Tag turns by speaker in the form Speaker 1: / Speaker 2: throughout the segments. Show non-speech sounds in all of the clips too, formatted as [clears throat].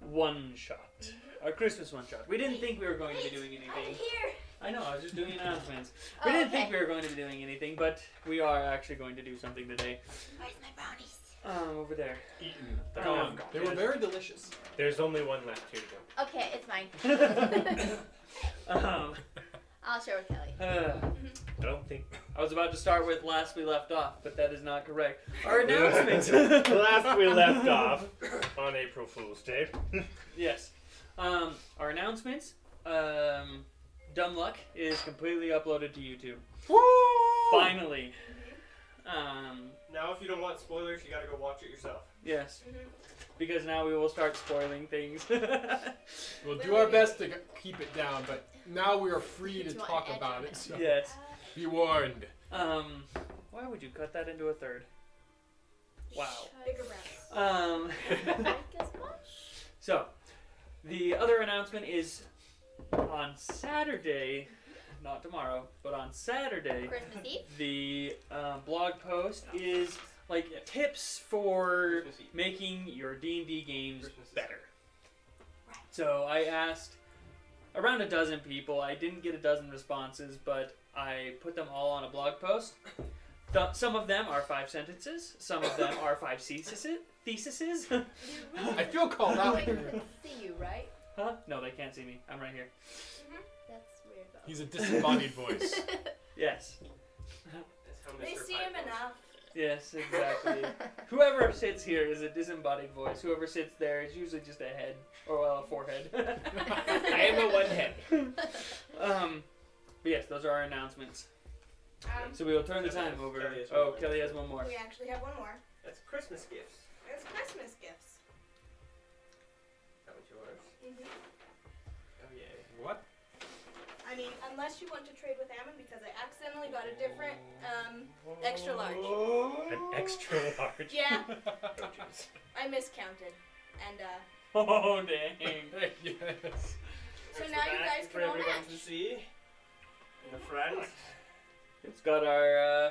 Speaker 1: one shot. Our Christmas one shot. We didn't think we were going to be doing
Speaker 2: I'm
Speaker 1: anything.
Speaker 2: here.
Speaker 1: I know, I was just doing announcements.
Speaker 2: Oh,
Speaker 1: We didn't
Speaker 2: okay.
Speaker 1: think we were going to be doing anything, but we are actually going to do something today.
Speaker 2: Where's my brownies?
Speaker 1: Um, over there.
Speaker 3: Eaten. They're
Speaker 1: Gone.
Speaker 3: gone.
Speaker 4: They were very delicious.
Speaker 3: There's only one left here to
Speaker 2: Okay, it's [laughs] mine.
Speaker 1: Um,
Speaker 2: I'll share with Kelly.
Speaker 1: uh,
Speaker 3: go. Don't
Speaker 5: [laughs]
Speaker 3: think.
Speaker 1: I was about to start with last we left off, but that is not correct.
Speaker 4: [laughs]
Speaker 1: Our announcements. last
Speaker 3: [laughs] Last we left off on April Fool's Day.
Speaker 1: Yes. Um, our announcements. Um, Dumb Luck is completely uploaded to YouTube.
Speaker 3: Woo!
Speaker 1: Finally. Um,
Speaker 6: Now, if you don't want spoilers, you gotta go watch it yourself.
Speaker 1: yes.
Speaker 2: Mhm.
Speaker 1: Because now we will start spoiling things. [laughs]
Speaker 4: We'll do our best to keep it down, but now we are free to
Speaker 2: It's one
Speaker 4: talk
Speaker 2: edge
Speaker 4: about
Speaker 2: of
Speaker 4: it.
Speaker 2: it.
Speaker 4: So
Speaker 1: yes.
Speaker 4: be warned.
Speaker 1: Um, why would you cut that into a third? Wow.
Speaker 2: Bigger brownies.
Speaker 1: Um,
Speaker 2: Like as much?
Speaker 1: so, the other announcement is on Saturday, not tomorrow, but on Saturday,
Speaker 2: Christmas Eve.
Speaker 1: the uh, blog post is like tips for
Speaker 6: Christmas Eve.
Speaker 1: making your d&d games
Speaker 6: Christmas is
Speaker 1: better
Speaker 2: Right.
Speaker 1: so i asked around a dozen people i didn't get a dozen responses but i put them all on a blog post Th- some of them are five sentences some of them are five theses theses [laughs]
Speaker 4: I feel called out
Speaker 2: Wait,
Speaker 4: here.
Speaker 2: see you, right?
Speaker 1: huh? no they can't see me i'm right here
Speaker 2: That's weird. Though.
Speaker 4: He's a disembodied
Speaker 2: [laughs]
Speaker 4: voice.
Speaker 1: yes
Speaker 6: That's how
Speaker 5: They
Speaker 6: Mr.
Speaker 5: see
Speaker 6: Pipe
Speaker 5: him uh,
Speaker 6: goes.
Speaker 5: enough.
Speaker 1: yes
Speaker 2: [laughs]
Speaker 1: exactly Whoever sits here is a disembodied voice. Whoever sits there is usually just a head, or well, a forehead. [laughs]
Speaker 3: I am a one head.
Speaker 1: um, but yes, those are our announcements.
Speaker 5: Um,
Speaker 1: So we will turn the time over.
Speaker 6: Kelly has one
Speaker 1: oh,
Speaker 6: more.
Speaker 1: Kelly has one more.
Speaker 5: we actually have one more.
Speaker 6: That's Christmas gifts.
Speaker 5: It's Christmas gifts.
Speaker 6: That was yours.
Speaker 2: Mm-hmm.
Speaker 5: Mhm.
Speaker 6: Oh yeah.
Speaker 3: What?
Speaker 5: I mean, unless you want to trade with Ammon because I accidentally got a different. Um, Extra large.
Speaker 3: An extra large.
Speaker 5: yeah,
Speaker 6: Oh jeez.
Speaker 5: I miscounted, and uh,
Speaker 1: [laughs] Oh dang!
Speaker 4: [laughs] yes.
Speaker 5: So
Speaker 6: There's
Speaker 5: now
Speaker 6: the
Speaker 5: you
Speaker 6: back
Speaker 5: guys
Speaker 6: for
Speaker 5: can all
Speaker 6: everyone
Speaker 5: match.
Speaker 6: to see. And the front.
Speaker 1: It's got our uh,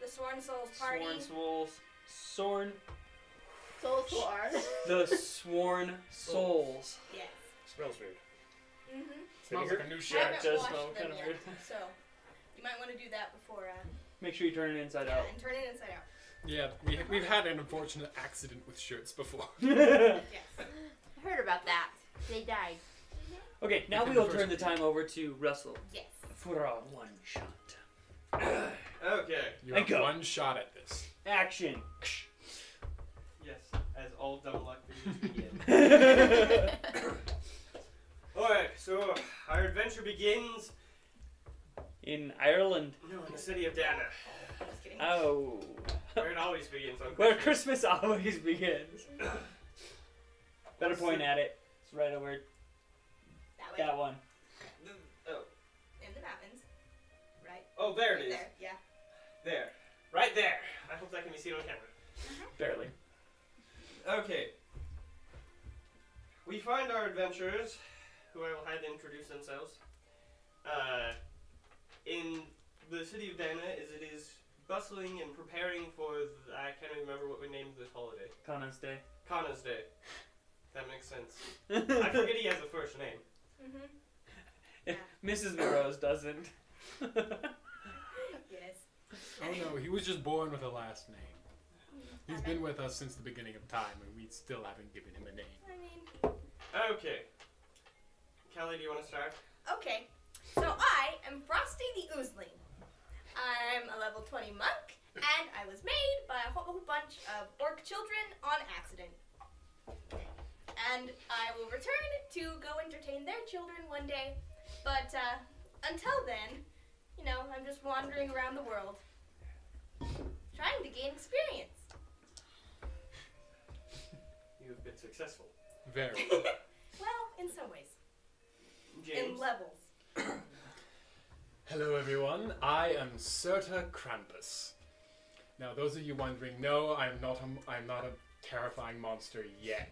Speaker 5: the Sworn Souls party.
Speaker 1: sworn souls, sworn
Speaker 2: Soul sword.
Speaker 1: the sworn souls.
Speaker 5: [laughs] Yes.
Speaker 3: Smells weird.
Speaker 5: Mhm.
Speaker 4: Smells like a new
Speaker 5: I
Speaker 4: shirt.
Speaker 5: haven't
Speaker 1: does
Speaker 5: washed
Speaker 1: smell
Speaker 5: them
Speaker 1: kinda
Speaker 5: yet,
Speaker 1: weird.
Speaker 5: so you might want to do that before. Uh,
Speaker 1: Make sure you turn it inside
Speaker 5: yeah,
Speaker 1: out. [laughs]
Speaker 5: and turn it inside out.
Speaker 4: Yeah, we, we've had an unfortunate accident with shirts before. [laughs]
Speaker 5: Yes.
Speaker 2: I heard about that. They died.
Speaker 1: okay, now we
Speaker 4: Become
Speaker 1: will
Speaker 4: the
Speaker 1: turn the
Speaker 4: first
Speaker 1: time over to Russell
Speaker 5: Yes.
Speaker 1: for our one shot
Speaker 6: Okay.
Speaker 4: You
Speaker 1: And
Speaker 4: have
Speaker 1: go.
Speaker 4: one shot at this.
Speaker 1: action. [laughs]
Speaker 6: Yes. As all dumb luck videos [laughs] begin.
Speaker 2: Wait,
Speaker 6: Alright, so our adventure begins
Speaker 1: In Ireland.
Speaker 6: no, in the city of Dana.
Speaker 5: Just kidding.
Speaker 1: Oh. [laughs]
Speaker 6: Where it always begins on
Speaker 1: Where Christmas always begins. Better point at it. It's right over
Speaker 5: that way.
Speaker 1: that one.
Speaker 6: Oh.
Speaker 5: In the mountains. Right.
Speaker 6: Oh there
Speaker 5: right
Speaker 6: it is.
Speaker 5: There. Yeah.
Speaker 6: There. Right there. I hope that can be seen on camera.
Speaker 1: Barely.
Speaker 6: Okay. We find our adventurers, who I will have introduce themselves, uh, in the city of Dana as it is bustling and preparing for, the, I can't even remember what we named this holiday.
Speaker 1: Connors Day. [laughs]
Speaker 6: Kana's Day. That makes sense. I forget he has a first name.
Speaker 5: Mhm.
Speaker 1: Mrs. Morose doesn't. [laughs]
Speaker 5: Yes.
Speaker 4: Oh no, he was just born with a last name. He's been with us since the beginning of time, and we still haven't given him a name.
Speaker 5: I mean.
Speaker 6: Okay. Kelly, do you want to start?
Speaker 5: Okay, so I am Frosty the Oozling. I'm a level 20 monk, and I was made by a whole bunch of orc children on accident. And I will return to go entertain their children one day, but uh, until then, you know, I'm just wandering around the world trying to gain experience.
Speaker 6: You have been successful.
Speaker 4: Very.
Speaker 5: Well, in some ways, in
Speaker 6: James.
Speaker 5: levels.
Speaker 4: Hello, everyone. I am Serta Krampus. Now, those of you wondering, no, I'm not. A, I'm not a terrifying monster yet.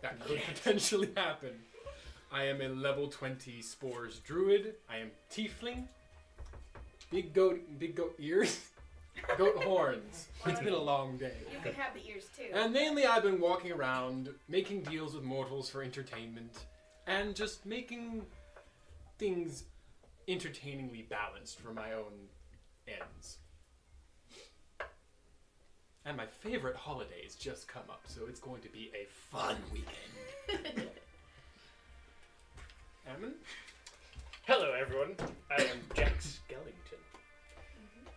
Speaker 4: That could potentially happen. I am a level 20 spores druid. I am tiefling. Big goat, big goat ears. goat horns. It's been a long day.
Speaker 5: You can have the ears too.
Speaker 4: And mainly, I've been walking around making deals with mortals for entertainment and just making things entertainingly balanced for my own ends. And my favorite holiday's just come up, so it's going to be a fun weekend. Ammon?
Speaker 3: Hello, everyone. I am Jack Skellington.
Speaker 6: Mm-hmm.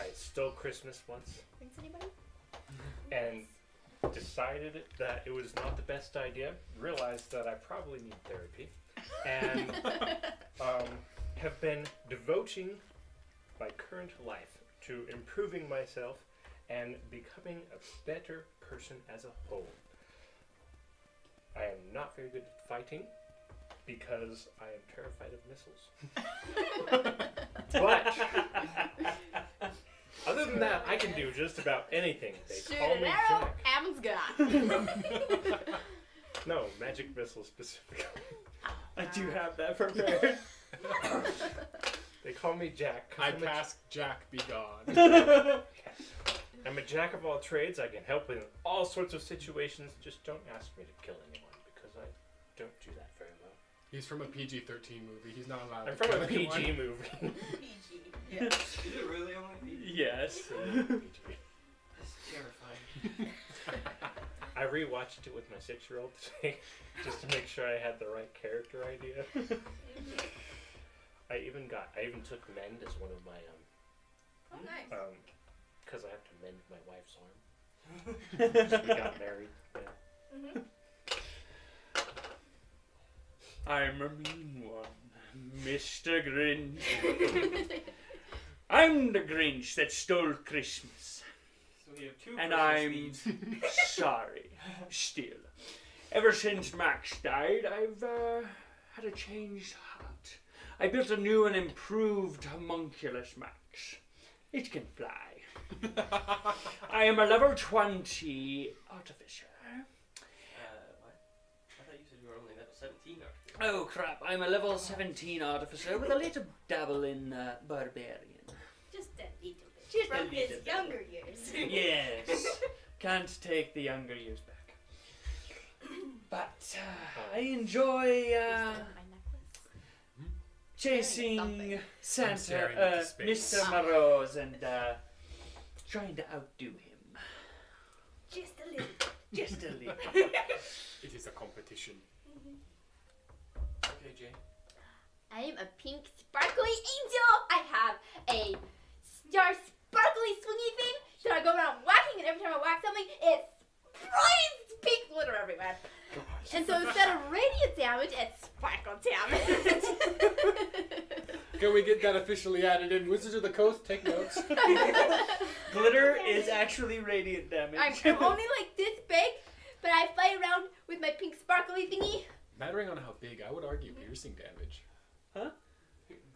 Speaker 3: I stole Christmas once
Speaker 2: Thanks, anybody?
Speaker 3: and decided that it was not the best idea. Realized that I probably need therapy, and um, have been devoting my current life to improving myself and becoming a better person as a whole. I am not very good at fighting because I am terrified of missiles. But other than that, I can do just about anything. They
Speaker 2: Shoot
Speaker 3: call
Speaker 2: an
Speaker 3: me
Speaker 2: arrow,
Speaker 3: Jack.
Speaker 2: Ammon's got. [laughs]
Speaker 3: No, magic missile specifically. [laughs]
Speaker 1: I do have that prepared.
Speaker 3: They call me Jack. 'cause
Speaker 4: I
Speaker 3: I'm a-
Speaker 4: cast Jack be
Speaker 3: [laughs]
Speaker 4: gone.
Speaker 3: I'm a jack of all trades. I can help in all sorts of situations. Just don't ask me to kill anyone because I don't do that very well.
Speaker 4: He's from a PG 13 movie. He's not allowed
Speaker 3: I'm
Speaker 4: to
Speaker 3: from
Speaker 4: kill
Speaker 3: a PG
Speaker 4: anyone.
Speaker 3: movie. [laughs]
Speaker 5: PG. Yeah.
Speaker 6: Is it really only me?
Speaker 1: yes.
Speaker 3: PG.
Speaker 6: That's terrifying.
Speaker 3: I rewatched it with my six-year-old today [laughs] just to make sure I had the right character idea. I even got. I even took mend as one of my um
Speaker 5: Oh, nice.
Speaker 3: um because I have to mend my wife's arm. We
Speaker 4: [laughs]
Speaker 3: got married. Yeah.
Speaker 1: I'm a mean one, Mr. Grinch. I'm the Grinch that stole Christmas,
Speaker 6: So we have two
Speaker 1: and
Speaker 6: Christmas
Speaker 1: I'm
Speaker 6: [laughs] leaves.
Speaker 1: sorry, still. Ever since Max died, I've uh, had a changed heart. I built a new and improved homunculus Max. It can fly. [laughs] I am a level 20 artificer.
Speaker 6: Uh, what? I thought you said you were only level 17 archer.
Speaker 1: Oh crap, I'm a level 17 artificer with a little dabble in uh, barbarian.
Speaker 5: Just a little bit.
Speaker 2: Just
Speaker 5: From
Speaker 6: a little
Speaker 5: his
Speaker 6: bit.
Speaker 5: younger
Speaker 6: [laughs]
Speaker 5: years.
Speaker 1: [laughs] Yes. Can't take the younger years back. But uh, I
Speaker 3: Um,
Speaker 1: enjoy uh, chasing
Speaker 4: I'm
Speaker 1: Santa,
Speaker 4: staring into
Speaker 1: uh,
Speaker 4: space.
Speaker 1: Mr.
Speaker 2: Ah.
Speaker 1: Morose, and uh, trying to outdo him.
Speaker 5: Just a little.
Speaker 1: Just a
Speaker 2: [laughs]
Speaker 1: little.
Speaker 4: It is a competition.
Speaker 6: Okay, Jay.
Speaker 2: I am a pink sparkly angel. I have a star sparkly swingy thing that I go around whacking, and every time I whack something, it sprays pink glitter everywhere. And so instead of radiant damage, it's sparkle
Speaker 6: [laughs]
Speaker 2: [laughs] damage.
Speaker 4: Can we get that officially added in? Wizards of the Coast, take notes. [laughs]
Speaker 1: Glitter is actually radiant damage.
Speaker 2: I'm, I'm only like this big, but I fly around with my pink sparkly thingy.
Speaker 4: Mattering on how big, I would argue piercing [laughs] damage.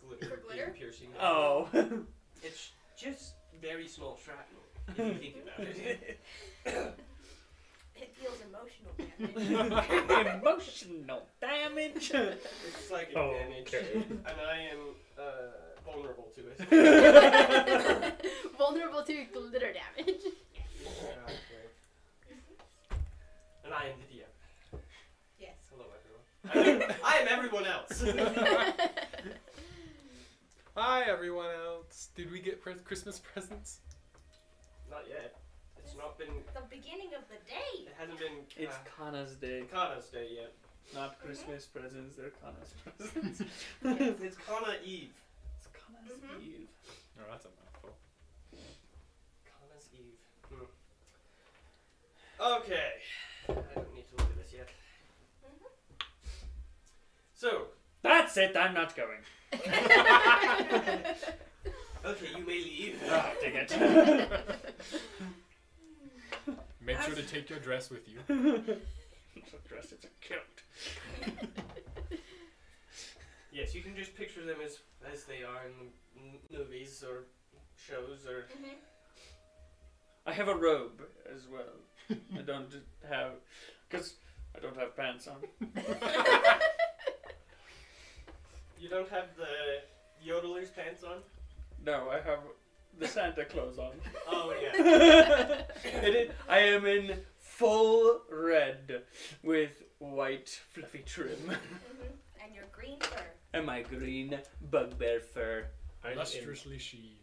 Speaker 6: Glitter.
Speaker 5: For glitter?
Speaker 6: being Piercing.
Speaker 1: [laughs] oh.
Speaker 6: It's just very small shrapnel, if you think about [laughs] it.
Speaker 5: It feels
Speaker 2: [laughs]
Speaker 5: emotional damage.
Speaker 1: [laughs] Emotional [laughs] damage.
Speaker 6: It's psychic
Speaker 3: Oh,
Speaker 6: damage,
Speaker 3: okay.
Speaker 6: and I am uh, vulnerable to it.
Speaker 3: [laughs]
Speaker 6: [laughs]
Speaker 2: Vulnerable to glitter
Speaker 5: [laughs]
Speaker 2: damage.
Speaker 6: And I am the DM.
Speaker 5: yes.
Speaker 6: Hello, everyone. I am, I am everyone [laughs] else.
Speaker 4: Mm-hmm. Hi, everyone else. Did we get pres Christmas presents?
Speaker 6: Not yet. It's not been.
Speaker 5: The beginning of the day.
Speaker 6: It hasn't
Speaker 5: [laughs]
Speaker 6: been. Uh,
Speaker 1: It's Kana's day,
Speaker 6: Kana's day yet.
Speaker 1: Ah. not Christmas presents. They're Kana's presents.
Speaker 6: It's Kana Eve.
Speaker 1: [laughs] It's Kana's
Speaker 2: Mm-hmm.
Speaker 5: Mhm.
Speaker 1: Eve.
Speaker 4: Oh, that's a mouthful.
Speaker 6: Kana's Eve. Hmm. Okay. I don't need to look at this yet.
Speaker 5: Mm-hmm.
Speaker 6: So,
Speaker 1: That's it. I'm not going.
Speaker 6: okay, you may leave.
Speaker 1: Ah, dang it.
Speaker 2: [laughs]
Speaker 1: [laughs]
Speaker 4: [laughs] Make sure to take your dress with [laughs] you.
Speaker 1: dressed as a kilt.
Speaker 2: [laughs]
Speaker 6: Yes, you can just picture them as as they are in the m- movies or shows or
Speaker 1: I have a robe as well. I don't have, because I don't have pants on.
Speaker 5: Mm-hmm.
Speaker 6: you don't have the yodeler's pants on.
Speaker 1: No, I have the Santa clothes on.
Speaker 6: Oh yeah.
Speaker 5: Mm-hmm.
Speaker 1: it is, I am in full red with white fluffy trim [laughs]
Speaker 5: Mm-hmm. And your green fur.
Speaker 1: and my green bugbear fur.
Speaker 3: I'm in,
Speaker 4: Lustriously sheen.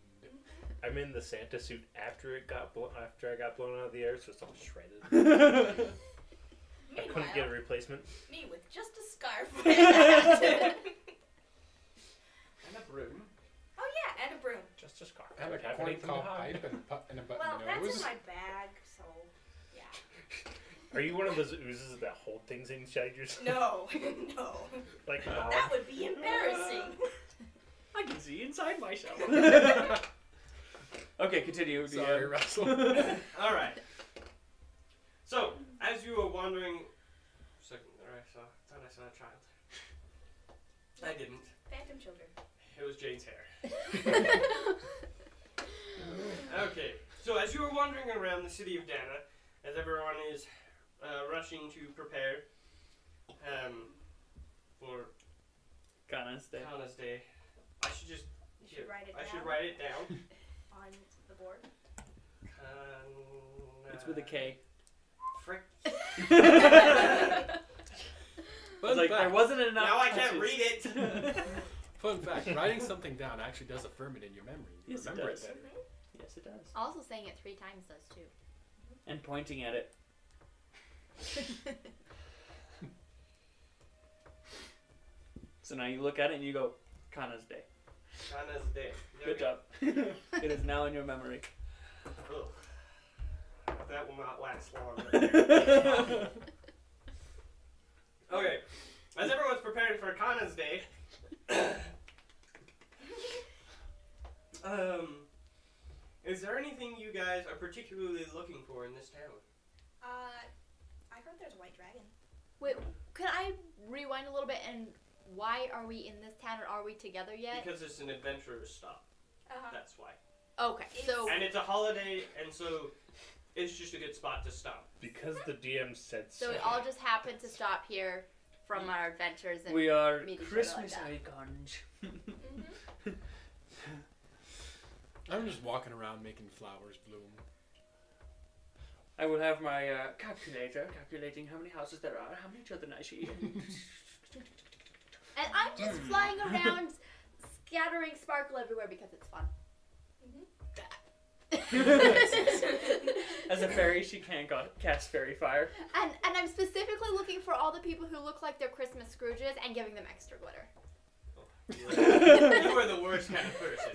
Speaker 3: I'm in the Santa suit after it got blo- after I got blown out of the air, so it's all shredded.
Speaker 1: That's
Speaker 3: I
Speaker 5: Meanwhile,
Speaker 3: couldn't get a replacement.
Speaker 5: me with just a scarf. [laughs] Oh, and a hat.
Speaker 6: And a broom.
Speaker 5: oh yeah, and a broom.
Speaker 3: Just a scarf.
Speaker 4: And a
Speaker 3: Don't have
Speaker 4: corn
Speaker 3: anything to
Speaker 4: cob
Speaker 3: hide.
Speaker 4: pipe and, a pu- and a button
Speaker 5: Well, that's in
Speaker 4: nose.
Speaker 5: my bag, so yeah.
Speaker 3: Are you one of those oozes that hold things inside yourself?
Speaker 5: No, [laughs] no,
Speaker 3: [laughs] Like
Speaker 5: that would be
Speaker 6: [laughs]
Speaker 5: embarrassing.
Speaker 1: I can see inside myself. [laughs] okay, continue. um, DM.
Speaker 4: Sorry,
Speaker 1: [laughs]
Speaker 4: [laughs] Russell.
Speaker 6: All right. So, as you were wandering, second there, I saw. Thought I saw a child. I didn't.
Speaker 5: Phantom children.
Speaker 6: It was Jane's hair. [laughs] Okay. So, as you were wandering around the city of Dana, as everyone is uh, rushing to prepare um, for
Speaker 1: Kana's there.
Speaker 6: Kana's Day, I should just
Speaker 5: You should write it
Speaker 6: I
Speaker 5: down
Speaker 6: should write it down.
Speaker 5: on the board.
Speaker 6: [laughs]
Speaker 5: [laughs]
Speaker 6: Kana.
Speaker 1: It's with a K.
Speaker 6: uh,
Speaker 1: [laughs]
Speaker 6: Frick.
Speaker 4: Fun,
Speaker 1: like there
Speaker 4: fact,
Speaker 1: wasn't enough.
Speaker 6: Now I can't read
Speaker 1: touches.
Speaker 6: it.
Speaker 1: [laughs]
Speaker 4: fun fact writing something down actually does affirm it in your memory. You
Speaker 1: Yes, it
Speaker 4: remember
Speaker 1: does.
Speaker 4: better.
Speaker 1: yes, it does.
Speaker 2: Also saying it three times does too.
Speaker 1: And pointing at it.
Speaker 6: [laughs]
Speaker 1: So now you look at it and you go, Kana's day.
Speaker 6: Kana's Day.
Speaker 1: Good job. [laughs]
Speaker 2: [laughs]
Speaker 1: it is now in your memory.
Speaker 6: Ugh. That will not last
Speaker 1: [laughs]
Speaker 6: long.
Speaker 1: Kana's
Speaker 6: okay. As everyone's preparing for Kana's Day, um, is there anything you guys are particularly looking for in this town?
Speaker 5: Uh, I heard there's a white dragon.
Speaker 2: Wait, could I rewind a little bit and why are we in this town or are we together yet?
Speaker 6: Because it's an adventurer's stop.
Speaker 5: Uh-huh.
Speaker 6: That's why.
Speaker 2: Okay, so
Speaker 6: And it's a holiday, and so it's just a good spot to
Speaker 5: [laughs]
Speaker 6: stop.
Speaker 3: Because the DM said so.
Speaker 2: so it all just happened to stop here from our adventures and
Speaker 1: Mm. we are
Speaker 2: Meet each other like
Speaker 1: Christmas
Speaker 2: that.
Speaker 1: icons. [laughs]
Speaker 4: I'm just walking around making flowers bloom.
Speaker 1: I will have my uh, calculator calculating how many houses there are, how many children I
Speaker 2: [laughs]
Speaker 1: see.
Speaker 2: and I'm just
Speaker 1: Mm. [laughs]
Speaker 2: flying around scattering sparkle everywhere because it's fun.
Speaker 6: Mm-hmm.
Speaker 1: [laughs]
Speaker 2: [laughs]
Speaker 1: As a fairy, she can ca- cast fairy fire. [laughs]
Speaker 2: And and I'm specifically looking for all the people who look like they're Christmas Scrooges and giving them extra glitter.
Speaker 6: [laughs] you are the worst kind of person.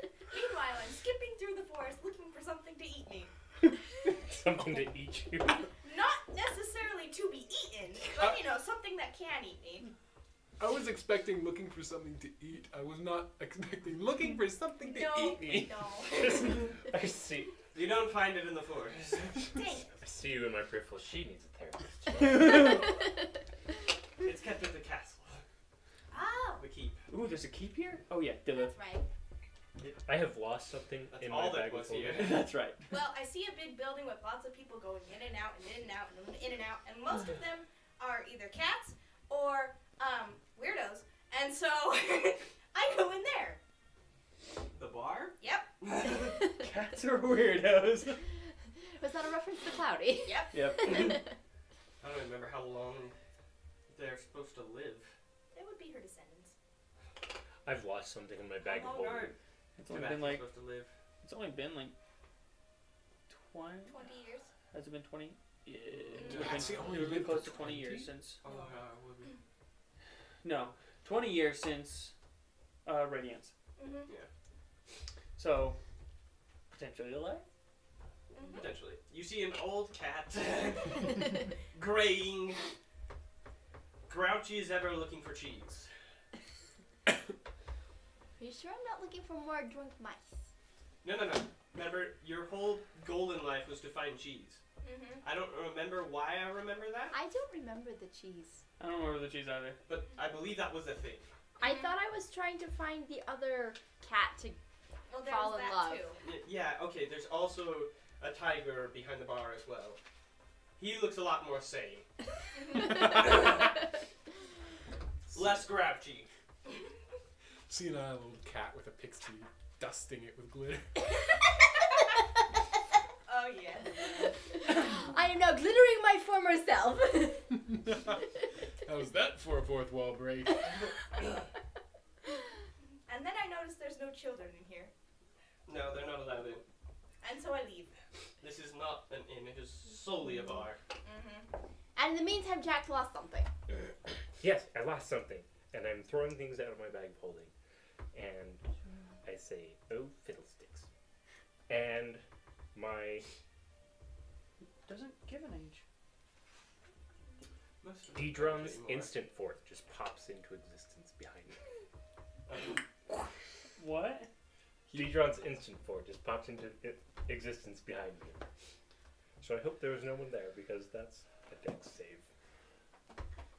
Speaker 5: Meanwhile, I'm skipping through the forest looking for something to eat me.
Speaker 3: [laughs] Something to eat you.
Speaker 5: Not necessarily to be eaten, but you know, something that can eat me.
Speaker 4: I was expecting looking for something to eat. I was not [laughs] expecting looking for something to
Speaker 5: No,
Speaker 4: eat me.
Speaker 5: [laughs]
Speaker 2: [laughs]
Speaker 5: no.
Speaker 3: Just- I see.
Speaker 6: You don't find it in the forest.
Speaker 5: Dang
Speaker 4: [laughs]
Speaker 5: it.
Speaker 3: I see you in my peripheral. She needs a therapist.
Speaker 6: It's kept at the castle,
Speaker 5: Oh,
Speaker 6: the keep.
Speaker 1: Ooh, there's a keep here? Oh, yeah, duh.
Speaker 5: that's right.
Speaker 3: I have lost something
Speaker 6: That's
Speaker 3: in
Speaker 6: all
Speaker 3: my
Speaker 6: that
Speaker 3: bag
Speaker 6: was
Speaker 3: of holding.
Speaker 6: here.
Speaker 1: [laughs] That's right.
Speaker 5: Well, I see a big building with lots of people going in and out and in and out and in and out, and most of them are either cats or um, weirdos. And so [laughs] I go in there.
Speaker 6: The bar?
Speaker 5: Yep.
Speaker 6: [laughs]
Speaker 1: Cats are
Speaker 2: [laughs]
Speaker 1: weirdos.
Speaker 2: [laughs] Was that a reference to Cloudy? [laughs]
Speaker 5: Yep.
Speaker 1: Yep.
Speaker 6: I don't remember how long they're supposed to live.
Speaker 5: That would be her descendants.
Speaker 3: I've lost something in my bag
Speaker 6: how
Speaker 3: of
Speaker 6: long
Speaker 3: holding.
Speaker 6: are
Speaker 1: It's only
Speaker 6: Timathas
Speaker 1: been like
Speaker 6: supposed to live?
Speaker 1: it's only been like twenty.
Speaker 5: 20 years.
Speaker 1: Has it been twenty? Yeah, it's
Speaker 6: Dude,
Speaker 1: been,
Speaker 6: that's the
Speaker 4: only
Speaker 1: it's been
Speaker 4: lived
Speaker 1: close
Speaker 4: for
Speaker 1: to twenty
Speaker 4: 20?
Speaker 1: years since.
Speaker 6: Oh,
Speaker 5: No.
Speaker 6: uh, would we-
Speaker 1: No, twenty years since uh, Radiance.
Speaker 5: Mm-hmm.
Speaker 1: So potentially alive.
Speaker 6: [laughs] potentially. You see an old cat, [laughs]
Speaker 2: [laughs]
Speaker 6: graying, grouchy as ever, looking for cheese.
Speaker 2: Are you sure I'm not looking for more drunk mice?
Speaker 6: No, no, no. Remember, your whole goal in life was to find cheese.
Speaker 5: Mm-hmm.
Speaker 6: I don't remember why I remember that,
Speaker 2: I don't remember the cheese.
Speaker 1: I don't remember the cheese either.
Speaker 6: but I believe that was a thing.
Speaker 2: I thought I was trying to find the other cat to.
Speaker 5: Well, there's
Speaker 2: Fall in
Speaker 5: that
Speaker 2: love.
Speaker 5: too. [laughs]
Speaker 6: Y- Yeah, okay, there's also a tiger behind the bar as well. He looks a lot more sane, less grouchy.
Speaker 4: Senile old cat with a pixie dusting it with glitter. [laughs]
Speaker 5: Oh yeah.
Speaker 2: [laughs] I am now glittering my former self.
Speaker 4: How's that for a fourth wall break?
Speaker 5: And then I notice there's no children in here,
Speaker 6: No, they're not allowed in.
Speaker 5: and so I leave.
Speaker 6: This is not an inn. It is solely a bar.
Speaker 5: Mm-hmm.
Speaker 2: and in the meantime, Jack lost something. [laughs]
Speaker 3: Yes, I lost something, and I'm throwing things out of my bag of holding, and I say, "Oh fiddlesticks!" And my
Speaker 1: Doesn't give an age.
Speaker 6: Most of them
Speaker 3: Dedron's
Speaker 6: don't anymore.
Speaker 3: instant fort just pops into existence behind me.
Speaker 6: Um,
Speaker 1: What?
Speaker 3: Dedron's instant fort just pops into i- existence behind me. So I hope there was no one there because that's a deck save.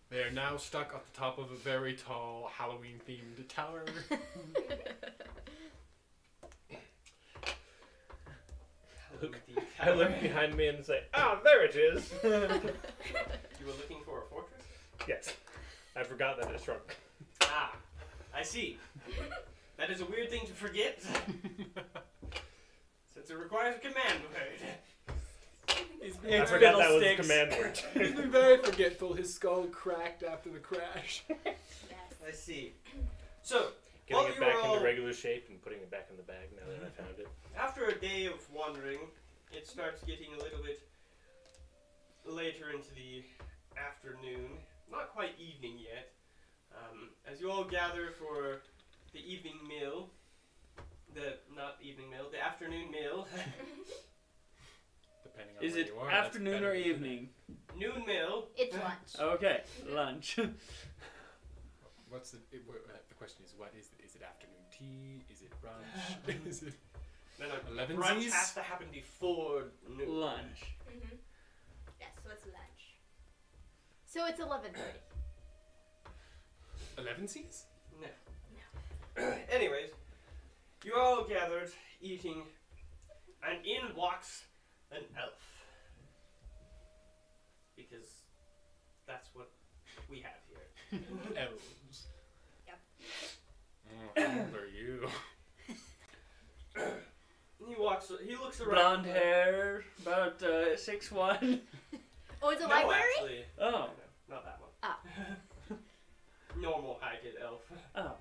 Speaker 4: They are now stuck at the top of a very tall Halloween themed
Speaker 5: [laughs]
Speaker 4: tower. [laughs]
Speaker 3: Look,
Speaker 6: the
Speaker 3: [laughs] I look
Speaker 6: tower.
Speaker 3: behind me and say, "Ah, there
Speaker 2: [laughs]
Speaker 3: it is."
Speaker 6: You were looking for a fortress?
Speaker 3: yes, I forgot that it shrunk.
Speaker 6: Ah, I see. That is a weird thing to
Speaker 3: [laughs]
Speaker 6: forget, since it requires a command word.
Speaker 1: These
Speaker 3: I
Speaker 1: big
Speaker 3: forgot that was the
Speaker 1: fiddlesticks.
Speaker 3: command word. [laughs]
Speaker 4: He's [laughs] been very forgetful. His skull cracked after the
Speaker 5: [laughs]
Speaker 4: crash.
Speaker 6: I see. So,
Speaker 3: Getting
Speaker 6: While
Speaker 3: it
Speaker 6: you
Speaker 3: back
Speaker 6: were all-
Speaker 3: into regular shape and putting it back in the bag now that I found it.
Speaker 6: after a day of wandering, it starts getting a little bit later into the afternoon. Not quite evening yet. Um, as you all gather for the evening meal, the not evening meal, the afternoon meal, [laughs]
Speaker 4: Depending on
Speaker 1: Is
Speaker 4: where
Speaker 1: it
Speaker 4: you are, that's
Speaker 1: afternoon
Speaker 4: better
Speaker 1: or
Speaker 4: than dinner.
Speaker 1: evening?
Speaker 6: noon meal.
Speaker 2: It's lunch.
Speaker 4: [laughs]
Speaker 1: Okay, lunch.
Speaker 4: What's the it, wha- uh, the question is what is it? Is it afternoon tea? Is it
Speaker 5: [sighs]
Speaker 4: brunch? [laughs] is it
Speaker 6: No, no,
Speaker 4: eleven
Speaker 6: brunch has to happen before noon.
Speaker 1: lunch.
Speaker 5: Mm-hmm. Yes, so it's lunch.
Speaker 2: So it's 11:30.
Speaker 4: Eleven C's?
Speaker 6: No. [coughs] Anyways, you all gathered eating, and in walks an elf. Because that's what we have here.
Speaker 4: Elves.
Speaker 5: Yep.
Speaker 4: Mm, for you.
Speaker 6: He walks. He looks around.
Speaker 1: Blonde hair, about uh, six [laughs] one.
Speaker 2: Oh, it's a
Speaker 6: No,
Speaker 2: library?
Speaker 6: actually,
Speaker 1: Oh,
Speaker 6: no, not that one.
Speaker 2: Ah.
Speaker 6: [laughs] Normal heighted elf.
Speaker 2: [laughs]
Speaker 1: oh,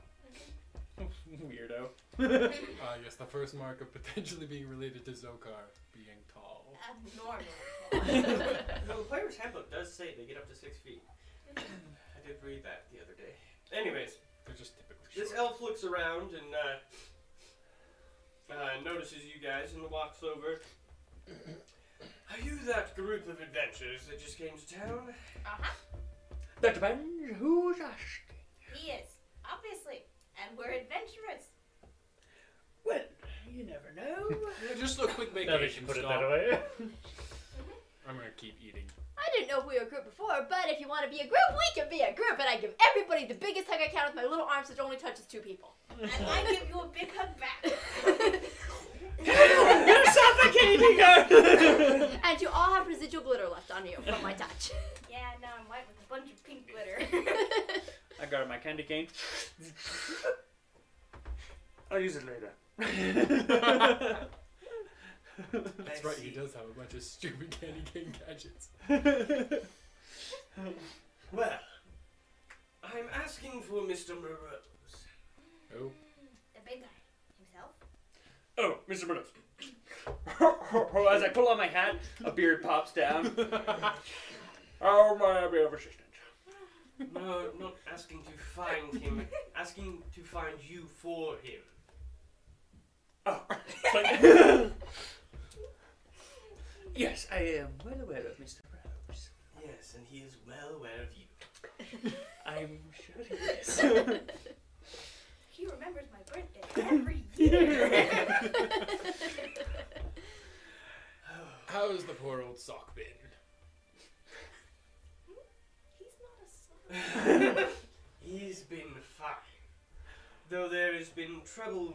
Speaker 1: weirdo. [laughs]
Speaker 4: Uh, yes, the first mark of potentially being related to Zokar being tall.
Speaker 5: Abnormal.
Speaker 2: [laughs]
Speaker 6: Well, the player's handbook does say they get up to six feet. I did read that the other day. Anyways,
Speaker 4: They're just typically
Speaker 6: This
Speaker 4: short.
Speaker 6: elf looks around and uh, uh, notices you guys and walks over. [clears throat] Are you that group of adventurers that just came to town?
Speaker 5: Uh-huh.
Speaker 1: that depends who's asked.
Speaker 5: He is obviously, and we're adventurous.
Speaker 1: Well, you never know.
Speaker 4: Yeah, just a quick
Speaker 3: Now that you
Speaker 4: vacation
Speaker 3: put it
Speaker 4: stop.
Speaker 3: that way.
Speaker 4: I'm gonna keep eating.
Speaker 2: I didn't know if we were a group before, but if you want to be a group, we can be a group. And I give everybody the biggest hug I can with my little arms, which only touches two people.
Speaker 5: And I give you a big hug back.
Speaker 1: You're suffocating her.
Speaker 2: and you all have residual glitter left on you from my touch. [laughs]
Speaker 5: Yeah, now I'm white with a bunch of pink glitter.
Speaker 1: I got my candy cane. I'll use it later.
Speaker 4: [laughs] That's
Speaker 6: I
Speaker 4: right, he
Speaker 6: see.
Speaker 4: does have a bunch of stupid [laughs] candy cane gadgets.
Speaker 6: Well, I'm asking for Mr. Morose.
Speaker 4: Oh,
Speaker 5: the big guy
Speaker 2: [laughs]
Speaker 5: himself.
Speaker 1: oh, Mr. Murdoch. [laughs] As I pull on my hat, a beard pops down. oh, my beard assistant.
Speaker 6: No, not asking to find him.
Speaker 1: [laughs]
Speaker 6: Asking to find you for him.
Speaker 1: Oh. But- Oh. [laughs] yes, I am well aware of Mr. Rose.
Speaker 6: Yes, and he is well aware of you.
Speaker 1: I'm sure he is.
Speaker 5: He remembers my birthday every year.
Speaker 4: how's the poor old sock been?
Speaker 5: He's not a son.
Speaker 6: He's been fine. Though there has been trouble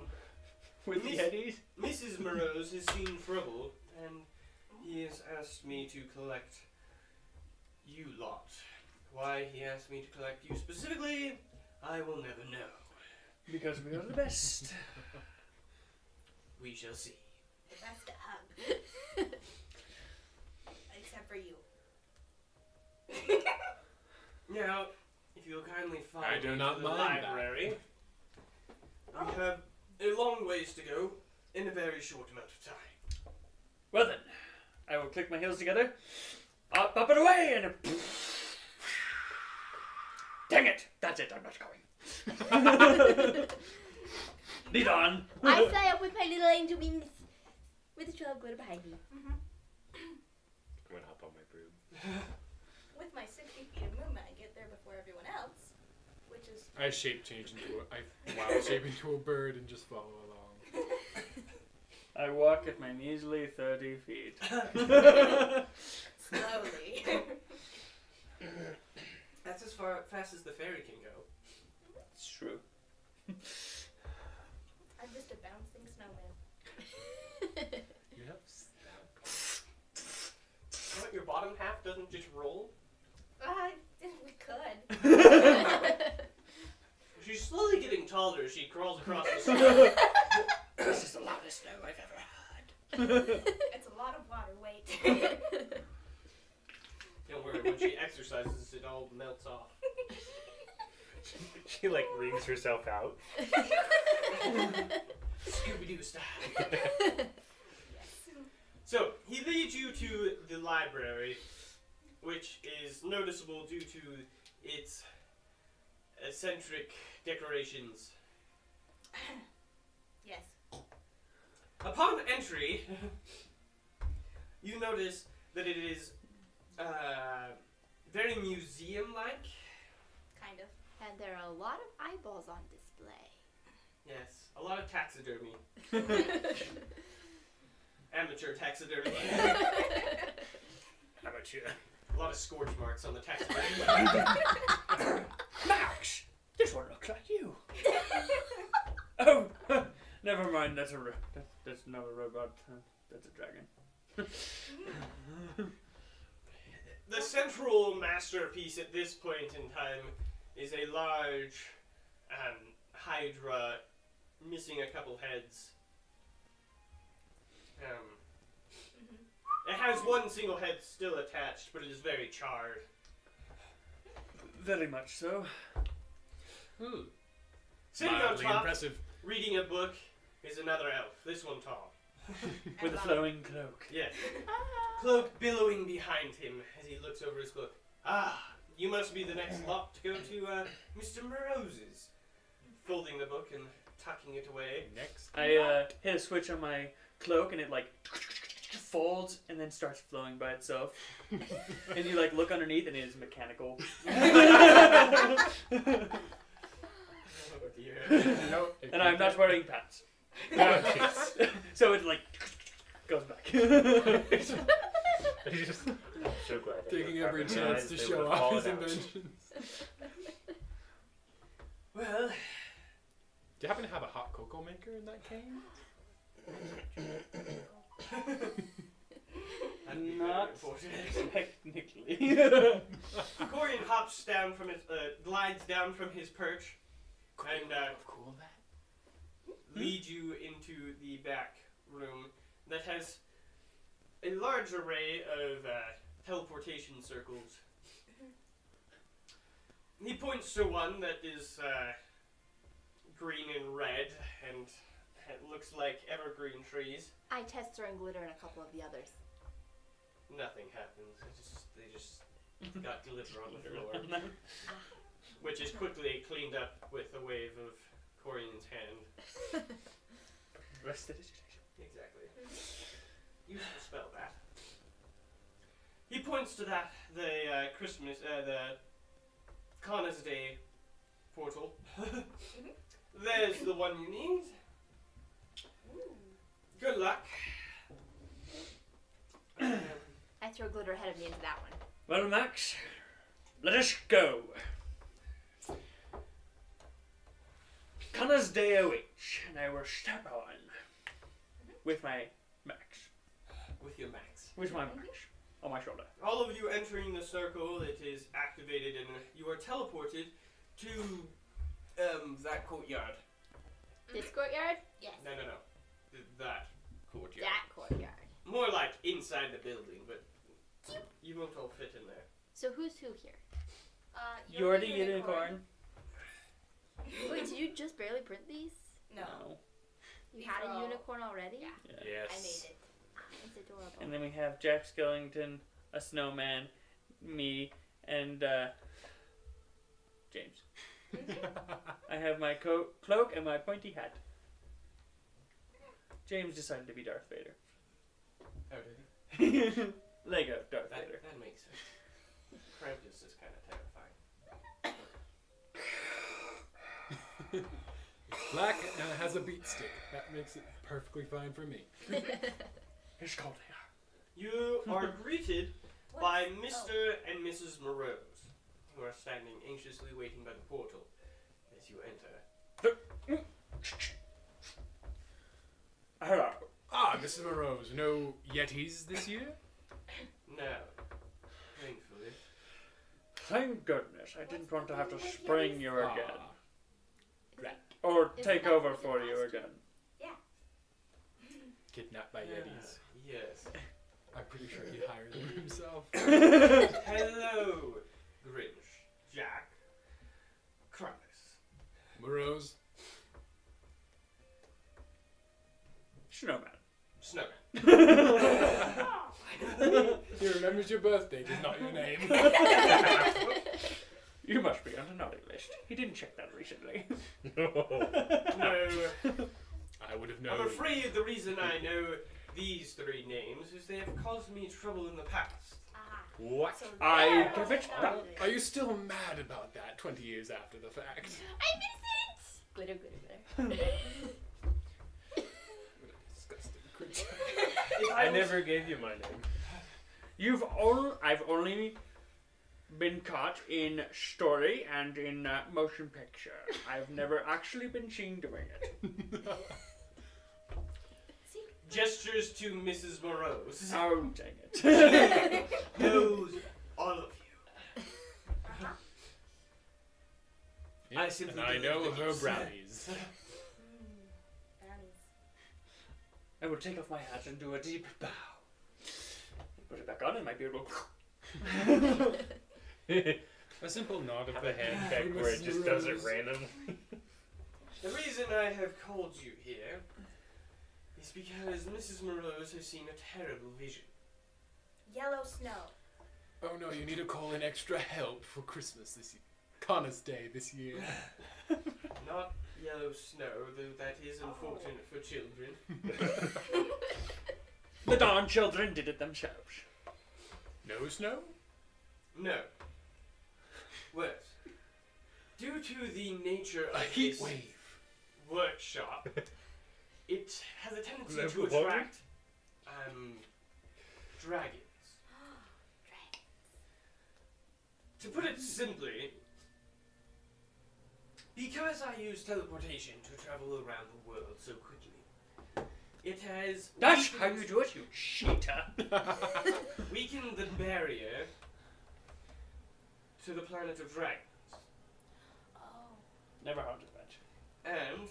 Speaker 1: With the Eddies?
Speaker 6: Mrs. Morose has seen trouble, and he has asked me to collect you lot. Why he asked me to collect you specifically, I will never know.
Speaker 1: Because we are the best.
Speaker 6: We shall see.
Speaker 5: The best to hug, except for you.
Speaker 6: Now, if you'll kindly follow
Speaker 4: I do
Speaker 6: me
Speaker 4: not
Speaker 6: to the
Speaker 4: mind that.
Speaker 6: library, we have a long ways to go in a very short amount of time.
Speaker 1: Well then, I will click my heels together, up, up and away, and. Dang it! That's it. I'm not going. [laughs] Lead on.
Speaker 2: I fly up with my little angel wings with a trail of glitter behind me.
Speaker 3: I'm gonna hop on my broom.
Speaker 5: With my 60 feet of movement, I get there before everyone else, which is
Speaker 4: I shape change into a, I wild shape into a bird and just follow along.
Speaker 1: I walk at my measly thirty feet.
Speaker 5: slowly.
Speaker 6: That's as far fast as the fairy can go.
Speaker 1: it's true.
Speaker 5: I'm just a bouncing snowman.
Speaker 4: You have stout.
Speaker 6: What, your bottom half doesn't just roll?
Speaker 5: Ah, we could.
Speaker 6: She's slowly getting taller as she crawls across the snow. this is the loudest snow I've ever had.
Speaker 5: It's a lot of water weight.
Speaker 6: Don't worry, when she exercises, it all melts off.
Speaker 3: [laughs] She like wrings herself out.
Speaker 6: Scooby Doo style. So he leads you to the library, which is noticeable due to its eccentric decorations.
Speaker 5: [laughs] yes.
Speaker 6: Upon entry, [laughs] you notice that it is uh, very museum like.
Speaker 5: Kind of.
Speaker 2: and there are a lot of eyeballs on
Speaker 5: [laughs]
Speaker 2: display. [laughs]
Speaker 6: Yes, a lot of taxidermy. Amateur taxidermy. [laughs]
Speaker 3: How about you?
Speaker 6: a lot of scorch marks on the taxidermy.
Speaker 1: Max, this one looks like you. [laughs] oh, [laughs] never mind. That's a ro- that, that's not a robot. uh, That's a dragon.
Speaker 6: the central masterpiece at this point in time is a large um, hydra missing a couple heads. Um, it has one single head still attached, but it is very charred.
Speaker 1: Very much so.
Speaker 3: Hmm.
Speaker 4: Ooh,
Speaker 6: Sitting on
Speaker 4: mildly
Speaker 6: top,
Speaker 3: [laughs]
Speaker 4: impressive.
Speaker 6: reading a book, is another elf. This one tall.
Speaker 1: With a
Speaker 5: lot of-
Speaker 1: flowing cloak.
Speaker 6: Yes.
Speaker 2: Ah.
Speaker 6: Cloak billowing behind him as he looks over his cloak. Ah, you must be the next lot to go to uh, Mr. Morose's. Folding the book and tucking it away. [laughs]
Speaker 4: Next.
Speaker 1: I uh, hit a switch on my cloak and it like folds and then starts flowing by itself. and you like look underneath and it is mechanical. and
Speaker 6: Oh dear.
Speaker 4: no,
Speaker 1: I'm not wearing pants. so it like goes back.
Speaker 3: [laughs] I just, I'm so glad. they
Speaker 4: Taking
Speaker 3: were
Speaker 4: every chance
Speaker 3: recognized,
Speaker 4: to
Speaker 3: they
Speaker 4: show
Speaker 3: would've
Speaker 4: off his
Speaker 3: fallen out.
Speaker 4: inventions.
Speaker 6: well,
Speaker 4: Do you happen to have a hot cocoa maker in that cane?
Speaker 6: that'd be
Speaker 1: Not-
Speaker 6: very unfortunate.
Speaker 1: Technically.
Speaker 6: Corian hops down from his, uh, glides down from his perch and uh,
Speaker 4: cool that.
Speaker 6: leads you into the back room that has a large array of uh, teleportation circles. He points to one that is uh, green and red and it looks like evergreen trees.
Speaker 2: I test throwing glitter in a couple of the others.
Speaker 6: Nothing happens. It just, they just got glitter on the floor, which is quickly cleaned up with a wave of Corian's hand.
Speaker 1: Rest of it.
Speaker 6: Exactly. You should spell that. He points to that the uh, Christmas uh, the Connors Day portal. There's the one you need. Good luck. Um,
Speaker 2: I throw glitter ahead of me into that one.
Speaker 1: Well, Max, let us go. Connors DOH, and I will step on with my Max.
Speaker 6: with your max.
Speaker 1: With my Max on my shoulder.
Speaker 6: All of you entering the circle, it is activated, and you are teleported to um, that courtyard.
Speaker 2: Mm-hmm. This courtyard? Yes.
Speaker 6: No, no, no. th- that courtyard.
Speaker 2: That courtyard.
Speaker 6: More like inside the building, but you won't all fit in there.
Speaker 2: So who's who here?
Speaker 5: Uh,
Speaker 1: You're the unicorn.
Speaker 2: Wait, did you just barely print these?
Speaker 5: No.
Speaker 1: Oh.
Speaker 2: You had
Speaker 5: Bro.
Speaker 2: a unicorn already? Ah,
Speaker 5: Yeah.
Speaker 3: Yes.
Speaker 5: I made it.
Speaker 2: It's
Speaker 1: And
Speaker 2: adorable.
Speaker 1: then we have Jack Skellington, a snowman, me, and uh, James. I have my co- cloak and my pointy hat. James decided to be Darth Vader.
Speaker 4: Oh, did he?
Speaker 1: Lego Darth
Speaker 6: That,
Speaker 1: Vader.
Speaker 6: that makes sense. Krampus is kind of terrifying.
Speaker 4: Black and it has a beat stick. That makes it perfectly fine for me. It's called
Speaker 6: You are greeted
Speaker 5: What?
Speaker 6: by Mr. and Mrs. Morose, who are standing anxiously waiting by the portal as you enter.
Speaker 1: Hello.
Speaker 4: Ah, Mrs. Morose, no Yetis this year?
Speaker 6: No, thankfully.
Speaker 1: Thank goodness I didn't want to have to spring you again.
Speaker 4: Ah,
Speaker 1: Or
Speaker 2: Is
Speaker 1: take
Speaker 2: that
Speaker 1: over
Speaker 2: what
Speaker 1: for
Speaker 2: it
Speaker 1: you
Speaker 2: was?
Speaker 1: again.
Speaker 4: kidnapped by Yetis.
Speaker 6: Yes.
Speaker 4: I'm pretty sure he hired them himself.
Speaker 6: Hello, Grinch, Jack, Krampus.
Speaker 4: Morose,
Speaker 6: Snowman. [laughs]
Speaker 1: Snowman.
Speaker 4: he remembers your birthday, just not your name.
Speaker 1: you must be on a naughty list. He didn't check that recently.
Speaker 3: No.
Speaker 6: No,
Speaker 4: [laughs] I would have known.
Speaker 6: I'm afraid the reason I know these three names is they have caused me trouble in the past.
Speaker 5: Ah,
Speaker 3: [laughs] what?
Speaker 5: so
Speaker 1: I
Speaker 5: there
Speaker 1: give it
Speaker 5: was
Speaker 1: back.
Speaker 5: that.
Speaker 4: Are you still mad about that 20 years after the fact? [laughs]
Speaker 2: I'm innocent! Glitter, glitter, glitter.
Speaker 4: What a disgusting creature.
Speaker 6: If
Speaker 3: I
Speaker 6: was-
Speaker 3: never gave you my name.
Speaker 1: [laughs] You've all I've only been caught in story and in uh, motion picture. I've never actually been seen doing [laughs] it.
Speaker 6: Gestures to Mrs. Morose.
Speaker 3: [laughs]
Speaker 1: Oh dang it!
Speaker 6: Knows all of you. I
Speaker 4: Yes,
Speaker 6: simply
Speaker 4: and I
Speaker 6: don't
Speaker 4: know
Speaker 6: think
Speaker 4: her
Speaker 6: it's-
Speaker 4: brownies.
Speaker 5: Brownies.
Speaker 1: I will take off my hat and do a deep bow. Put it back on, and my beard will.
Speaker 3: A simple nod of the
Speaker 4: Ah,
Speaker 3: hand back
Speaker 4: we
Speaker 3: where it
Speaker 4: must
Speaker 3: just does it
Speaker 4: rose.
Speaker 3: randomly.
Speaker 6: The reason I have called you here is because Mrs. Morose has seen a terrible vision.
Speaker 5: [laughs] Yellow snow.
Speaker 4: Oh no, you need to call in extra help for Christmas this year. Connor's Day this year.
Speaker 6: Not yellow snow, though that is unfortunate for children.
Speaker 1: The darn children did it themselves.
Speaker 4: [gasps] No snow?
Speaker 6: No. Worse. Due to the nature
Speaker 4: A
Speaker 6: of
Speaker 4: heat
Speaker 6: this
Speaker 4: wave.
Speaker 1: [laughs]
Speaker 6: workshop, it has a tendency to
Speaker 3: Global warming?
Speaker 6: attract um, dragons. To put it simply, because I use teleportation to travel around the world so quickly, it has
Speaker 1: That's how
Speaker 6: weakened-
Speaker 1: you do it, you cheater.
Speaker 6: weakened the barrier to the planet of dragons.
Speaker 5: Oh.
Speaker 1: Never haunted that.
Speaker 6: And,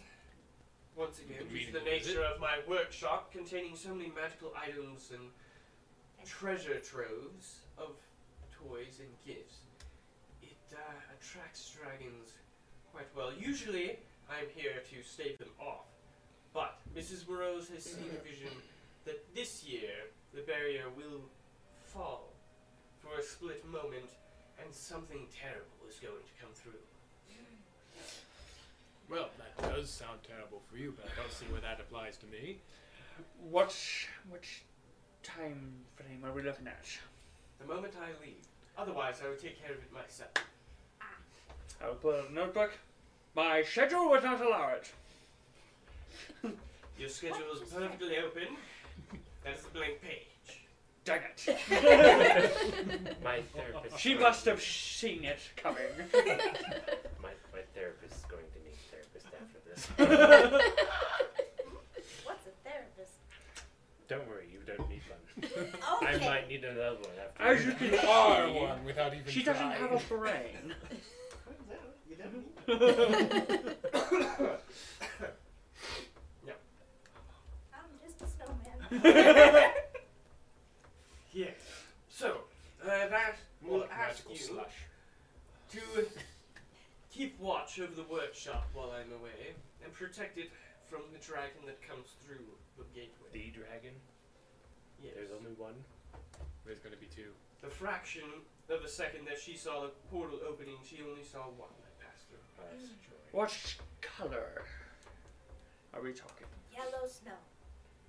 Speaker 6: once again, due to
Speaker 4: Meaning
Speaker 6: the
Speaker 4: what is
Speaker 6: nature of my workshop containing so many magical items and treasure troves of toys and gifts, it uh, attracts dragons quite well. Usually, I'm here to stave them off, but Mrs. Burrows has seen a vision that this year the barrier will fall for a split moment and something terrible is going to come through.
Speaker 4: Well, that does sound terrible for you, but I don't see where that applies to me. [laughs]
Speaker 1: What what time frame are we looking at?
Speaker 6: The moment I leave. Otherwise, I would take care of it myself.
Speaker 1: I will pull out a notebook. My schedule would not allow it.
Speaker 6: Your schedule is perfectly open. That's the blank page.
Speaker 1: Dang it.
Speaker 3: My therapist.
Speaker 1: She must have seen it coming.
Speaker 3: My, my therapist is going to need a therapist after this.
Speaker 5: What's a therapist?
Speaker 3: [laughs] Don't worry, you don't need one.
Speaker 5: Okay.
Speaker 3: I might need another one after.
Speaker 1: As you
Speaker 3: this.
Speaker 1: can
Speaker 4: Are
Speaker 1: see,
Speaker 4: one without
Speaker 1: [laughs]
Speaker 4: even
Speaker 1: she doesn't
Speaker 4: trying.
Speaker 1: have a brain.
Speaker 6: You don't need
Speaker 5: Oh,
Speaker 6: Yeah. So, uh, that will
Speaker 3: Like
Speaker 6: ask
Speaker 3: magical
Speaker 6: you
Speaker 3: slush.
Speaker 6: to keep watch over the workshop while I'm away and protect it from the dragon that comes through the gateway.
Speaker 3: The dragon.
Speaker 6: Yes.
Speaker 3: There's only one.
Speaker 4: There's gonna be two.
Speaker 6: The fraction of a second that she saw the portal opening, she only saw one that passed through.
Speaker 3: That's true.
Speaker 1: [laughs]
Speaker 6: Mm.
Speaker 1: What color are we talking?
Speaker 5: Yellow snow.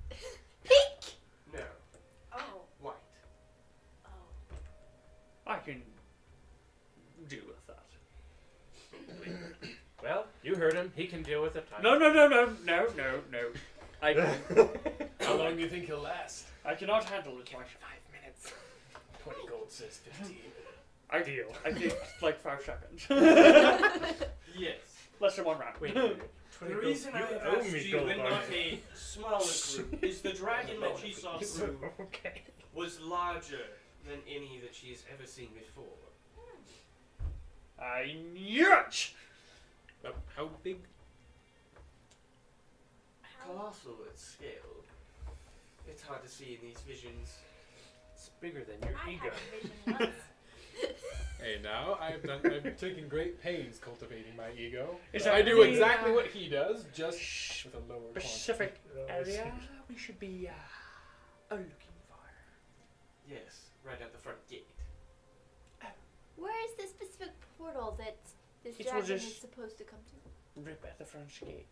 Speaker 2: Pink!
Speaker 6: No,
Speaker 5: Oh,
Speaker 6: white.
Speaker 5: oh.
Speaker 1: I can deal with that.
Speaker 3: Well, you heard him. He can deal with it.
Speaker 1: No, no, no, no, no, no, no. I,
Speaker 4: How long do you think he'll last?
Speaker 1: I cannot handle it myself.
Speaker 4: Five minutes. Twenty gold says fifteen.
Speaker 1: I deal. I think like five [laughs] seconds.
Speaker 6: Yes.
Speaker 1: Less than one round.
Speaker 3: Wait. wait, wait.
Speaker 6: The reason I
Speaker 3: you
Speaker 6: have
Speaker 3: owe
Speaker 6: asked
Speaker 3: me
Speaker 6: you
Speaker 3: gold
Speaker 6: and
Speaker 3: bars.
Speaker 6: not a smaller
Speaker 3: [laughs]
Speaker 6: group is the dragon that she saw through
Speaker 3: okay.
Speaker 6: was larger than any that she has ever seen before.
Speaker 1: [laughs] I knew it.
Speaker 4: How big?
Speaker 6: Colossal at scale. It's hard to see in these visions.
Speaker 3: It's bigger than your
Speaker 5: I
Speaker 3: ego. [laughs]
Speaker 5: had a vision once.
Speaker 4: Hey, now I've done. I've taken great pains cultivating my ego.
Speaker 1: Is
Speaker 4: I
Speaker 1: that
Speaker 4: do
Speaker 1: the,
Speaker 4: exactly
Speaker 1: uh,
Speaker 4: what he does, just with a lower quantity.
Speaker 1: Pacific
Speaker 3: Oh, I see.
Speaker 1: area. We should be uh, a looking for.
Speaker 6: Yes, right at the front gate.
Speaker 2: [laughs] Where is the specific portal that this
Speaker 1: It
Speaker 2: dragon
Speaker 1: was just-
Speaker 2: is supposed to come to?
Speaker 1: Rip at the front gate.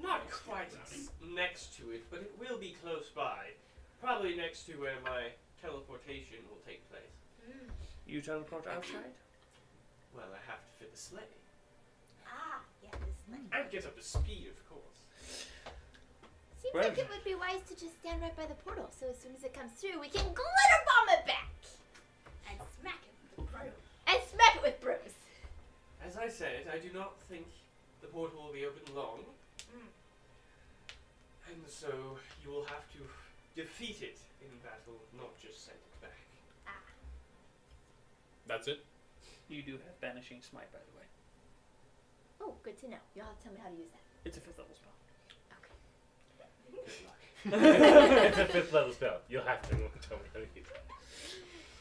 Speaker 6: Not quite s- next to it, but it will be close by. Probably next to where my teleportation will take place.
Speaker 1: You teleport outside.
Speaker 6: Well, I have to fit the sleigh.
Speaker 5: ah, yeah, this is nice.
Speaker 6: And get up to speed, of course.
Speaker 2: Seems
Speaker 1: Well-
Speaker 2: like it would be wise to just stand right by the portal so as soon as it comes through, we can glitter bomb it back!
Speaker 5: And smack it with the broom.
Speaker 2: And smack it with brooms!
Speaker 6: As I said, I do not think the portal will be open long.
Speaker 5: Mm.
Speaker 6: And so you will have to defeat it in battle, not just send it back.
Speaker 4: That's it.
Speaker 1: You do have banishing smite, by the way.
Speaker 2: Oh, good to know. You'll have to tell me how to use that.
Speaker 1: It's a fifth level spell.
Speaker 3: it's a fifth level spell. You'll have to tell me how to use it.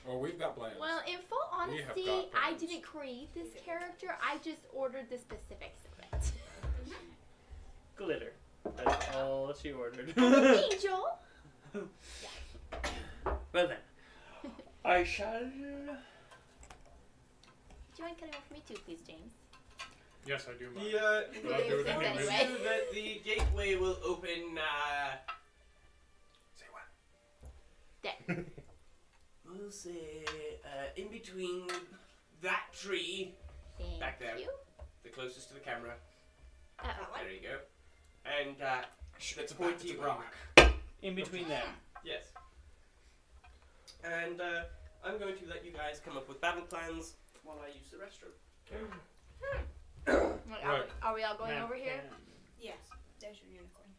Speaker 4: Oh, we've got plans.
Speaker 2: Well, in full
Speaker 4: We have
Speaker 2: honesty,
Speaker 4: got
Speaker 2: I
Speaker 4: brooms.
Speaker 2: didn't create this character, I just ordered the [laughs] specifics of it.
Speaker 1: Glitter. That's all she ordered. [laughs] well
Speaker 2: Angel!
Speaker 1: then, I shall. uh,
Speaker 2: Do you mind cutting off for me too, please, James?
Speaker 4: yes, I do. Mind.
Speaker 6: [laughs] The uh,
Speaker 4: Well, I do it
Speaker 6: indicator
Speaker 4: anyway.
Speaker 6: tells you that the gateway will open uh
Speaker 4: Say what?
Speaker 6: [laughs] we'll say uh, in between that tree,
Speaker 2: Thank
Speaker 6: Back there.
Speaker 2: you.
Speaker 6: the closest to the camera.
Speaker 2: Uh-oh.
Speaker 6: There you go. And uh
Speaker 4: It's
Speaker 6: the
Speaker 4: a back,
Speaker 6: pointy
Speaker 4: it's a back.
Speaker 6: rock.
Speaker 1: In between them.
Speaker 6: Yes. And uh, I'm going to let you guys come up with battle plans while I use the restroom.
Speaker 2: Wait, Are,
Speaker 4: Right.
Speaker 2: we, are we all going over here?
Speaker 5: Yes, there's your unicorn.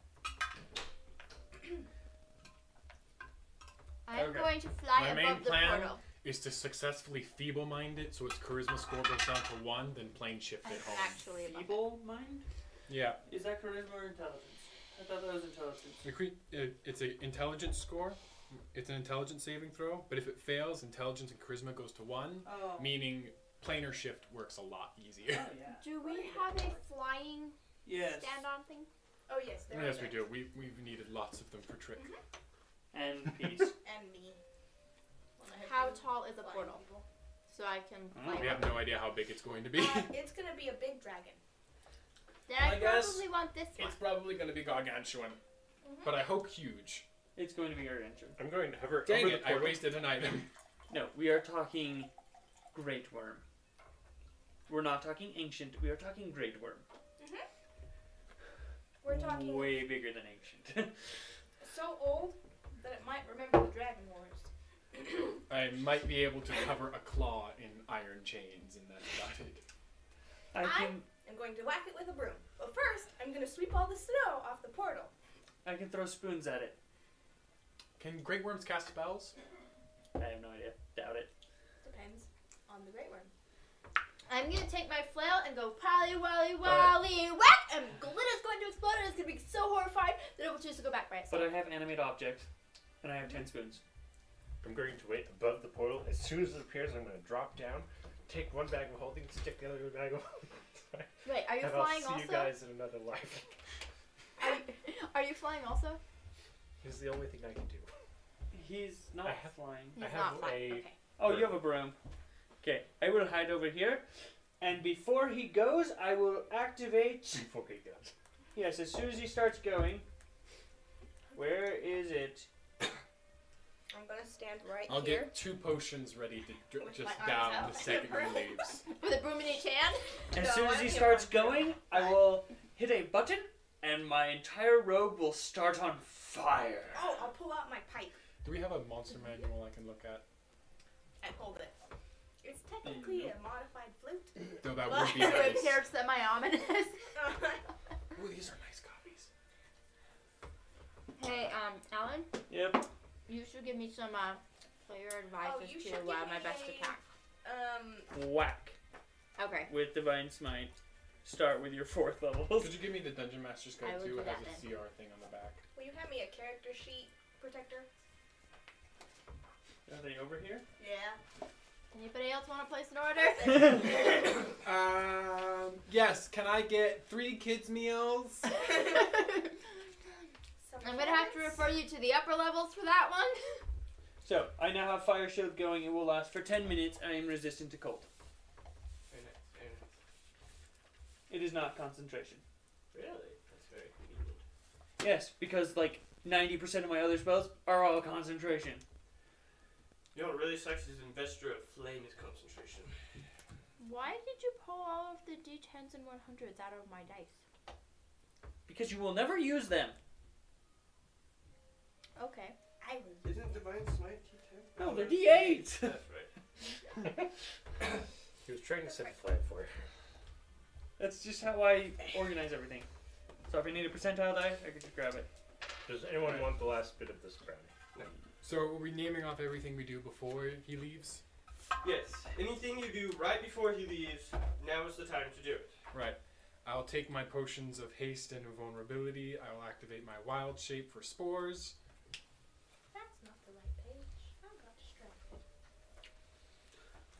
Speaker 2: I'm
Speaker 4: Okay.
Speaker 2: going to fly
Speaker 4: My main
Speaker 2: above the
Speaker 4: plan-
Speaker 2: portal.
Speaker 4: Is to successfully feeble-mind it so its charisma score goes down to one, then plane shift
Speaker 2: I'm
Speaker 4: it home.
Speaker 2: actually above. it.
Speaker 1: Feeble mind?
Speaker 4: Yeah,
Speaker 6: Is that charisma or intelligence? I thought that was intelligence.
Speaker 4: the cre- it- it's an intelligence score. It's an intelligence saving throw, but if it fails, intelligence and charisma goes to one,
Speaker 6: Oh.
Speaker 4: meaning planar shift works a lot
Speaker 6: Oh,
Speaker 4: easier.
Speaker 6: yeah.
Speaker 2: Do we have a flying
Speaker 6: Yes.
Speaker 2: stand-on thing?
Speaker 5: Oh, yes, there
Speaker 4: yes,
Speaker 5: are
Speaker 4: we do.
Speaker 5: those.
Speaker 4: We we've needed lots of them for trick.
Speaker 1: And peace.
Speaker 5: And me. When I had
Speaker 2: How
Speaker 5: been
Speaker 2: tall is the
Speaker 5: flying
Speaker 2: portal?
Speaker 5: people.
Speaker 2: So I can fly.
Speaker 4: We have no idea how big it's going to be.
Speaker 5: Uh, it's gonna be a big dragon.
Speaker 2: Then I,
Speaker 6: I guess
Speaker 2: probably want this one.
Speaker 4: It's probably going to be gargantuan,
Speaker 5: Mm-hmm.
Speaker 4: but I hope huge.
Speaker 1: it's going to be our engine.
Speaker 3: I'm going to hover
Speaker 4: Dang
Speaker 3: over
Speaker 4: it!
Speaker 3: the
Speaker 4: I
Speaker 3: portal.
Speaker 4: wasted an item.
Speaker 1: No, we are talking Great Worm. We're not talking ancient, we are talking Great Worm.
Speaker 5: We're talking
Speaker 1: Way bigger than ancient. [laughs]
Speaker 5: so old that it might remember the Dragon Wars.
Speaker 4: I might be able to cover a claw in iron chains, and that's about it.
Speaker 1: I
Speaker 5: I-
Speaker 1: can
Speaker 5: I'm going to whack it with a broom. But first, I'm gonna sweep all the snow off the portal.
Speaker 1: I can throw spoons at it.
Speaker 4: Can great worms cast spells?
Speaker 1: I have no idea. Doubt it.
Speaker 5: Depends on the Great Worm.
Speaker 2: I'm gonna take my flail and go polly wally wally whack, and glitter's going to explode, and it's gonna be so horrifying that it will choose to go back by
Speaker 1: But
Speaker 2: itself.
Speaker 1: I have animate object, and I have ten spoons.
Speaker 3: I'm going to wait above the portal. As soon as it appears, I'm going to drop down, take one bag of holding, stick the other bag of holding. aside,
Speaker 2: Wait, are you
Speaker 3: and [laughs] I'll
Speaker 2: flying
Speaker 3: see
Speaker 2: also?
Speaker 3: you guys in another life. [laughs]
Speaker 2: Are, you, [laughs] are you flying also?
Speaker 3: It's the only thing I can do.
Speaker 1: He's not
Speaker 3: I have-
Speaker 1: flying.
Speaker 3: I have a-
Speaker 2: Okay.
Speaker 1: Oh, you have a broom. Okay, I will hide over here. And before he goes, I will activate.
Speaker 3: Before he goes.
Speaker 1: Yes, as soon as he starts going. Where is it?
Speaker 5: I'm gonna stand right
Speaker 4: I'll
Speaker 5: here.
Speaker 4: get two potions ready to dr-
Speaker 5: With
Speaker 4: just
Speaker 5: my arms
Speaker 4: down
Speaker 5: out.
Speaker 4: the
Speaker 5: [laughs]
Speaker 4: second he leaves.
Speaker 2: With a broom in each hand.
Speaker 1: As
Speaker 5: No,
Speaker 1: soon as
Speaker 5: I'm
Speaker 1: he
Speaker 5: here
Speaker 1: starts
Speaker 5: for you.
Speaker 1: going, I will hit a button, and my entire robe will start on fire.
Speaker 5: Oh, I'll pull out my pipe
Speaker 4: Do we have a monster manual I can look at?
Speaker 5: and hold it. It's technically a modified flute. [laughs]
Speaker 4: No, that
Speaker 5: Well,
Speaker 4: would be
Speaker 2: It
Speaker 4: nice.
Speaker 2: appears semi-ominous. [laughs]
Speaker 4: Ooh, these are nice copies.
Speaker 2: Hey, um, Alan,
Speaker 1: Yep.
Speaker 2: you should give me some uh, player advice
Speaker 5: Oh, you
Speaker 2: as
Speaker 5: should
Speaker 2: to uh,
Speaker 5: give
Speaker 2: my
Speaker 5: me
Speaker 2: best
Speaker 5: a-
Speaker 2: attack.
Speaker 5: um,
Speaker 1: Whack
Speaker 2: Okay.
Speaker 1: with divine smite. Start with your fourth levels.
Speaker 4: Could you give me the dungeon master's guide
Speaker 2: I will
Speaker 4: too?
Speaker 2: do
Speaker 4: It has
Speaker 2: that
Speaker 4: a
Speaker 2: then.
Speaker 4: CR thing on the back.
Speaker 5: will you hand me a character sheet protector?
Speaker 1: [laughs] Are they over [laughs] here?
Speaker 5: Yeah.
Speaker 2: Anybody else want to place an order? [laughs]
Speaker 5: [laughs]
Speaker 4: Um. Yes. Can I get three kids
Speaker 5: [laughs]
Speaker 4: meals?
Speaker 2: I'm gonna have to refer you to the upper levels for that one. [laughs]
Speaker 1: So I now have fire shield going. It will last for ten minutes. I am resistant to cold.
Speaker 6: Very nice, very nice.
Speaker 1: It is not concentration.
Speaker 6: Really? That's very convenient.
Speaker 1: Yes, because like ninety percent of my other spells are all concentration.
Speaker 6: You know what really sucks is Investor of Flame is concentration.
Speaker 2: Why did you pull all of the d10s and 100s out of my dice?
Speaker 1: Because you will never use them.
Speaker 2: Okay.
Speaker 5: I will.
Speaker 6: Isn't Divine Smite T10?
Speaker 1: No, they're D8.
Speaker 6: That's right.
Speaker 3: He was trying to set the flag for it.
Speaker 1: That's just how I organize everything. So if I need a percentile die, I could just grab it.
Speaker 3: Does anyone want the last bit of this brownie?
Speaker 4: So are we naming off everything we do before he leaves?
Speaker 6: Yes. Anything you do right before he leaves, now is the time to do it.
Speaker 4: Right. I'll take my potions of haste and invulnerability. I will activate my wild shape for spores.
Speaker 5: That's not the right page. I got distracted.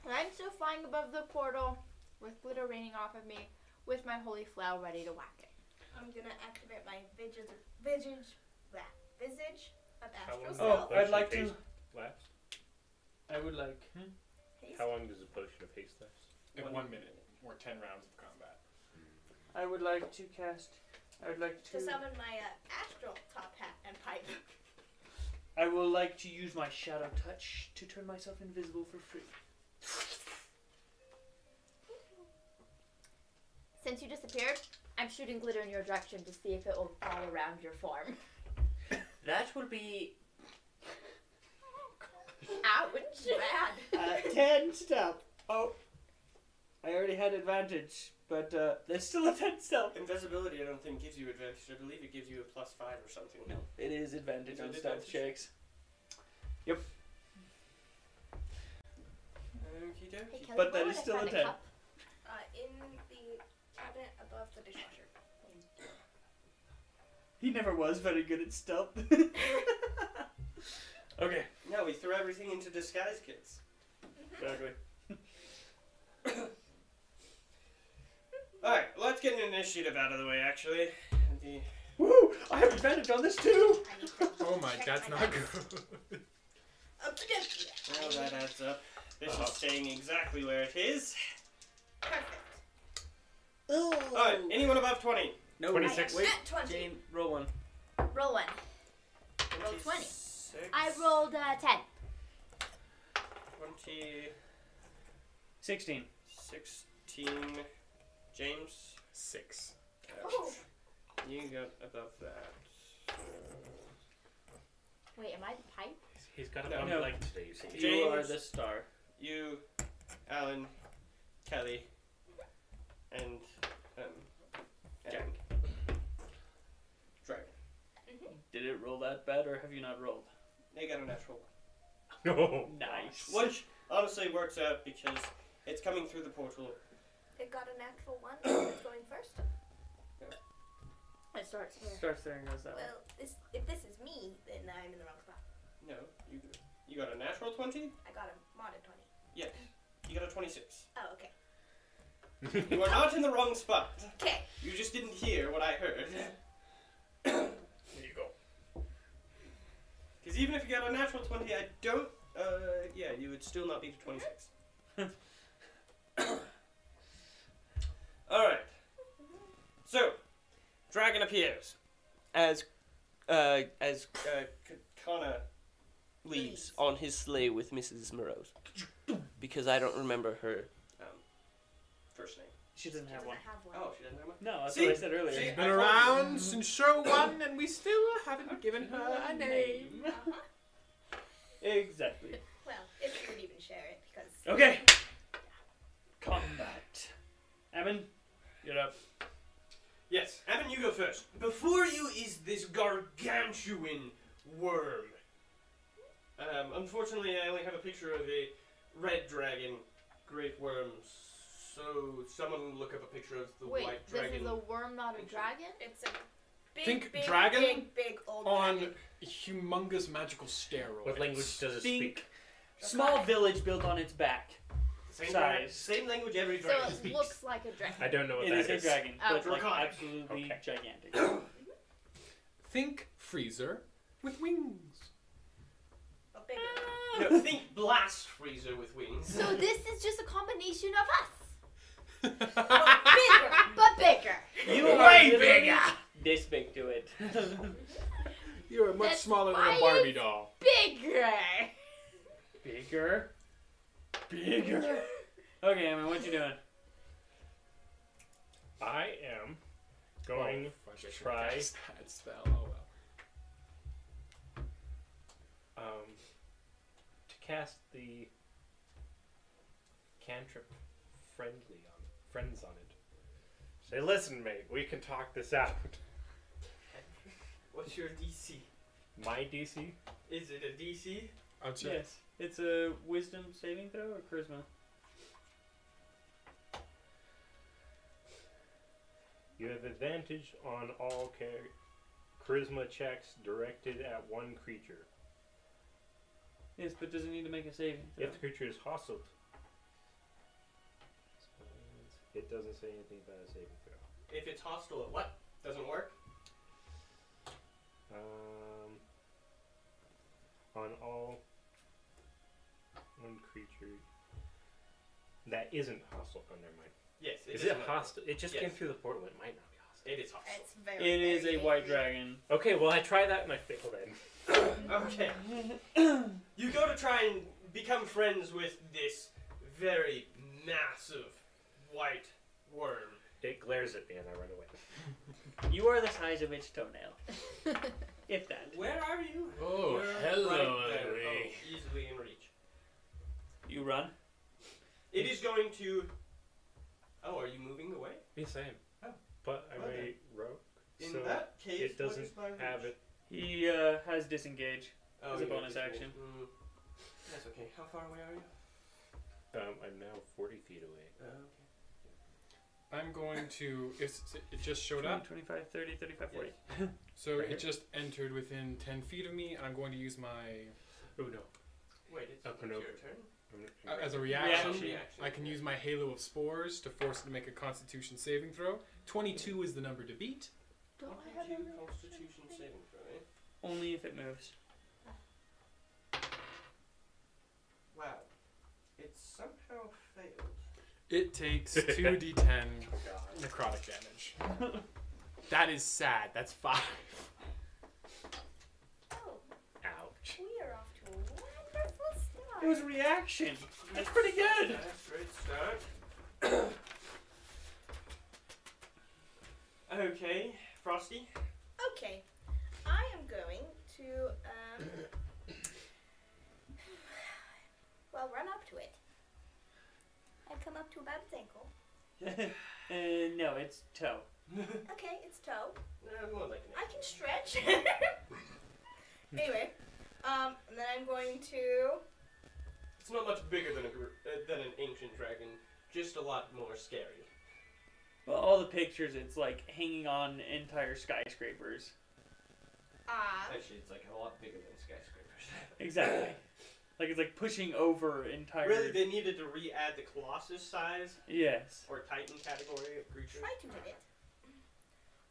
Speaker 2: And I'm still flying above the portal with glitter raining off of me with my holy flail ready to whack it.
Speaker 5: I'm gonna activate my visage, visage, blah, visage of
Speaker 3: How long
Speaker 5: astral
Speaker 3: is
Speaker 1: Oh,
Speaker 5: self.
Speaker 3: that
Speaker 1: I'd like to-
Speaker 3: potion of haste Last?
Speaker 1: I would like.
Speaker 5: Haste.
Speaker 3: How long does a potion of haste last?
Speaker 4: In
Speaker 1: One
Speaker 4: one, minute or ten rounds of combat.
Speaker 1: I would like to cast. I would like
Speaker 5: To
Speaker 1: to.
Speaker 5: summon my uh, astral top hat and pipe.
Speaker 1: I will like to use my shadow touch to turn myself invisible for free.
Speaker 2: Since you disappeared, I'm shooting glitter in your direction to see if it will fall around your
Speaker 5: [laughs]
Speaker 2: form.
Speaker 1: That will be
Speaker 2: [laughs] Ouch!
Speaker 5: Bad.
Speaker 1: uh, ten step. Oh, I already had advantage, but uh, there's still a ten step.
Speaker 6: Invisibility, I don't think, gives you advantage. I believe it gives you a plus five or something.
Speaker 1: No, it is advantage
Speaker 6: Is
Speaker 1: on
Speaker 6: it
Speaker 1: stealth
Speaker 6: advantage?
Speaker 1: checks.
Speaker 6: Okie dokie.
Speaker 2: Hey,
Speaker 1: But
Speaker 2: Kelly, where
Speaker 1: that
Speaker 2: would
Speaker 1: is
Speaker 2: I
Speaker 1: still
Speaker 2: find
Speaker 1: a 10.
Speaker 2: cup?
Speaker 5: Uh, in the cabinet above the
Speaker 4: [coughs]
Speaker 5: dishwasher.
Speaker 1: He never was very good at stealth. okay.
Speaker 6: No, we threw everything into disguise kits.
Speaker 1: Exactly.
Speaker 6: Alright, let's get an initiative out of the way, actually. The,
Speaker 1: [laughs] Woo! I have advantage on this too.
Speaker 5: I need to
Speaker 4: Oh my,
Speaker 5: check
Speaker 4: that's
Speaker 5: my
Speaker 4: not
Speaker 5: dice.
Speaker 4: good.
Speaker 5: Okey-dokey.
Speaker 6: well, that adds up. This
Speaker 3: Uh-huh.
Speaker 6: is staying exactly where it is.
Speaker 5: Perfect.
Speaker 6: Alright, anyone above 20?
Speaker 1: No.
Speaker 3: 26.
Speaker 1: Wait,
Speaker 5: At 20.
Speaker 1: Jane, roll one.
Speaker 2: Roll one. Roll 20.
Speaker 6: 26,
Speaker 2: I rolled uh, 10.
Speaker 6: 20,
Speaker 1: Sixteen.
Speaker 6: 16. James,
Speaker 4: [laughs] Six.
Speaker 5: Oh,
Speaker 6: you got above that.
Speaker 2: Wait, am I the pipe?
Speaker 3: He's got a
Speaker 6: No.
Speaker 3: bum
Speaker 1: No.
Speaker 3: like today, you see. [laughs]
Speaker 1: You are
Speaker 6: James.
Speaker 1: the star.
Speaker 6: You, Alan, Kelly, and um,
Speaker 1: Jack.
Speaker 6: and Dragon.
Speaker 1: Did it roll that bad, or have you not rolled?
Speaker 6: They got a natural
Speaker 3: No.
Speaker 1: Nice.
Speaker 6: one, which honestly works out because it's coming through the portal.
Speaker 5: It got a natural
Speaker 4: [coughs]
Speaker 5: one. so It's going first.
Speaker 2: It starts here.
Speaker 1: Starts there and goes that way.
Speaker 5: Well, this, if this is me, then I'm in the wrong spot.
Speaker 6: No, you you got a natural twenty.
Speaker 5: I got a modded 20.
Speaker 6: Yes, you got a twenty-six.
Speaker 5: Oh, okay.
Speaker 6: You are not in the wrong spot.
Speaker 5: Okay.
Speaker 6: You just didn't hear what I heard.
Speaker 3: Here you go.
Speaker 6: Because even if you got a natural twenty, I don't. Uh, yeah, you would still not be to twenty-six. All right. So, dragon appears as uh, as uh, K- Kana leaves
Speaker 5: Leaves.
Speaker 6: on his sleigh with Mrs. Morose because I don't remember her um, first name.
Speaker 1: She doesn't have
Speaker 5: Doesn't
Speaker 1: one.
Speaker 5: have one.
Speaker 6: Oh, she doesn't have one.
Speaker 1: No, that's
Speaker 6: See?
Speaker 1: what I said earlier.
Speaker 6: See?
Speaker 4: Been around since show one, and we still haven't given her a name.
Speaker 5: Uh-huh.
Speaker 1: exactly.
Speaker 5: Well, if you would even share it, because
Speaker 1: Okay. Combat. Evan, get up.
Speaker 6: Yes, Evan, you go first. Before you is this gargantuan worm. Um, unfortunately, I only have a picture of a red dragon, great worm. So someone look up a picture of the
Speaker 2: Wait,
Speaker 6: white
Speaker 2: this
Speaker 6: dragon.
Speaker 2: is a worm, not a dragon?
Speaker 5: it's a big,
Speaker 4: Think
Speaker 5: big,
Speaker 4: dragon
Speaker 5: big, big old
Speaker 4: On
Speaker 5: dragon.
Speaker 4: humongous magical steroids.
Speaker 7: What language does it
Speaker 1: Think.
Speaker 7: speak?
Speaker 1: Small village built on its back.
Speaker 6: same,
Speaker 1: size.
Speaker 6: dra- same language every
Speaker 2: So [laughs]
Speaker 6: dragon
Speaker 2: it
Speaker 6: speaks.
Speaker 2: looks like a dragon.
Speaker 7: I don't know what
Speaker 1: it is
Speaker 7: that
Speaker 1: a
Speaker 7: is.
Speaker 1: dragon, but
Speaker 2: Oh.
Speaker 1: like
Speaker 6: Draconic.
Speaker 1: absolutely
Speaker 7: Okay.
Speaker 1: gigantic.
Speaker 4: Think freezer with wings.
Speaker 5: A big
Speaker 4: [laughs]
Speaker 5: one.
Speaker 6: no, think blast freezer with wings.
Speaker 2: So this is just a combination of us,
Speaker 6: [laughs]
Speaker 5: Oh, Bigger.
Speaker 2: but bigger.
Speaker 1: You
Speaker 4: Way
Speaker 1: are literally
Speaker 4: bigger!
Speaker 1: This big to it.
Speaker 4: [laughs] you are much
Speaker 2: That's
Speaker 4: smaller than
Speaker 2: why
Speaker 4: a Barbie
Speaker 2: it's-
Speaker 4: doll.
Speaker 2: Bigger.
Speaker 1: Bigger. Bigger. Okay, Evan, what you doing?
Speaker 3: I am going.
Speaker 4: Oh, I should
Speaker 3: try.
Speaker 4: cast that spell. Oh well.
Speaker 3: um, to cast the cantrip friendly on friends on it. Say, listen, mate, we can talk this out. [laughs]
Speaker 6: What's your DC?
Speaker 3: My DC.
Speaker 6: Is it a DC?
Speaker 4: I'll check.
Speaker 1: Yes. It's a wisdom saving throw or charisma?
Speaker 3: You have advantage on all char- charisma checks directed at one creature.
Speaker 1: Yes, but does it need to make a saving throw?
Speaker 3: If the creature is hostile, it doesn't say anything about a saving throw.
Speaker 6: If it's hostile, it what? Doesn't work?
Speaker 3: Um, on all one creature that isn't hostile. Oh, never mind.
Speaker 6: Yes, it
Speaker 3: Is
Speaker 6: doesn't
Speaker 3: it
Speaker 6: work.
Speaker 3: hostile? It just came
Speaker 6: Yes.
Speaker 3: through the portal. It might not be hostile.
Speaker 6: It is hostile.
Speaker 5: It's very.
Speaker 1: It is
Speaker 5: very
Speaker 1: a white
Speaker 5: big.
Speaker 1: dragon.
Speaker 3: Okay, well I try that and I fail then.
Speaker 6: Okay. [coughs] you go to try and become friends with this very massive white worm.
Speaker 3: It glares at me and I run away.
Speaker 1: You are the size of its toenail. If that.
Speaker 6: Where are you?
Speaker 4: Oh,
Speaker 6: You're
Speaker 4: hello,
Speaker 6: right there.
Speaker 4: Ellery.
Speaker 6: Oh, easily in reach.
Speaker 1: You run.
Speaker 6: It is going to. Oh, are you moving away?
Speaker 3: Yes, I am.
Speaker 6: Oh.
Speaker 3: But I'm
Speaker 6: Okay.
Speaker 3: a rogue,
Speaker 6: In
Speaker 3: so
Speaker 6: that case,
Speaker 3: it
Speaker 6: what
Speaker 3: doesn't
Speaker 6: is my reach?
Speaker 3: have it.
Speaker 1: He uh, has disengage.
Speaker 6: Oh,
Speaker 1: as a
Speaker 6: you have
Speaker 1: bonus
Speaker 6: disengage.
Speaker 1: action.
Speaker 6: Mm. That's okay. How far away are you?
Speaker 3: Um, I'm now 40 feet away.
Speaker 6: Uh, okay.
Speaker 4: I'm going to. It's, it just showed
Speaker 1: 20,
Speaker 4: up,
Speaker 1: 25, 30, 35, 40.
Speaker 4: so
Speaker 3: Right
Speaker 4: it
Speaker 3: here.
Speaker 4: just entered within ten feet of me, and I'm going to use my
Speaker 3: Oh no.
Speaker 6: Wait, it's,
Speaker 3: Up
Speaker 6: it's
Speaker 3: and
Speaker 6: your
Speaker 3: over.
Speaker 6: turn.
Speaker 3: I'm,
Speaker 4: Uh, as a reaction,
Speaker 1: Reaction.
Speaker 4: I can use my Halo of Spores to force it to make a Constitution saving throw. 22 is the number to beat.
Speaker 2: [laughs] Don't
Speaker 6: Don't
Speaker 2: I have
Speaker 6: you
Speaker 2: a
Speaker 6: do Constitution
Speaker 2: thing?
Speaker 6: saving throw, eh?
Speaker 1: Only if it moves.
Speaker 6: Wow. It somehow failed.
Speaker 4: It takes 2d10 necrotic damage. [laughs] That is sad. That's five.
Speaker 5: Oh,
Speaker 3: Ouch.
Speaker 5: we are off to a wonderful start.
Speaker 1: It was a reaction. [laughs] That's pretty good.
Speaker 6: That's great start. okay, Frosty.
Speaker 5: Okay, I am going to um. well, run up to it. I come up to about its ankle.
Speaker 1: uh, no, it's toe.
Speaker 6: no,
Speaker 5: Okay, its toe.
Speaker 6: more like an
Speaker 5: I
Speaker 2: [laughs]
Speaker 5: can stretch. anyway, um, and then I'm going to.
Speaker 6: It's not much bigger than a gr- uh, than an ancient dragon. just a lot more scary.
Speaker 1: Well, all the pictures, it's like hanging on entire skyscrapers.
Speaker 2: uh,
Speaker 5: Ah.
Speaker 6: Actually, it's like a lot bigger than [laughs] skyscrapers. [coughs]
Speaker 1: Exactly. like it's like pushing over entire.
Speaker 6: really, they needed to re-add the Colossus size
Speaker 1: Yes.
Speaker 6: or Titan category of creature.
Speaker 5: try to hit it.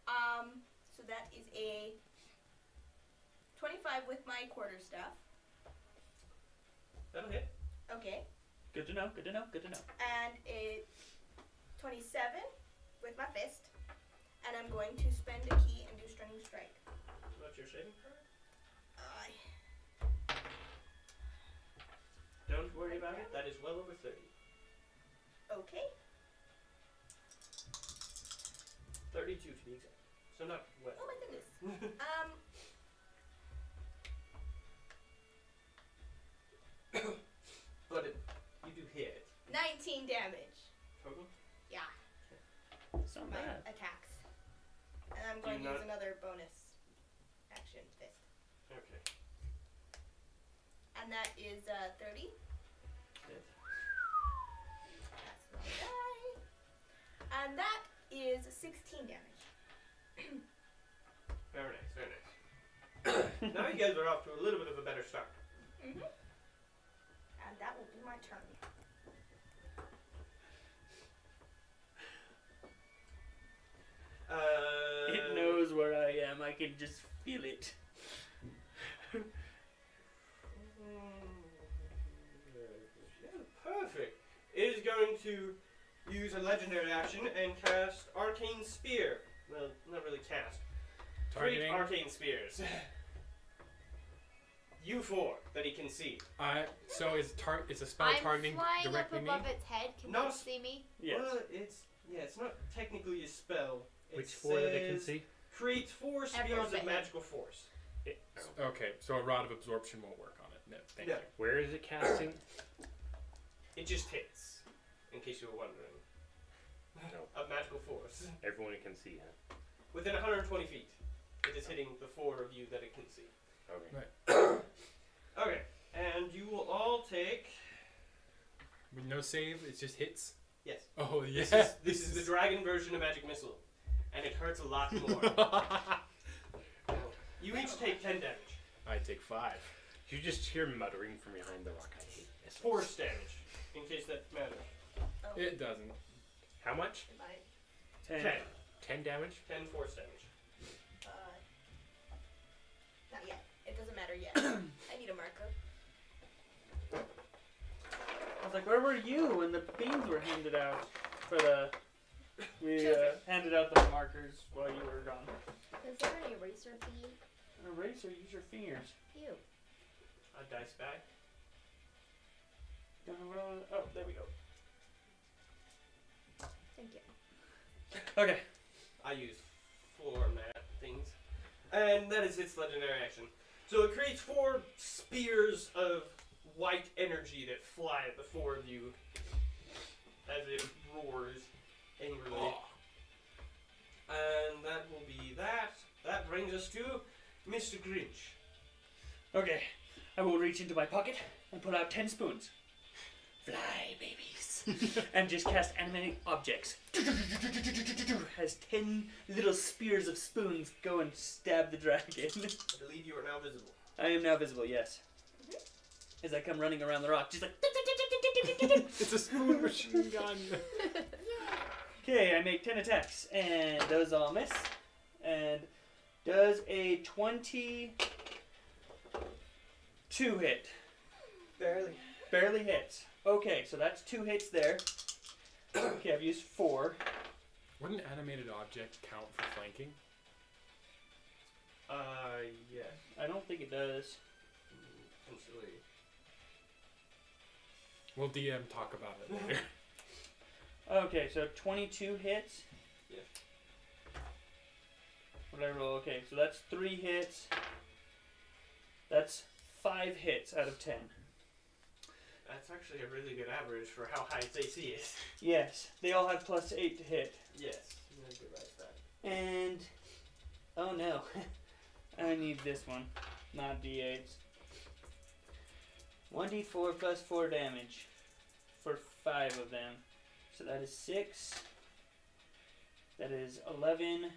Speaker 5: Um, so that is a 25 with my quarter stuff.
Speaker 6: That'll hit.
Speaker 5: Okay.
Speaker 1: Good to know. Good to know. Good to know.
Speaker 5: And a 27 with my fist. And I'm going to spend a key and do stunning strike.
Speaker 6: What's your saving throw?
Speaker 5: Uh,
Speaker 6: Don't worry about it. That is well over thirty.
Speaker 5: okay.
Speaker 6: Thirty-two to be exact. So not well. [laughs]
Speaker 5: Oh my goodness. Um.
Speaker 6: but it, you do hit it.
Speaker 5: 19 damage.
Speaker 6: Total.
Speaker 1: It's not
Speaker 5: My
Speaker 1: bad.
Speaker 5: attacks. And I'm
Speaker 6: Do
Speaker 5: going
Speaker 6: you
Speaker 5: to use
Speaker 6: not-
Speaker 5: another bonus action fist.
Speaker 6: Okay.
Speaker 5: And that is uh, 30.
Speaker 6: Hit.
Speaker 5: That's my die. And that is 16 damage.
Speaker 6: Very nice. Very nice. [coughs] now you guys are off to a little bit of a better start.
Speaker 5: Mm-hmm. And that will be my turn.
Speaker 6: Uh,
Speaker 1: It knows where I am. I can just feel it.
Speaker 6: Yeah, perfect. It is going to use a legendary action and cast Arcane Spear. Well, not really cast. Three
Speaker 4: Targeting.
Speaker 6: Arcane Spears. [sighs] You four that he can see.
Speaker 4: I so is tar- is a spell
Speaker 2: I'm
Speaker 4: targeting
Speaker 2: flying up
Speaker 4: directly me?
Speaker 2: above its head. Can
Speaker 6: No
Speaker 2: you
Speaker 6: s-
Speaker 2: see me?
Speaker 1: Yes.
Speaker 6: Well, it's yeah, it's not technically a spell. It
Speaker 3: Which four that they can
Speaker 6: says
Speaker 3: see?
Speaker 6: Creates four
Speaker 2: Everyone
Speaker 6: spheres
Speaker 2: but
Speaker 6: of
Speaker 2: him.
Speaker 6: magical force.
Speaker 4: Okay, so a rod of absorption won't work on it. No, thank
Speaker 6: No.
Speaker 4: you.
Speaker 3: Where is it casting?
Speaker 6: It just hits, in case you were wondering.
Speaker 3: No.
Speaker 6: Of magical force.
Speaker 3: Everyone can see him.
Speaker 6: Within 120 feet, it is hitting the four of you that it can see.
Speaker 3: Okay.
Speaker 6: Okay, and you will all take.
Speaker 4: With no save, it just hits.
Speaker 6: Yes.
Speaker 4: Oh yeah.
Speaker 6: This,
Speaker 3: [laughs]
Speaker 6: is, this is the dragon version of Magic Missile, and it hurts a lot
Speaker 4: [laughs]
Speaker 3: [laughs]
Speaker 6: more. you each take 10 damage.
Speaker 4: I take five.
Speaker 3: You just hear muttering from behind the rock. I hate this.
Speaker 6: Force damage, in case that matters.
Speaker 5: Oh,
Speaker 4: It doesn't. [laughs]
Speaker 3: How much?
Speaker 5: my,
Speaker 1: Ten.
Speaker 6: 10.
Speaker 3: Ten damage.
Speaker 6: 10 force damage.
Speaker 5: uh, not yet. It doesn't matter yet. I need a marker.
Speaker 1: I was like, where were you when the beans were handed out for the? We uh,
Speaker 5: Children.
Speaker 1: handed out the markers while you were gone.
Speaker 2: Is there an eraser bee?
Speaker 1: Eraser, use your fingers.
Speaker 2: Ew.
Speaker 6: A dice bag.
Speaker 1: Gonna roll. Oh, there we go.
Speaker 2: Thank you.
Speaker 1: Okay.
Speaker 6: I use four map things. And that is its legendary action. So it creates four spears of white energy that fly at the four of you as it roars angrily. And that will be that. That brings us to Mr. Grinch.
Speaker 1: Okay, I will reach into my pocket and pull out ten spoons. Fly, babies. and just cast animating objects. As ten little spears of spoons go and stab the dragon. [laughs]
Speaker 6: I believe you are now visible.
Speaker 1: I am now visible, yes. As I come running around the rock, just like.
Speaker 4: It's a spoon machine gun.
Speaker 1: Okay, I make ten attacks, and those all miss. And does a 22 hit.
Speaker 6: Barely.
Speaker 1: Barely hits. Okay, so that's two hits there. okay, I've used four.
Speaker 4: Would an animated object count for flanking?
Speaker 6: Uh, yeah.
Speaker 1: I don't think it does.
Speaker 6: Potentially.
Speaker 4: We'll DM talk about it later.
Speaker 1: Okay, so 22 hits.
Speaker 6: Yeah.
Speaker 1: What did I roll? Okay, so that's three hits. That's five hits out of ten.
Speaker 6: That's actually a really good average for how high its AC is.
Speaker 1: Yes, they all have plus eight to hit.
Speaker 6: Yes. I'm gonna get right back.
Speaker 1: And. Oh no. [laughs] I need this one, not d8s. 1d4 plus 4 damage for 5 of them. So that is six. That is eleven.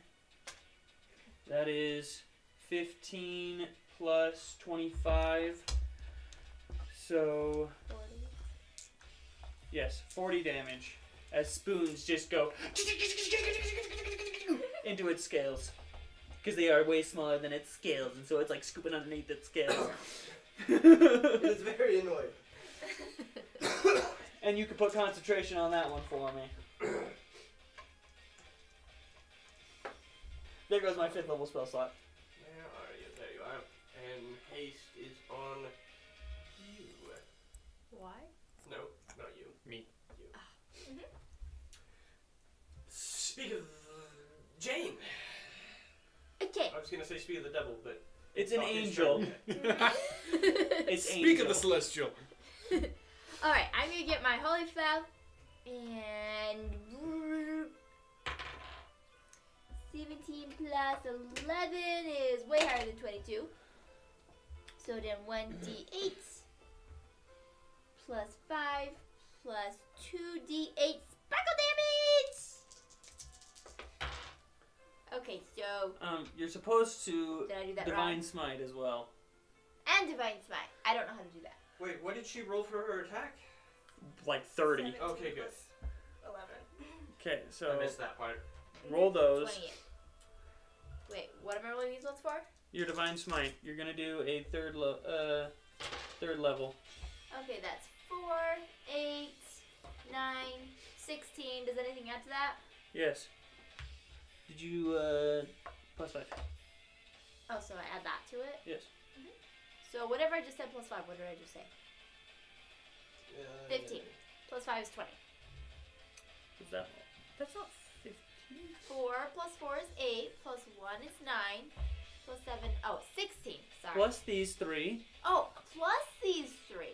Speaker 1: That is fifteen plus twenty-five. So yes, forty damage. As spoons just go into its scales, because they are way smaller than its scales, and so it's like scooping underneath its
Speaker 4: [coughs]
Speaker 1: scales.
Speaker 6: It is very annoying.
Speaker 1: And you can put concentration on that one for me. there goes my fifth level spell slot.
Speaker 6: Where are you? There you are. And haste is on you.
Speaker 5: Why?
Speaker 6: No, not you.
Speaker 3: Me.
Speaker 6: You. Mm-hmm.
Speaker 5: Mhm.
Speaker 6: Speak of Jane. [laughs]
Speaker 2: Okay.
Speaker 6: I was gonna say speak of the devil, but
Speaker 1: It's an
Speaker 6: not his
Speaker 1: angel.
Speaker 6: turn yet.
Speaker 4: [laughs]
Speaker 1: It's
Speaker 4: Speak
Speaker 1: angel.
Speaker 4: of the celestial.
Speaker 2: All right, I'm gonna get my holy spell and seventeen plus eleven is way higher than twenty-two. So then one d eight plus five plus two d eight sparkle damage. Okay, so
Speaker 1: um, you're supposed to
Speaker 2: did I do that
Speaker 1: divine
Speaker 2: wrong?
Speaker 1: smite as well.
Speaker 2: And divine smite. I don't know how to do that.
Speaker 6: [laughs] Wait, what did she roll for her attack?
Speaker 1: Like thirty.
Speaker 5: 17
Speaker 6: Okay, good.
Speaker 5: plus Eleven.
Speaker 1: Okay, so
Speaker 6: I missed that part.
Speaker 1: roll those.
Speaker 2: 28. Wait, what am I rolling these ones for?
Speaker 1: Your divine smite. You're gonna do a third lo- uh, third level.
Speaker 2: Okay, that's 4, 8, 9, 16. Does anything add to that?
Speaker 1: Yes. Did you uh, plus five?
Speaker 2: Oh, so I add that to it?
Speaker 1: Yes.
Speaker 2: So whatever I just said plus 5, what did I just say?
Speaker 6: Uh,
Speaker 2: 15. Plus 5 is 20.
Speaker 1: Is that? That's not fifteen.
Speaker 2: 4 plus 4 is 8, plus 1 is 9, plus 7, oh, 16. Sorry.
Speaker 1: Plus these three.
Speaker 2: Oh, plus these 3.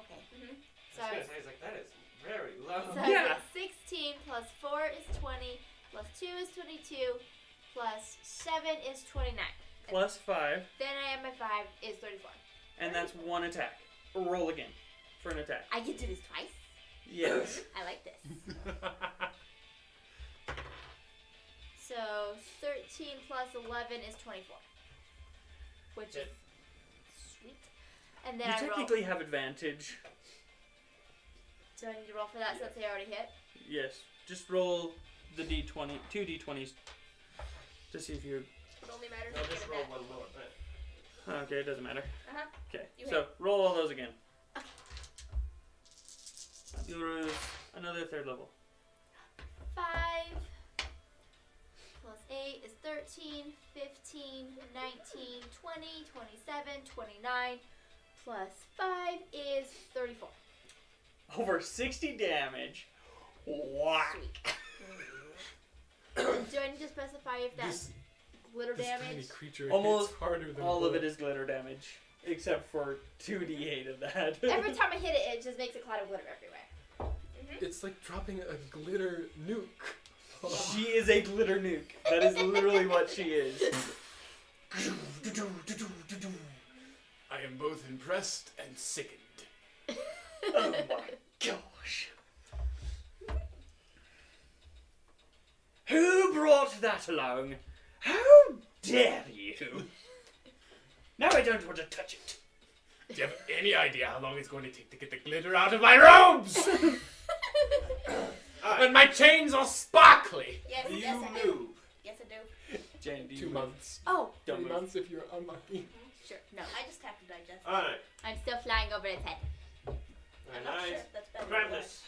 Speaker 2: Okay.
Speaker 5: Mhm.
Speaker 6: I
Speaker 2: Sorry.
Speaker 6: was gonna say, I was like, that is very low.
Speaker 2: So
Speaker 6: [laughs]
Speaker 1: Sorry. Mm-hmm. Yeah.
Speaker 2: 16 plus 4 is 20, plus 2 is 22, plus 7 is 29.
Speaker 1: Plus five.
Speaker 2: Then I add my 5 is 34.
Speaker 1: and that's one attack. Roll again for an attack.
Speaker 2: I can do this twice.
Speaker 1: Yes.
Speaker 2: I like this. [laughs] So 13 plus 11 is 24, which is sweet. And then
Speaker 1: you
Speaker 2: I roll.
Speaker 1: technically have advantage.
Speaker 2: So I need to roll for that since I already hit.
Speaker 1: Yes. Just roll the d20, two d20s to see if you're.
Speaker 5: It only matters
Speaker 6: No,
Speaker 5: if you
Speaker 6: just
Speaker 5: get
Speaker 6: roll
Speaker 5: a [laughs] net.
Speaker 6: one more. Right.
Speaker 1: Okay, it doesn't matter.
Speaker 5: Uh-huh.
Speaker 1: Okay,
Speaker 5: You
Speaker 1: so roll all those
Speaker 5: [laughs]
Speaker 1: again. You'll lose another third level. [laughs]
Speaker 2: 5 plus 8 is 13, 15, 19, 20, 27, 29, plus 5 is 34.
Speaker 1: Over 60 damage. Whack.
Speaker 2: Do I need to specify if that's
Speaker 4: this
Speaker 2: glitter
Speaker 4: this
Speaker 2: damage?
Speaker 4: tiny creature
Speaker 1: Almost
Speaker 4: hits harder than
Speaker 1: All of it
Speaker 4: bullets.
Speaker 1: is glitter damage, except for 2d8 of that. [laughs]
Speaker 2: Every time I hit it, it just makes a cloud of glitter [laughs] everywhere.
Speaker 4: It's like dropping a glitter nuke.
Speaker 1: She is a glitter nuke. That is literally what she is.
Speaker 4: [laughs] I am both impressed and sickened.
Speaker 1: Oh my gosh. Who brought that along? How dare you? Now I don't want to touch it.
Speaker 4: Do you have any idea how long it's going to take to get the glitter out of my
Speaker 3: [laughs]
Speaker 4: robes? when my chains are sparkly.
Speaker 5: Yes,
Speaker 6: Do
Speaker 5: yes,
Speaker 6: you
Speaker 5: I do.
Speaker 6: move?
Speaker 5: Yes, I do.
Speaker 1: Jane, do you
Speaker 4: Two
Speaker 1: move?
Speaker 4: months.
Speaker 2: Oh,
Speaker 1: Don't
Speaker 4: Three
Speaker 1: move.
Speaker 4: months if you're unlucky.
Speaker 2: sure. No,
Speaker 5: I just have to digest. it.
Speaker 6: Alright.
Speaker 2: I'm still flying over its head.
Speaker 6: Very
Speaker 5: I'm not sure
Speaker 6: nice.
Speaker 5: if that's better.
Speaker 6: Grab
Speaker 5: or
Speaker 6: this.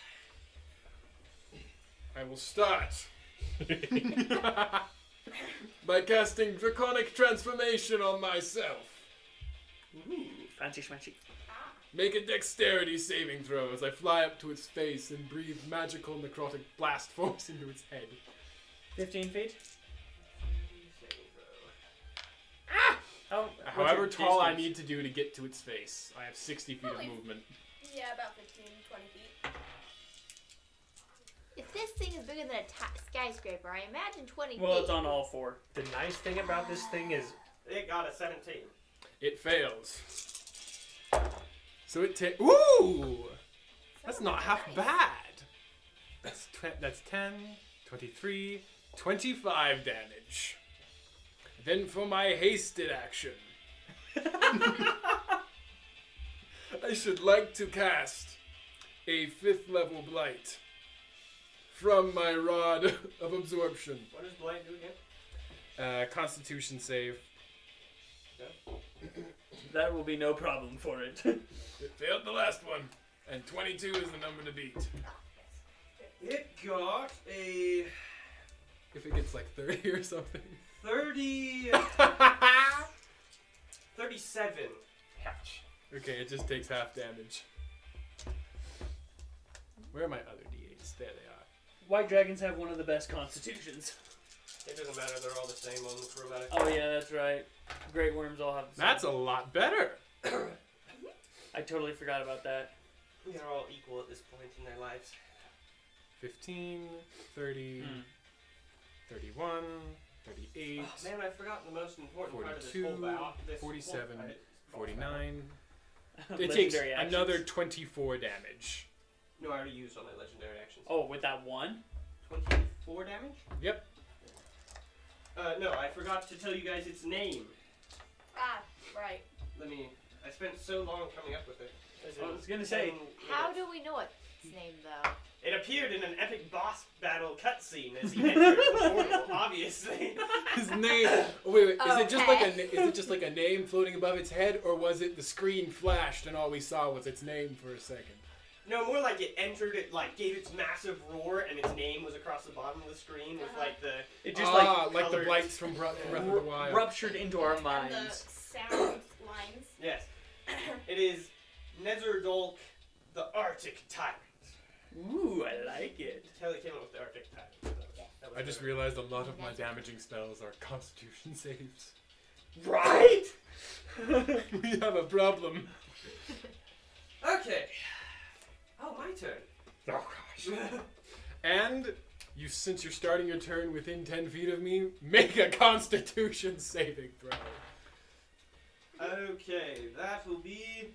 Speaker 4: I will start [laughs] by casting draconic transformation on myself.
Speaker 1: Ooh, fancy schmancy.
Speaker 4: Make a dexterity saving throw as I fly up to its face and breathe magical necrotic blast force [laughs] into its head.
Speaker 1: 15 feet?
Speaker 6: Saving throw.
Speaker 1: How, Oh, what's your
Speaker 4: However tall I
Speaker 1: distance?
Speaker 4: need to do to get to its face, I have 60 feet of
Speaker 5: Probably-
Speaker 4: movement.
Speaker 5: less. Yeah, about 15, 20 feet.
Speaker 2: If this thing is bigger than a ta- skyscraper, I imagine 20
Speaker 1: Well,
Speaker 2: feet.
Speaker 1: it's on all four.
Speaker 3: The nice thing about this thing is
Speaker 6: It got a 17.
Speaker 4: It fails. So it takes. Ooh! That's not half bad. tw- that's 10, 23, 25 damage. Then for my hasted action, I should like to cast a fifth level blight from my rod [laughs] of absorption.
Speaker 6: What does Blight do again?
Speaker 4: Uh, constitution save.
Speaker 1: That will be no problem for it. [laughs]
Speaker 4: It failed the last one, and 22 is the number to beat.
Speaker 6: It got a
Speaker 4: If it gets like 30 or something.
Speaker 6: [laughs] 30, 37.
Speaker 3: Hatch.
Speaker 4: Okay, it just takes half damage. Where are my other d8s? There they
Speaker 1: White dragons have one of the best constitutions.
Speaker 6: It doesn't matter, they're all the same on the chromatic.
Speaker 1: Oh yeah, that's right. Great worms all have. The same.
Speaker 4: are. That's a lot better.
Speaker 1: I totally forgot about that.
Speaker 6: They're all equal at this point in their lives.
Speaker 4: 15,
Speaker 1: [laughs]
Speaker 4: 30,
Speaker 1: Mm.
Speaker 4: 31, 38,
Speaker 6: Oh, man, I forgot the most important part of this
Speaker 4: 42,
Speaker 6: whole bow. This whole
Speaker 4: 47,
Speaker 6: fight.
Speaker 4: 49. It
Speaker 1: Legendary
Speaker 4: takes
Speaker 1: actions.
Speaker 4: another 24 damage.
Speaker 6: No, I already used all my legendary actions.
Speaker 1: Oh, with that one.
Speaker 6: 24 damage?
Speaker 4: Yep.
Speaker 6: Uh, no, I forgot to tell you guys its name.
Speaker 5: Ah, right.
Speaker 6: Let me. I spent so long coming up with it. As
Speaker 1: I
Speaker 6: in
Speaker 1: was gonna say,
Speaker 6: 10
Speaker 2: How
Speaker 6: minutes.
Speaker 2: do we know its name though?
Speaker 6: It appeared in an epic boss battle cutscene as he entered the portal,
Speaker 2: [laughs]
Speaker 6: obviously. [laughs]
Speaker 4: His name. Oh, wait, wait. Is it just like a
Speaker 2: Okay.
Speaker 4: na- is it just like a name floating above its head, or was it the screen flashed and all we saw was its name for a second?
Speaker 6: No, more like it entered, it like gave its massive roar, and its name was across the bottom of the screen with like the.
Speaker 1: It just like
Speaker 4: ah, like, the
Speaker 6: colored-
Speaker 4: blights from Bro- Breath of the Wild.
Speaker 1: ruptured into our
Speaker 5: And the
Speaker 1: minds.
Speaker 5: sound lines.
Speaker 6: Yes. It is Nezerdolk, the Arctic Tyrant.
Speaker 1: Ooh, I like it.
Speaker 6: Kelly came up with the Arctic Tyrant. so that was- that was
Speaker 4: I just
Speaker 6: her.
Speaker 4: realized a lot of my damaging spells are Constitution saves.
Speaker 1: Right?
Speaker 4: [laughs] we have a problem.
Speaker 6: Okay. Oh, my turn. [laughs]
Speaker 3: Oh gosh.
Speaker 4: And you, since you're starting your turn within ten feet of me, make a Constitution saving throw.
Speaker 6: okay, that will be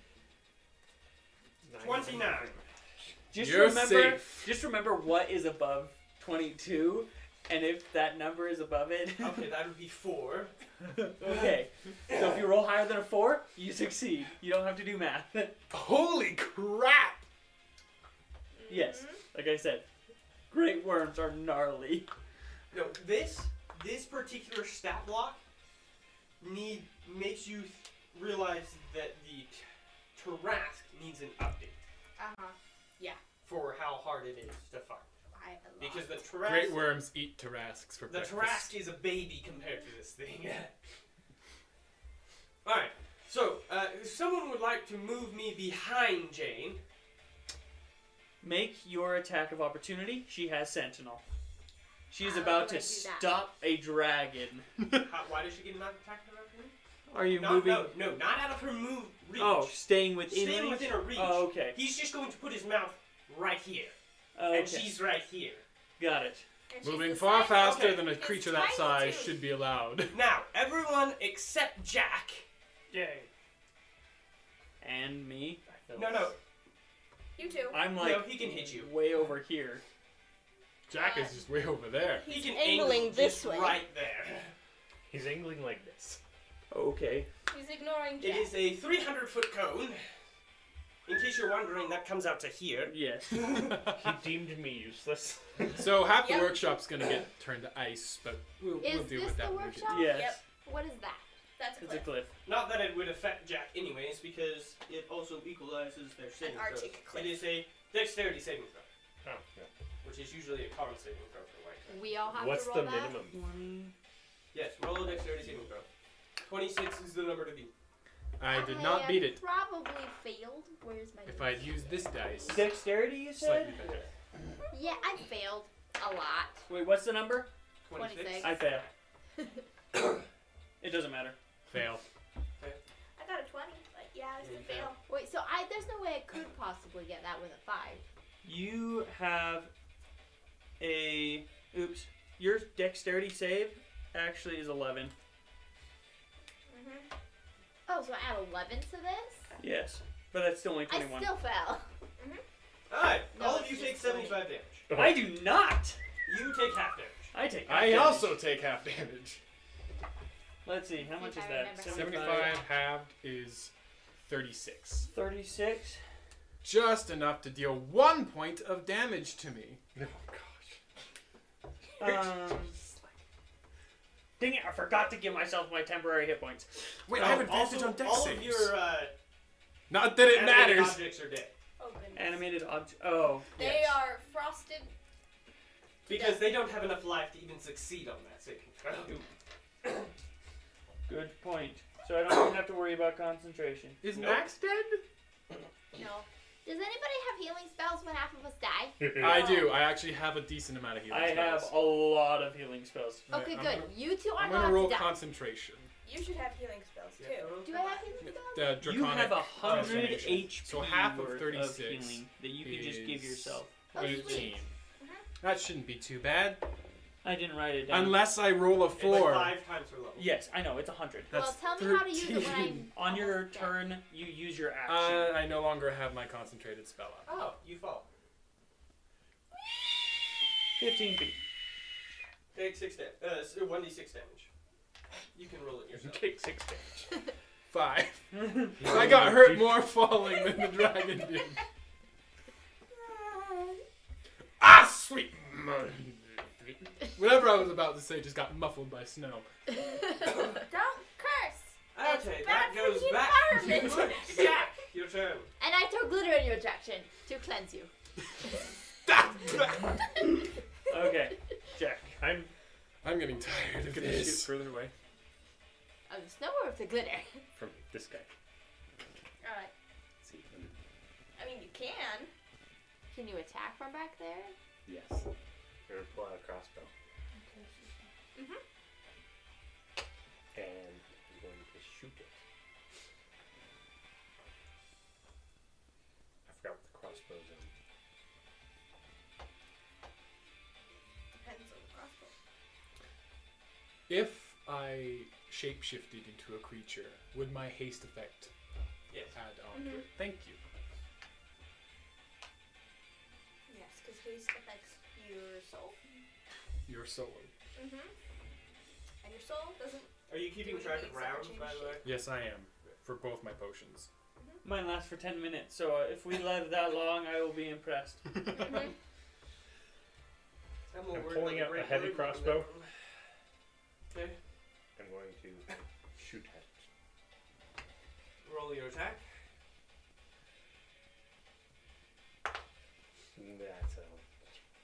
Speaker 6: 29.
Speaker 1: Just
Speaker 4: You're
Speaker 1: remember,
Speaker 4: safe.
Speaker 1: just remember what is above twenty-two, and if that number is above it, [laughs]
Speaker 6: Okay, that would be 4.
Speaker 1: okay. So if you roll higher than a four, you succeed. You don't have to do math. [laughs]
Speaker 4: Holy crap!
Speaker 1: yes,
Speaker 2: Mm-hmm.
Speaker 1: like I said, great worms are gnarly.
Speaker 6: No, this this particular stat block need makes you th- realize that the t- Tarask needs an update
Speaker 5: Uh huh.
Speaker 6: for how hard it is to find.
Speaker 5: By a lot.
Speaker 6: Because the
Speaker 4: Great
Speaker 6: Tarask
Speaker 4: worms eat Tarasks for
Speaker 6: the
Speaker 4: breakfast.
Speaker 6: Tarask is a baby compared to this thing. [laughs] All right. So, uh, if someone would like to move me behind Jane.
Speaker 1: Make your attack of opportunity. She has sentinel. She is
Speaker 2: How
Speaker 1: about
Speaker 2: do I
Speaker 1: to
Speaker 2: do that?
Speaker 1: stop a dragon.
Speaker 4: [laughs]
Speaker 6: How, why does she get an attack of opportunity?
Speaker 1: Are you
Speaker 6: Not,
Speaker 1: moving?
Speaker 6: no, no, not out of her move reach.
Speaker 1: Oh, staying within.
Speaker 6: Staying
Speaker 1: reach?
Speaker 6: within her reach.
Speaker 1: Oh, okay. Oh,
Speaker 6: He's just going to put his mouth right here,
Speaker 1: Okay.
Speaker 6: and she's right here.
Speaker 1: Got it.
Speaker 5: And she's
Speaker 4: Moving
Speaker 5: the
Speaker 4: far
Speaker 5: size-
Speaker 4: faster
Speaker 6: Okay.
Speaker 4: than a
Speaker 5: It's
Speaker 4: creature that
Speaker 5: tiny
Speaker 4: size
Speaker 5: too.
Speaker 4: should be allowed. [laughs]
Speaker 6: Now, everyone except Jack.
Speaker 3: Yay.
Speaker 1: And me.
Speaker 6: No, no.
Speaker 5: You two.
Speaker 1: I'm
Speaker 6: No,
Speaker 1: like
Speaker 6: he can hit you.
Speaker 1: way over here.
Speaker 4: Jack is just way over there.
Speaker 6: He
Speaker 5: He's
Speaker 6: can
Speaker 2: angling
Speaker 6: angle
Speaker 2: this
Speaker 6: just
Speaker 2: way.
Speaker 6: Right there.
Speaker 3: He's angling like this.
Speaker 1: Okay.
Speaker 5: He's ignoring
Speaker 6: It
Speaker 5: Jack.
Speaker 6: is a 300 foot cone. In case you're wondering, that comes out to here.
Speaker 4: [laughs]
Speaker 1: Yes.
Speaker 3: He deemed me useless.
Speaker 4: so half the
Speaker 5: Yep.
Speaker 4: workshop's gonna get turned to ice, but we'll, we'll
Speaker 2: Is
Speaker 4: deal
Speaker 2: this
Speaker 4: with that.
Speaker 2: the
Speaker 4: when we get
Speaker 2: workshop?
Speaker 1: Yes.
Speaker 5: Yep.
Speaker 2: What is that?
Speaker 5: That's a
Speaker 1: It's a cliff.
Speaker 5: cliff.
Speaker 6: Not that it would affect Jack, anyways, because it also equalizes their saving
Speaker 5: Arctic
Speaker 6: throws.
Speaker 5: cliff.
Speaker 6: It is a dexterity saving throw,
Speaker 3: [laughs] Oh, yeah.
Speaker 6: which is usually a common saving throw for white. card.
Speaker 2: We all have
Speaker 3: What's
Speaker 2: to
Speaker 3: the
Speaker 2: roll that.
Speaker 3: minimum?
Speaker 6: Yes, roll a dexterity saving throw. 26 is the number to beat.
Speaker 4: I did
Speaker 2: I
Speaker 4: not beat it.
Speaker 2: Probably failed. Where's my?
Speaker 4: If I'd used this dice,
Speaker 1: Dexterity, you
Speaker 4: slightly
Speaker 1: said?
Speaker 4: better.
Speaker 2: Yeah, I failed a lot.
Speaker 1: Wait, what's the number?
Speaker 6: 26.
Speaker 2: 26.
Speaker 1: I fail. It doesn't matter.
Speaker 4: Fail.
Speaker 5: I got a 20, but yeah, it's
Speaker 6: Yeah,
Speaker 5: a
Speaker 6: you
Speaker 5: fail.
Speaker 2: Wait, so I there's no way I could possibly get that with a five.
Speaker 1: You have a. Oops. Your dexterity save actually is 11.
Speaker 5: Mm-hmm.
Speaker 2: Oh, so I add eleven to this?
Speaker 1: Yes. But that's still only
Speaker 2: I
Speaker 1: 21.
Speaker 2: still fell.
Speaker 6: Alright,
Speaker 2: No,
Speaker 6: all of
Speaker 2: it's
Speaker 6: you
Speaker 2: just
Speaker 6: take 75 damage.
Speaker 1: I do not.
Speaker 6: You take half damage.
Speaker 1: I take. half
Speaker 4: I
Speaker 1: damage.
Speaker 4: also take half damage.
Speaker 1: Let's see. How much is
Speaker 2: I
Speaker 1: that?
Speaker 2: remember.
Speaker 4: 75 halved is 36.
Speaker 2: [laughs]
Speaker 1: 36.
Speaker 4: Just enough to deal one point of damage to me.
Speaker 3: No, gosh.
Speaker 1: Um, dang it! I forgot to give myself my temporary hit points.
Speaker 4: Wait,
Speaker 6: Oh,
Speaker 4: I have advantage
Speaker 6: also,
Speaker 4: on dex
Speaker 6: all
Speaker 4: saves.
Speaker 6: of your uh,
Speaker 4: Not that it
Speaker 6: animated
Speaker 4: matters.
Speaker 6: objects are dead
Speaker 5: [laughs] Oh, goodness.
Speaker 1: Animated object. Oh.
Speaker 5: They
Speaker 1: yes.
Speaker 5: are frosted.
Speaker 6: because they don't have enough life to even succeed on that saving [laughs] throw.
Speaker 1: Good point. So I don't even have to worry about concentration.
Speaker 4: Is
Speaker 6: Nope.
Speaker 4: Max dead?
Speaker 5: No.
Speaker 2: Does anybody have healing spells when half of us die?
Speaker 4: I do. I actually have a decent amount of healing.
Speaker 1: I have
Speaker 4: spells.
Speaker 1: a lot of healing spells.
Speaker 4: Alright,
Speaker 2: okay,
Speaker 4: I'm
Speaker 2: good.
Speaker 4: gonna-
Speaker 2: you two are
Speaker 4: I'm
Speaker 2: not
Speaker 4: gonna roll
Speaker 2: to die.
Speaker 4: concentration.
Speaker 5: You should have healing spells too.
Speaker 2: Do I have healing spells?
Speaker 4: The draconic.
Speaker 1: You have a hundred
Speaker 4: transformation.
Speaker 1: HP
Speaker 4: So half of
Speaker 1: worth
Speaker 4: 36
Speaker 1: healing that you can just give
Speaker 4: is-
Speaker 1: yourself.
Speaker 2: Oh, sweet.
Speaker 4: Eighteen.
Speaker 5: Mhm.
Speaker 4: That shouldn't be too bad,
Speaker 1: I didn't write it down.
Speaker 4: unless I roll a
Speaker 6: It's like
Speaker 4: four.
Speaker 6: five times her level.
Speaker 1: yes, I know it's a hundred.
Speaker 2: Well,
Speaker 4: That's
Speaker 2: tell me how to use it when
Speaker 4: 13.
Speaker 2: I'm
Speaker 1: On your
Speaker 2: almost dead. [laughs]
Speaker 1: turn, you use your action.
Speaker 4: Uh, I no longer have my concentrated spell up.
Speaker 6: Oh, you fall.
Speaker 1: Fifteen feet.
Speaker 6: Take six damage. Uh, s- 1d6 damage. You can roll it
Speaker 3: You
Speaker 6: yourself.
Speaker 3: [laughs] take six damage.
Speaker 6: [laughs]
Speaker 4: Five. I got hurt more falling than the dragon
Speaker 6: [laughs]
Speaker 4: did. Ah, sweet. mon- [laughs] Whatever I was about to say just got muffled by snow. [laughs]
Speaker 5: Don't curse. It's
Speaker 6: Ah, Okay, that
Speaker 5: bad for
Speaker 6: goes
Speaker 5: the
Speaker 6: back. [laughs]
Speaker 5: environment.
Speaker 6: Zach, your turn.
Speaker 2: And I throw glitter in your direction to cleanse
Speaker 5: [laughs]
Speaker 2: you. Oh,
Speaker 1: Okay, Jack.
Speaker 3: I'm
Speaker 4: I'm getting tired of
Speaker 3: gonna shoot
Speaker 4: this.
Speaker 3: further away
Speaker 2: Of the snow or of the glitter?
Speaker 3: from this guy.
Speaker 5: Alright. I mean, you can.
Speaker 2: Can you attack from back there?
Speaker 3: Yes. I'm gonna pull out a crossbow.
Speaker 5: Mhm.
Speaker 3: And I'm going to shoot it. I forgot what the crossbow's in.
Speaker 5: Depends on the crossbow.
Speaker 4: If I shapeshifted into a creature, would my haste effect
Speaker 6: Yes.
Speaker 4: add on
Speaker 6: Mm-hmm.
Speaker 4: to it? Thank you.
Speaker 5: Yes, because haste affects your soul.
Speaker 4: Your soul.
Speaker 5: Mm-hmm. And your
Speaker 2: Oh,
Speaker 5: soul doesn't.
Speaker 6: Are you keeping
Speaker 5: Do
Speaker 6: track
Speaker 5: we
Speaker 6: of rounds, by the way?
Speaker 4: Yes, I am. For both my
Speaker 6: [laughs]
Speaker 4: potions.
Speaker 1: Mine lasts for ten minutes, so uh, if we live that long, I will be [coughs] impressed.
Speaker 6: I'm, more
Speaker 3: I'm
Speaker 6: worried
Speaker 3: pulling
Speaker 6: about
Speaker 3: out a
Speaker 6: great
Speaker 3: heavy
Speaker 6: word than that
Speaker 3: crossbow.
Speaker 6: one. Okay,
Speaker 3: I'm going to shoot at it.
Speaker 6: roll your attack.
Speaker 3: That's a.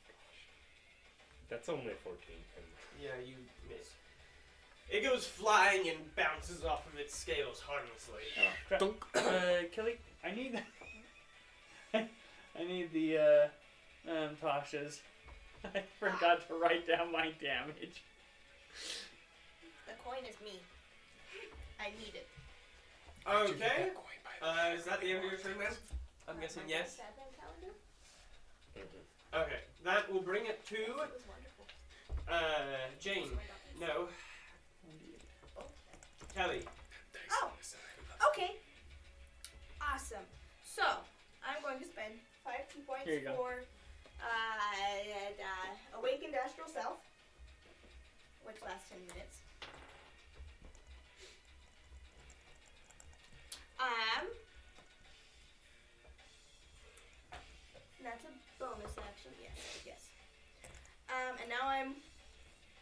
Speaker 3: Gosh. That's only a 14. and
Speaker 6: Yeah, you miss. It goes flying and bounces off of its scales harmlessly.
Speaker 1: Oh, crap.
Speaker 4: Dunk.
Speaker 1: Uh, Kelly, I need. [laughs] I need the uh, um, Tasha's. [laughs] I forgot to write down my damage.
Speaker 5: The coin is me. I need it.
Speaker 6: Okay. Uh, is that the end of your turn then? I'm guessing
Speaker 5: My
Speaker 6: yes.
Speaker 5: Advent calendar.
Speaker 6: Okay, that will bring it
Speaker 5: It
Speaker 6: to
Speaker 5: was wonderful.
Speaker 6: uh, Jane. No, Kelly.
Speaker 5: Oh. Okay. Awesome. So I'm going to spend five key points
Speaker 1: Here you go.
Speaker 5: for uh, and, uh, awakened astral self, which lasts ten minutes. Um, that's a bonus action. Yes, yes. Um, and now I'm.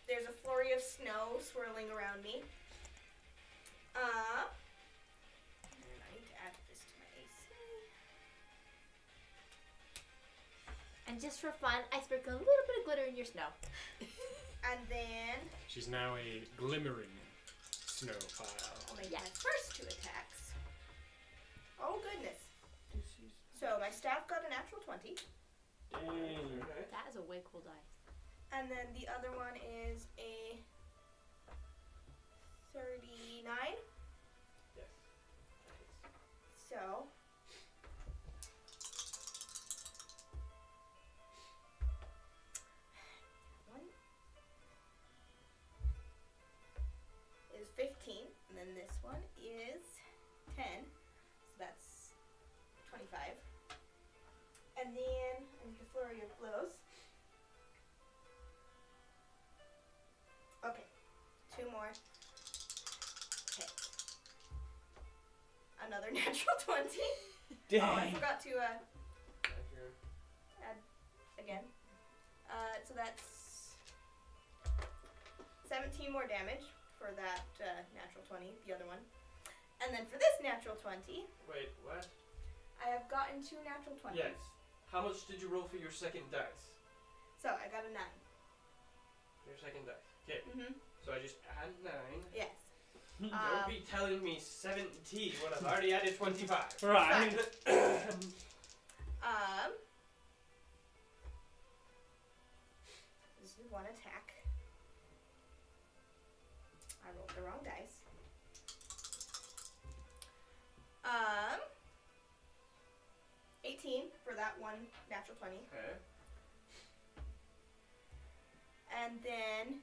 Speaker 5: There's a flurry of snow swirling around me. Uh, and I need to add this to my AC.
Speaker 2: And just for fun, I sprinkle a little bit of glitter in your snow.
Speaker 5: And then
Speaker 4: She's now a glimmering snow pile.
Speaker 5: I'll make my
Speaker 2: Yes.
Speaker 5: first two attacks. Oh goodness. So my staff got a natural 20.
Speaker 1: Dang.
Speaker 6: Okay.
Speaker 2: That is a way cool dice.
Speaker 5: And then the other one is a 39.
Speaker 6: Yes.
Speaker 5: So. One is 15, and then this one is 10. So that's 25. And then I need a flurry of blows. another [laughs] natural 20.
Speaker 1: Dang.
Speaker 5: Oh, I forgot to, uh,
Speaker 6: Back here.
Speaker 5: again. Uh, so that's 17 more damage for that uh, natural 20, the other one. And then for this natural 20,
Speaker 6: Wait, what?
Speaker 5: I have gotten two natural 20s.
Speaker 6: Yes. How much did you roll for your second dice?
Speaker 5: So I got a 9.
Speaker 6: Your second dice. Okay,
Speaker 5: Mm-hmm.
Speaker 6: so I just add nine.
Speaker 5: Yes.
Speaker 6: [laughs] Don't
Speaker 5: Um,
Speaker 6: be telling me 17 when I've already added 25.
Speaker 1: Right.
Speaker 5: um, this is one attack. I rolled the wrong dice. Um, 18 for that one natural 20.
Speaker 6: Okay.
Speaker 5: And then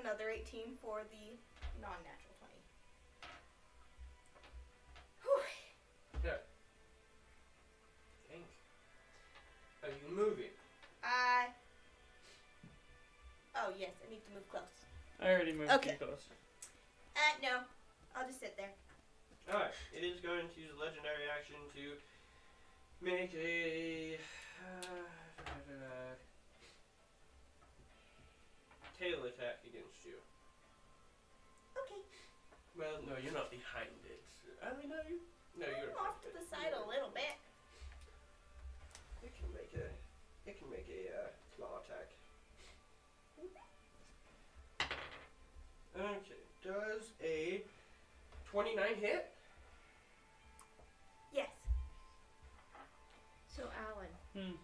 Speaker 5: another 18 for the non natural 20. Whew.
Speaker 6: Think. Are you moving?
Speaker 5: I. Oh, yes, I need to move close.
Speaker 1: I already moved
Speaker 5: Okay.
Speaker 1: too close.
Speaker 5: Uh, no. I'll just sit there.
Speaker 6: Alright, it is going to use a legendary action to make a. uh, [laughs] tail attack against you.
Speaker 5: Okay.
Speaker 6: Well, no, you're not behind it. I mean, no, you. No, you're.
Speaker 5: I'm off to the side a little bit.
Speaker 6: It can make a. It can make a uh, claw attack.
Speaker 5: Mm-hmm.
Speaker 6: Okay. Does a twenty-nine hit?
Speaker 5: Yes.
Speaker 2: So Alan,
Speaker 1: Hmm.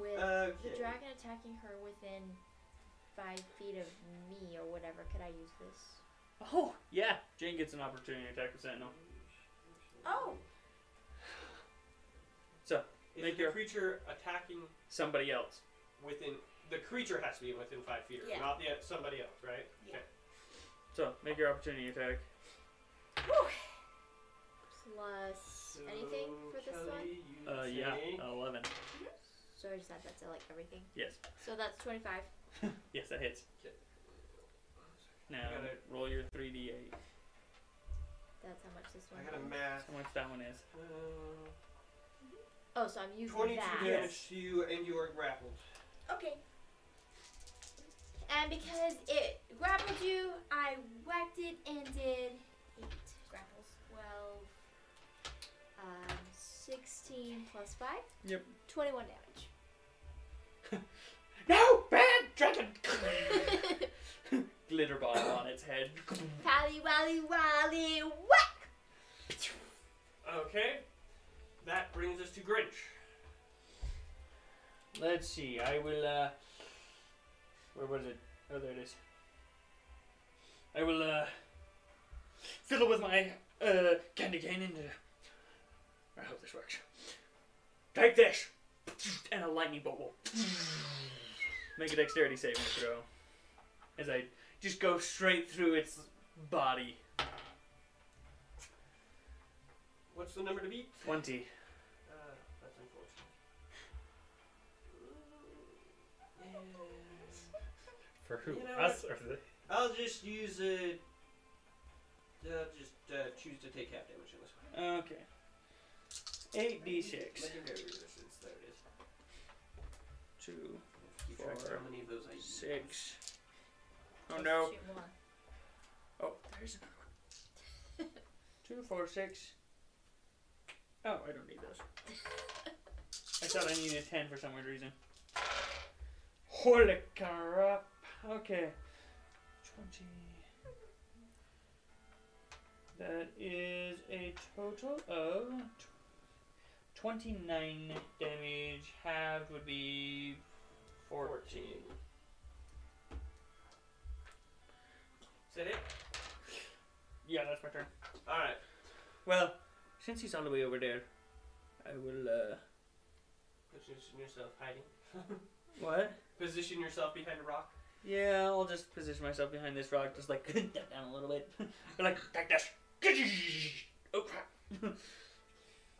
Speaker 2: with
Speaker 6: Uh,
Speaker 2: the
Speaker 6: Okay.
Speaker 2: dragon attacking her within five feet of me or whatever, could I use this?
Speaker 1: Oh yeah, Jane gets an opportunity attack with Sentinel.
Speaker 5: Oh,
Speaker 6: Is
Speaker 1: Make
Speaker 6: the
Speaker 1: your-
Speaker 6: creature attacking
Speaker 1: Somebody else.
Speaker 6: within? The creature has to be within five feet, of her,
Speaker 5: Yeah.
Speaker 6: not the somebody else, right?
Speaker 5: Yeah.
Speaker 1: So make your opportunity attack.
Speaker 5: whew.
Speaker 2: Plus
Speaker 6: So,
Speaker 2: anything for this one?
Speaker 6: Kelly, you
Speaker 1: Uh yeah,
Speaker 6: take-
Speaker 1: eleven.
Speaker 2: So I just add that to like everything.
Speaker 1: Yes,
Speaker 2: So that's twenty-five.
Speaker 1: yes, that hits. Now
Speaker 6: I gotta-
Speaker 1: roll your three d eight.
Speaker 2: That's how much this
Speaker 6: I
Speaker 2: one.
Speaker 6: got a
Speaker 2: is.
Speaker 6: math.
Speaker 1: How much that one is?
Speaker 6: Uh,
Speaker 2: Oh, so I'm using
Speaker 6: Twenty-two
Speaker 2: that.
Speaker 6: damage to you, and you are grappled.
Speaker 5: Okay.
Speaker 2: And because it grappled you, I whacked it and did eight,
Speaker 5: Grapples.
Speaker 2: 12, um, 16 plus 5.
Speaker 1: Yep.
Speaker 2: 21
Speaker 1: [laughs] No, bad dragon.
Speaker 2: damage.
Speaker 1: Glitter bottle on its head.
Speaker 2: [laughs] Pally wally wally whack!
Speaker 6: Okay. That brings us to Grinch.
Speaker 1: Let's see. I will. uh... Where was it? Oh, there it is. I will uh, fiddle with my uh, candy cane and uh, I hope this works. Take this, and a lightning bolt will make a dexterity saving throw as I just go straight through its body.
Speaker 6: What's the number to beat?
Speaker 1: Twenty.
Speaker 6: Uh, that's unfortunate. Uh,
Speaker 3: For who?
Speaker 6: You know
Speaker 3: Us or the?
Speaker 6: I'll just use a. I'll just uh, choose to take half damage in this one.
Speaker 1: Okay. Eight d six.
Speaker 6: Legendary resistance, there it is.
Speaker 1: Two,
Speaker 6: Keep track of
Speaker 1: Four,
Speaker 6: how many of those I use.
Speaker 1: six. Oh no.
Speaker 2: Shoot more.
Speaker 1: Oh, there's another one. Two, four, six. Oh, I don't need those. I thought I needed ten for some weird reason. Holy crap! Okay. Twenty. That is a total of tw- twenty-nine damage. Halved would be fourteen.
Speaker 6: Is that it?
Speaker 1: Yeah, that's my turn.
Speaker 6: Alright.
Speaker 1: Well, since he's all the way over there, I will, uh.
Speaker 6: Position yourself hiding. [laughs]
Speaker 1: What?
Speaker 6: Position yourself behind a rock.
Speaker 1: Yeah, I'll just position myself behind this rock, just like, [laughs] duck down a little bit. but like, take this! [laughs] Oh crap!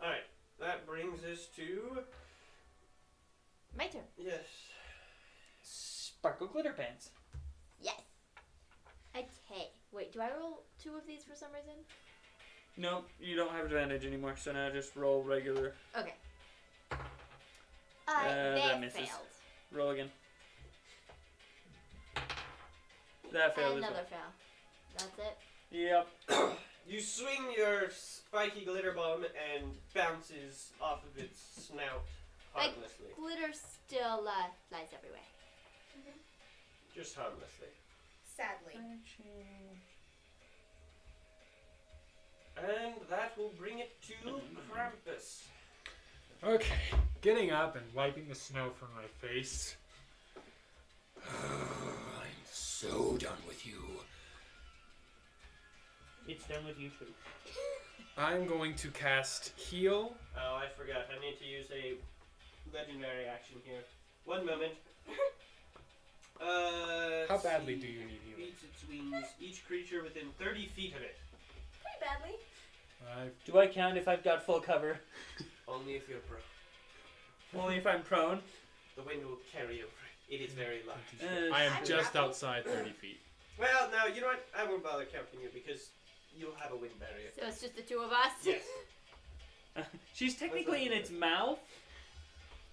Speaker 6: Alright. That brings us to.
Speaker 2: My turn.
Speaker 6: Yes.
Speaker 1: Sparkle glitter pants.
Speaker 2: Yes. Okay. Wait, do I roll two of these for some reason?
Speaker 1: No, you don't have advantage anymore. So now just roll regular.
Speaker 2: Okay. Uh,
Speaker 1: Uh, that
Speaker 2: they
Speaker 1: misses.
Speaker 2: failed.
Speaker 1: Roll again. That failed as well.
Speaker 2: Another fail. That's it.
Speaker 1: Yep.
Speaker 6: You swing your spiky glitter bomb and bounces off of its snout
Speaker 2: Like-
Speaker 6: harmlessly.
Speaker 2: Glitter still uh, lies everywhere.
Speaker 6: Just harmlessly.
Speaker 5: Sadly.
Speaker 6: And that will bring it to Krampus.
Speaker 4: Okay, getting up and wiping the snow from my face. I'm so done with you.
Speaker 7: It's done with you too.
Speaker 4: I'm going to cast heal.
Speaker 6: Oh, I forgot. I need to use a legendary action here. One moment. [coughs] Uh,
Speaker 4: How badly
Speaker 6: see.
Speaker 4: do you need healing?
Speaker 6: Beats its wings. Each creature within 30 feet of it.
Speaker 5: Pretty badly.
Speaker 4: I've
Speaker 7: Do I count if I've got full cover?
Speaker 6: Only if you're pro.
Speaker 1: [laughs] Only if
Speaker 7: [laughs]
Speaker 1: I'm prone.
Speaker 6: The wind will carry over. It is
Speaker 4: [laughs]
Speaker 6: very light.
Speaker 1: Uh,
Speaker 4: I am
Speaker 5: I'm
Speaker 4: just
Speaker 5: grappled.
Speaker 4: outside 30 feet.
Speaker 6: Well, no, you know what? I won't bother counting you because you'll have a wind barrier.
Speaker 2: So it's just the two of us. [laughs]
Speaker 6: Yes.
Speaker 1: She's technically in its mouth.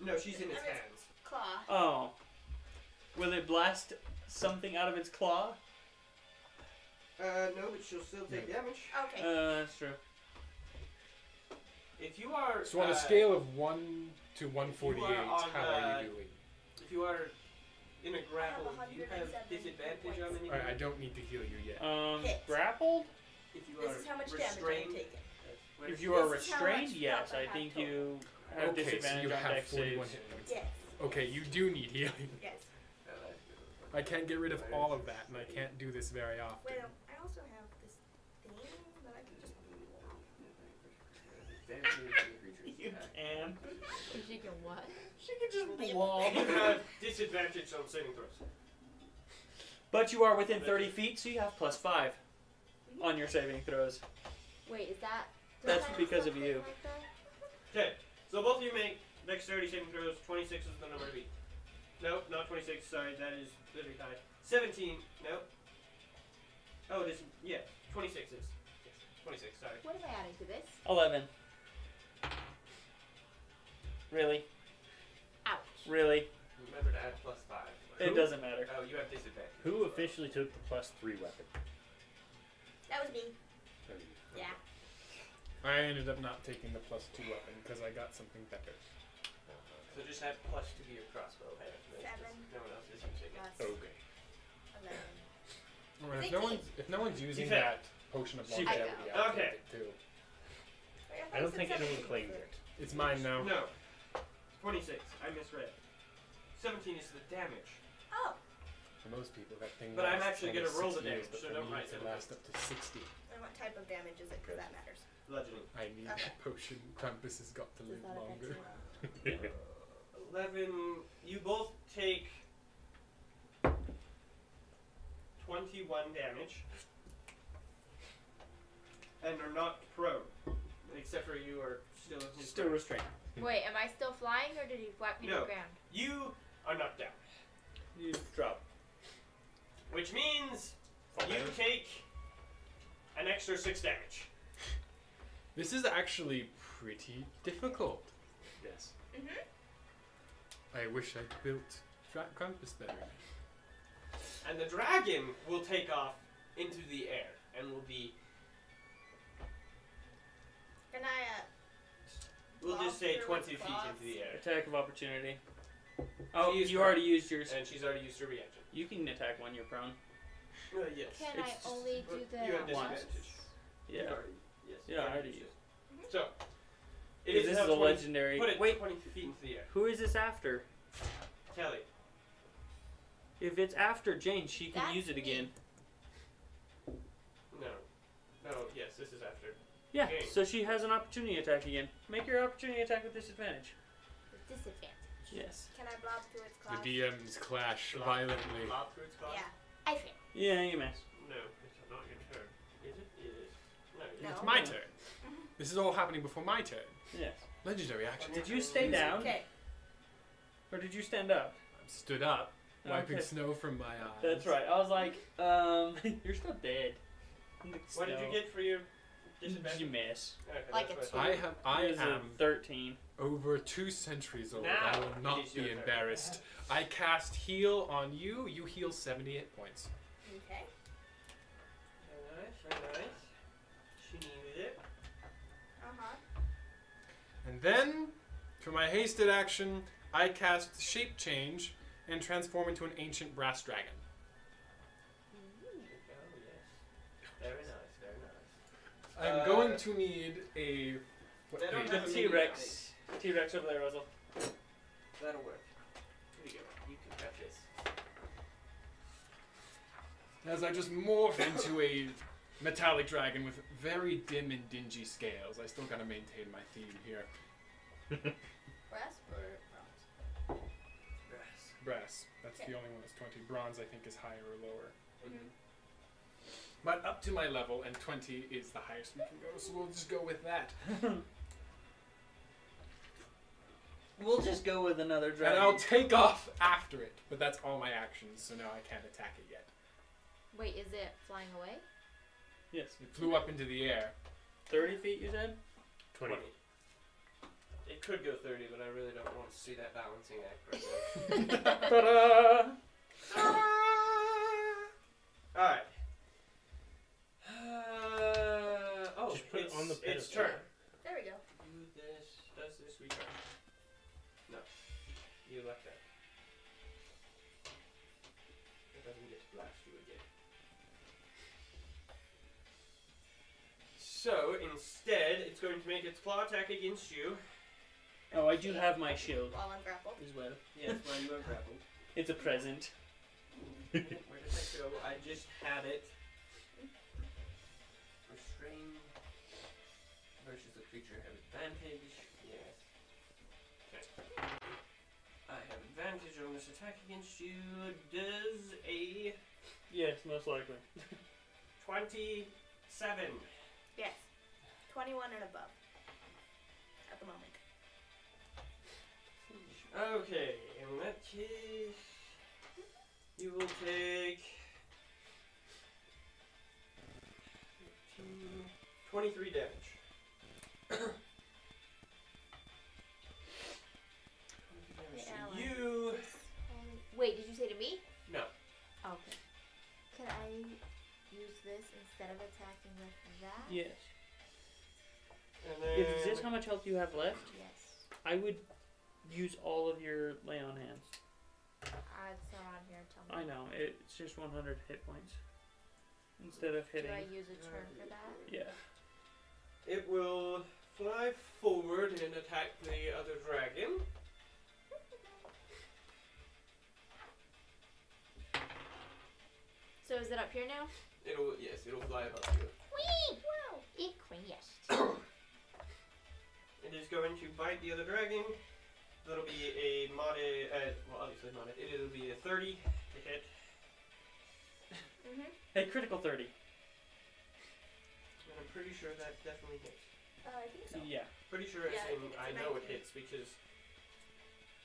Speaker 6: No, she's in his
Speaker 5: I mean-
Speaker 6: hands.
Speaker 5: Claw.
Speaker 1: Oh. Will it blast something out of its claw?
Speaker 6: Uh, no, but she'll still take damage.
Speaker 5: Okay.
Speaker 1: Uh, that's true.
Speaker 6: If you are.
Speaker 4: So on
Speaker 6: uh,
Speaker 4: a scale of 1 to 148,
Speaker 6: You are on,
Speaker 4: how are
Speaker 6: uh,
Speaker 4: you doing?
Speaker 6: If you are in a grapple,
Speaker 5: I have
Speaker 6: do you have
Speaker 5: 107
Speaker 6: disadvantage on
Speaker 5: points.
Speaker 6: anything?
Speaker 4: Alright, I don't need to heal you yet.
Speaker 1: Um,
Speaker 5: Hit.
Speaker 1: grappled.
Speaker 6: If you
Speaker 5: this
Speaker 6: are
Speaker 5: is how much damage
Speaker 6: restrained,
Speaker 5: I've taken.
Speaker 6: where
Speaker 1: If
Speaker 6: is
Speaker 1: you
Speaker 6: it?
Speaker 1: are
Speaker 5: This is how
Speaker 1: restrained,
Speaker 5: much
Speaker 1: yes,
Speaker 5: health I
Speaker 1: I
Speaker 5: have
Speaker 1: think
Speaker 5: total.
Speaker 1: you have
Speaker 4: okay, so
Speaker 1: disadvantage
Speaker 4: you
Speaker 1: on
Speaker 4: have
Speaker 1: dex
Speaker 4: 41
Speaker 1: saves.
Speaker 4: hit points.
Speaker 5: Yes.
Speaker 4: Okay, you do need healing.
Speaker 5: Yes.
Speaker 4: I can't get rid of all of that, and I can't do this very often.
Speaker 5: Well, I also have this thing that I can just.
Speaker 6: Very few
Speaker 1: [laughs] You
Speaker 6: creatures.
Speaker 1: can.
Speaker 2: She can what?
Speaker 1: She can just
Speaker 6: Uh,
Speaker 1: blob.
Speaker 6: [laughs] You
Speaker 1: [laughs]
Speaker 6: have disadvantage on saving throws.
Speaker 1: but you are within 30 feet, so you have plus five on your saving throws.
Speaker 2: Wait, is that?
Speaker 1: That's
Speaker 2: does that have
Speaker 1: because of
Speaker 2: something
Speaker 1: you.
Speaker 2: like that?
Speaker 6: Okay, so both of you make dexterity saving throws. 26 is the number to beat. Nope, not 26, sorry, that is literally high. 17, nope. Oh, it is, yeah, 26 is. Yes, 26, sorry.
Speaker 2: What am I adding to this?
Speaker 1: 11. Really?
Speaker 2: Ouch.
Speaker 1: Really?
Speaker 6: Remember to add plus 5.
Speaker 1: It doesn't matter.
Speaker 6: Oh, you have disadvantage.
Speaker 7: Who officially took the plus three weapon?
Speaker 5: That was me. Yeah.
Speaker 4: I ended up not taking the plus 2 weapon because I got something better.
Speaker 6: So just add plus 2 to your crossbow. head, right?
Speaker 5: Seven.
Speaker 6: Because No one else is using it.
Speaker 5: Plus
Speaker 4: Okay.
Speaker 5: Eleven.
Speaker 4: Alright, if no
Speaker 5: Thank you.
Speaker 4: one's if no one's using
Speaker 6: failed.
Speaker 4: that potion of
Speaker 1: She
Speaker 4: longevity,
Speaker 2: failed.
Speaker 4: I'll take
Speaker 6: Okay.
Speaker 4: it too.
Speaker 7: I
Speaker 5: Wait, it
Speaker 7: don't
Speaker 5: said
Speaker 7: think anyone
Speaker 5: 17
Speaker 7: claimed
Speaker 5: was
Speaker 7: it.
Speaker 4: It's mine now.
Speaker 6: No, 26, I misread. 17 is the damage.
Speaker 5: Oh,
Speaker 4: For most people, that thing.
Speaker 6: But I'm
Speaker 4: lasts
Speaker 6: actually
Speaker 4: only
Speaker 6: gonna roll
Speaker 4: six
Speaker 6: the
Speaker 4: years,
Speaker 6: damage,
Speaker 4: but
Speaker 6: so
Speaker 4: for
Speaker 6: don't
Speaker 4: me,
Speaker 6: write
Speaker 4: It
Speaker 6: that.
Speaker 4: lasts up to sixty.
Speaker 5: and what type of damage is it? Because that matters.
Speaker 6: Bludgeoning.
Speaker 4: I need
Speaker 5: Okay.
Speaker 4: that potion. Krampus has got to
Speaker 2: Does
Speaker 4: live
Speaker 2: that
Speaker 6: Oh,
Speaker 2: affect
Speaker 4: longer.
Speaker 2: you?
Speaker 6: 11. You both take 21 damage. And are not prone. Except for you are still. in his
Speaker 1: Still
Speaker 6: grasp.
Speaker 1: restrained.
Speaker 2: Wait, am I still flying or did he whack me to
Speaker 6: No.
Speaker 2: the ground?
Speaker 6: You are knocked down.
Speaker 1: You drop.
Speaker 6: Which means you take an extra 6 damage.
Speaker 4: This is actually pretty difficult. Mm-hmm.
Speaker 7: Yes.
Speaker 4: I wish I'd built Fra- Krampus better.
Speaker 6: And the dragon will take off into the air and will be.
Speaker 5: Can I? Uh,
Speaker 6: We'll just say
Speaker 5: Claws,
Speaker 6: 20 feet
Speaker 5: claws.
Speaker 6: into the air.
Speaker 1: Attack of opportunity. Oh,
Speaker 6: She is
Speaker 1: you
Speaker 6: prone.
Speaker 1: already used yours.
Speaker 6: And she's already used her reaction.
Speaker 1: You can attack when you're prone.
Speaker 6: Uh, yes.
Speaker 2: Can
Speaker 6: It's
Speaker 2: I
Speaker 6: just-
Speaker 2: only do that
Speaker 6: You have
Speaker 1: once?
Speaker 6: disadvantage.
Speaker 1: Yeah.
Speaker 6: Yes.
Speaker 1: Yeah, I already used.
Speaker 2: Mm-hmm.
Speaker 6: So,
Speaker 1: If
Speaker 6: it is
Speaker 1: this
Speaker 6: now
Speaker 1: is a
Speaker 6: 20
Speaker 1: legendary.
Speaker 6: Put it
Speaker 1: Wait,
Speaker 6: 20 feet into the air.
Speaker 1: who is this after?
Speaker 6: Kelly.
Speaker 1: If it's after Jane, she can
Speaker 2: That's
Speaker 1: use it
Speaker 2: me.
Speaker 1: again.
Speaker 6: No. No, yes, this is after.
Speaker 1: Yeah,
Speaker 6: Jane.
Speaker 1: so she has an opportunity attack again. Make your opportunity attack with disadvantage.
Speaker 2: With disadvantage.
Speaker 1: Yes.
Speaker 5: can I blob through its claws?
Speaker 4: The DMs clash
Speaker 6: Blob.
Speaker 4: violently.
Speaker 6: Lob through its claws?
Speaker 5: Yeah.
Speaker 2: I fail.
Speaker 1: Yeah, you miss.
Speaker 6: No, it's not your turn. Is it? It is. No, it
Speaker 2: No.
Speaker 6: is.
Speaker 4: It's my turn. This is all happening before my turn.
Speaker 1: Yes.
Speaker 4: Legendary action.
Speaker 1: Did you stay down
Speaker 5: Okay.
Speaker 1: or did you stand up?
Speaker 4: I'm stood up, wiping
Speaker 1: Okay.
Speaker 4: snow from my eyes.
Speaker 1: [laughs] That's right. I was like, um, you're still dead.
Speaker 6: What did you get for your
Speaker 1: You
Speaker 6: Disadvantage.
Speaker 1: miss.
Speaker 6: Okay,
Speaker 2: Like
Speaker 6: that's
Speaker 2: a
Speaker 6: what I
Speaker 2: two.
Speaker 6: thought.
Speaker 4: I have. I
Speaker 1: It is a
Speaker 4: am
Speaker 1: thirteen.
Speaker 4: over two centuries old.
Speaker 6: Now
Speaker 4: I will
Speaker 6: it
Speaker 4: not
Speaker 6: is your
Speaker 4: be
Speaker 6: turn.
Speaker 4: embarrassed. I cast heal on you. You heal seventy-eight points.
Speaker 5: Okay.
Speaker 6: Very nice, very nice. She needed it.
Speaker 5: Uh huh.
Speaker 4: And then, for my hasted action, I cast Shape Change and transform into an ancient brass dragon.
Speaker 6: Oh, yes. Very nice, very nice.
Speaker 4: I'm
Speaker 6: Uh,
Speaker 4: going to need a. What
Speaker 6: I don't
Speaker 4: page?
Speaker 1: The
Speaker 6: have
Speaker 1: T Rex. T Rex over there, Russell.
Speaker 6: That'll work. Here you go. You can have this.
Speaker 4: As I just morph into a metallic dragon with very dim and dingy scales. I still gotta maintain my theme here.
Speaker 5: Brass or bronze?
Speaker 6: Brass.
Speaker 4: Brass. That's the only one that's 20. Bronze, I think, is higher or lower. But up to my level, and 20 is the highest we can go, so we'll just go with that.
Speaker 1: We'll just go with another dragon.
Speaker 4: And I'll take off after it, but that's all my actions, so now I can't attack it yet.
Speaker 2: Wait, is it flying away?
Speaker 1: yes.
Speaker 4: It flew up into the air.
Speaker 1: Thirty feet, you said.
Speaker 7: 20.
Speaker 6: It could go 30, but I really don't want to see that balancing act right
Speaker 1: Ta-da!
Speaker 7: [laughs]
Speaker 6: now. Alright. Uh, oh,
Speaker 7: Just put it
Speaker 6: it's,
Speaker 7: on the
Speaker 6: it's
Speaker 7: pedestal.
Speaker 6: turn.
Speaker 5: There we go.
Speaker 6: Do this, does this, return. No. You left that. It doesn't get to blast you again. So, instead, it's going to make its claw attack against you.
Speaker 1: Oh, I do have my shield
Speaker 5: While I'm grappled.
Speaker 1: as well.
Speaker 6: Yes, while you are grappled.
Speaker 1: It's a present.
Speaker 6: Where did that go? I just had it. Restrain versus the creature have advantage. Yes. Okay. I have advantage on this attack against you. Does a
Speaker 1: Yes, most likely.
Speaker 6: 27.
Speaker 5: Yes. 21 and above. At the moment.
Speaker 6: Okay, in that case, you will take. 13, 23 damage.
Speaker 2: The
Speaker 6: So
Speaker 2: ally.
Speaker 6: you.
Speaker 2: Wait, did you say to me? Oh,
Speaker 6: No.
Speaker 2: Okay. Can I use this instead of attacking with that?
Speaker 1: Yes.
Speaker 6: And
Speaker 1: If is this
Speaker 6: then.
Speaker 1: how much health you have left,
Speaker 2: Yes.
Speaker 1: I would use all of your lay on hands.
Speaker 2: Uh, it's not on here. Tell
Speaker 1: I
Speaker 2: me.
Speaker 1: know it's just 100 hit points instead of
Speaker 2: Do
Speaker 1: hitting.
Speaker 2: I use a turn for that?
Speaker 1: Yeah.
Speaker 6: It will fly forward and attack the other dragon.
Speaker 2: So is it up here now?
Speaker 6: It'll yes, it'll fly above you.
Speaker 2: Queen! Wow! It queen-ish.
Speaker 6: It is going to bite the other dragon. That'll be a mod. Uh, well, obviously mod. It'll be a thirty to hit.
Speaker 5: Mm-hmm.
Speaker 1: Hey, critical 30.
Speaker 6: And I'm pretty sure that definitely hits.
Speaker 5: Uh, I think so.
Speaker 1: Yeah.
Speaker 6: Pretty sure it's
Speaker 5: Yeah, I
Speaker 6: in.
Speaker 5: think it's
Speaker 6: I
Speaker 5: a
Speaker 6: know it
Speaker 5: 19.
Speaker 6: hits because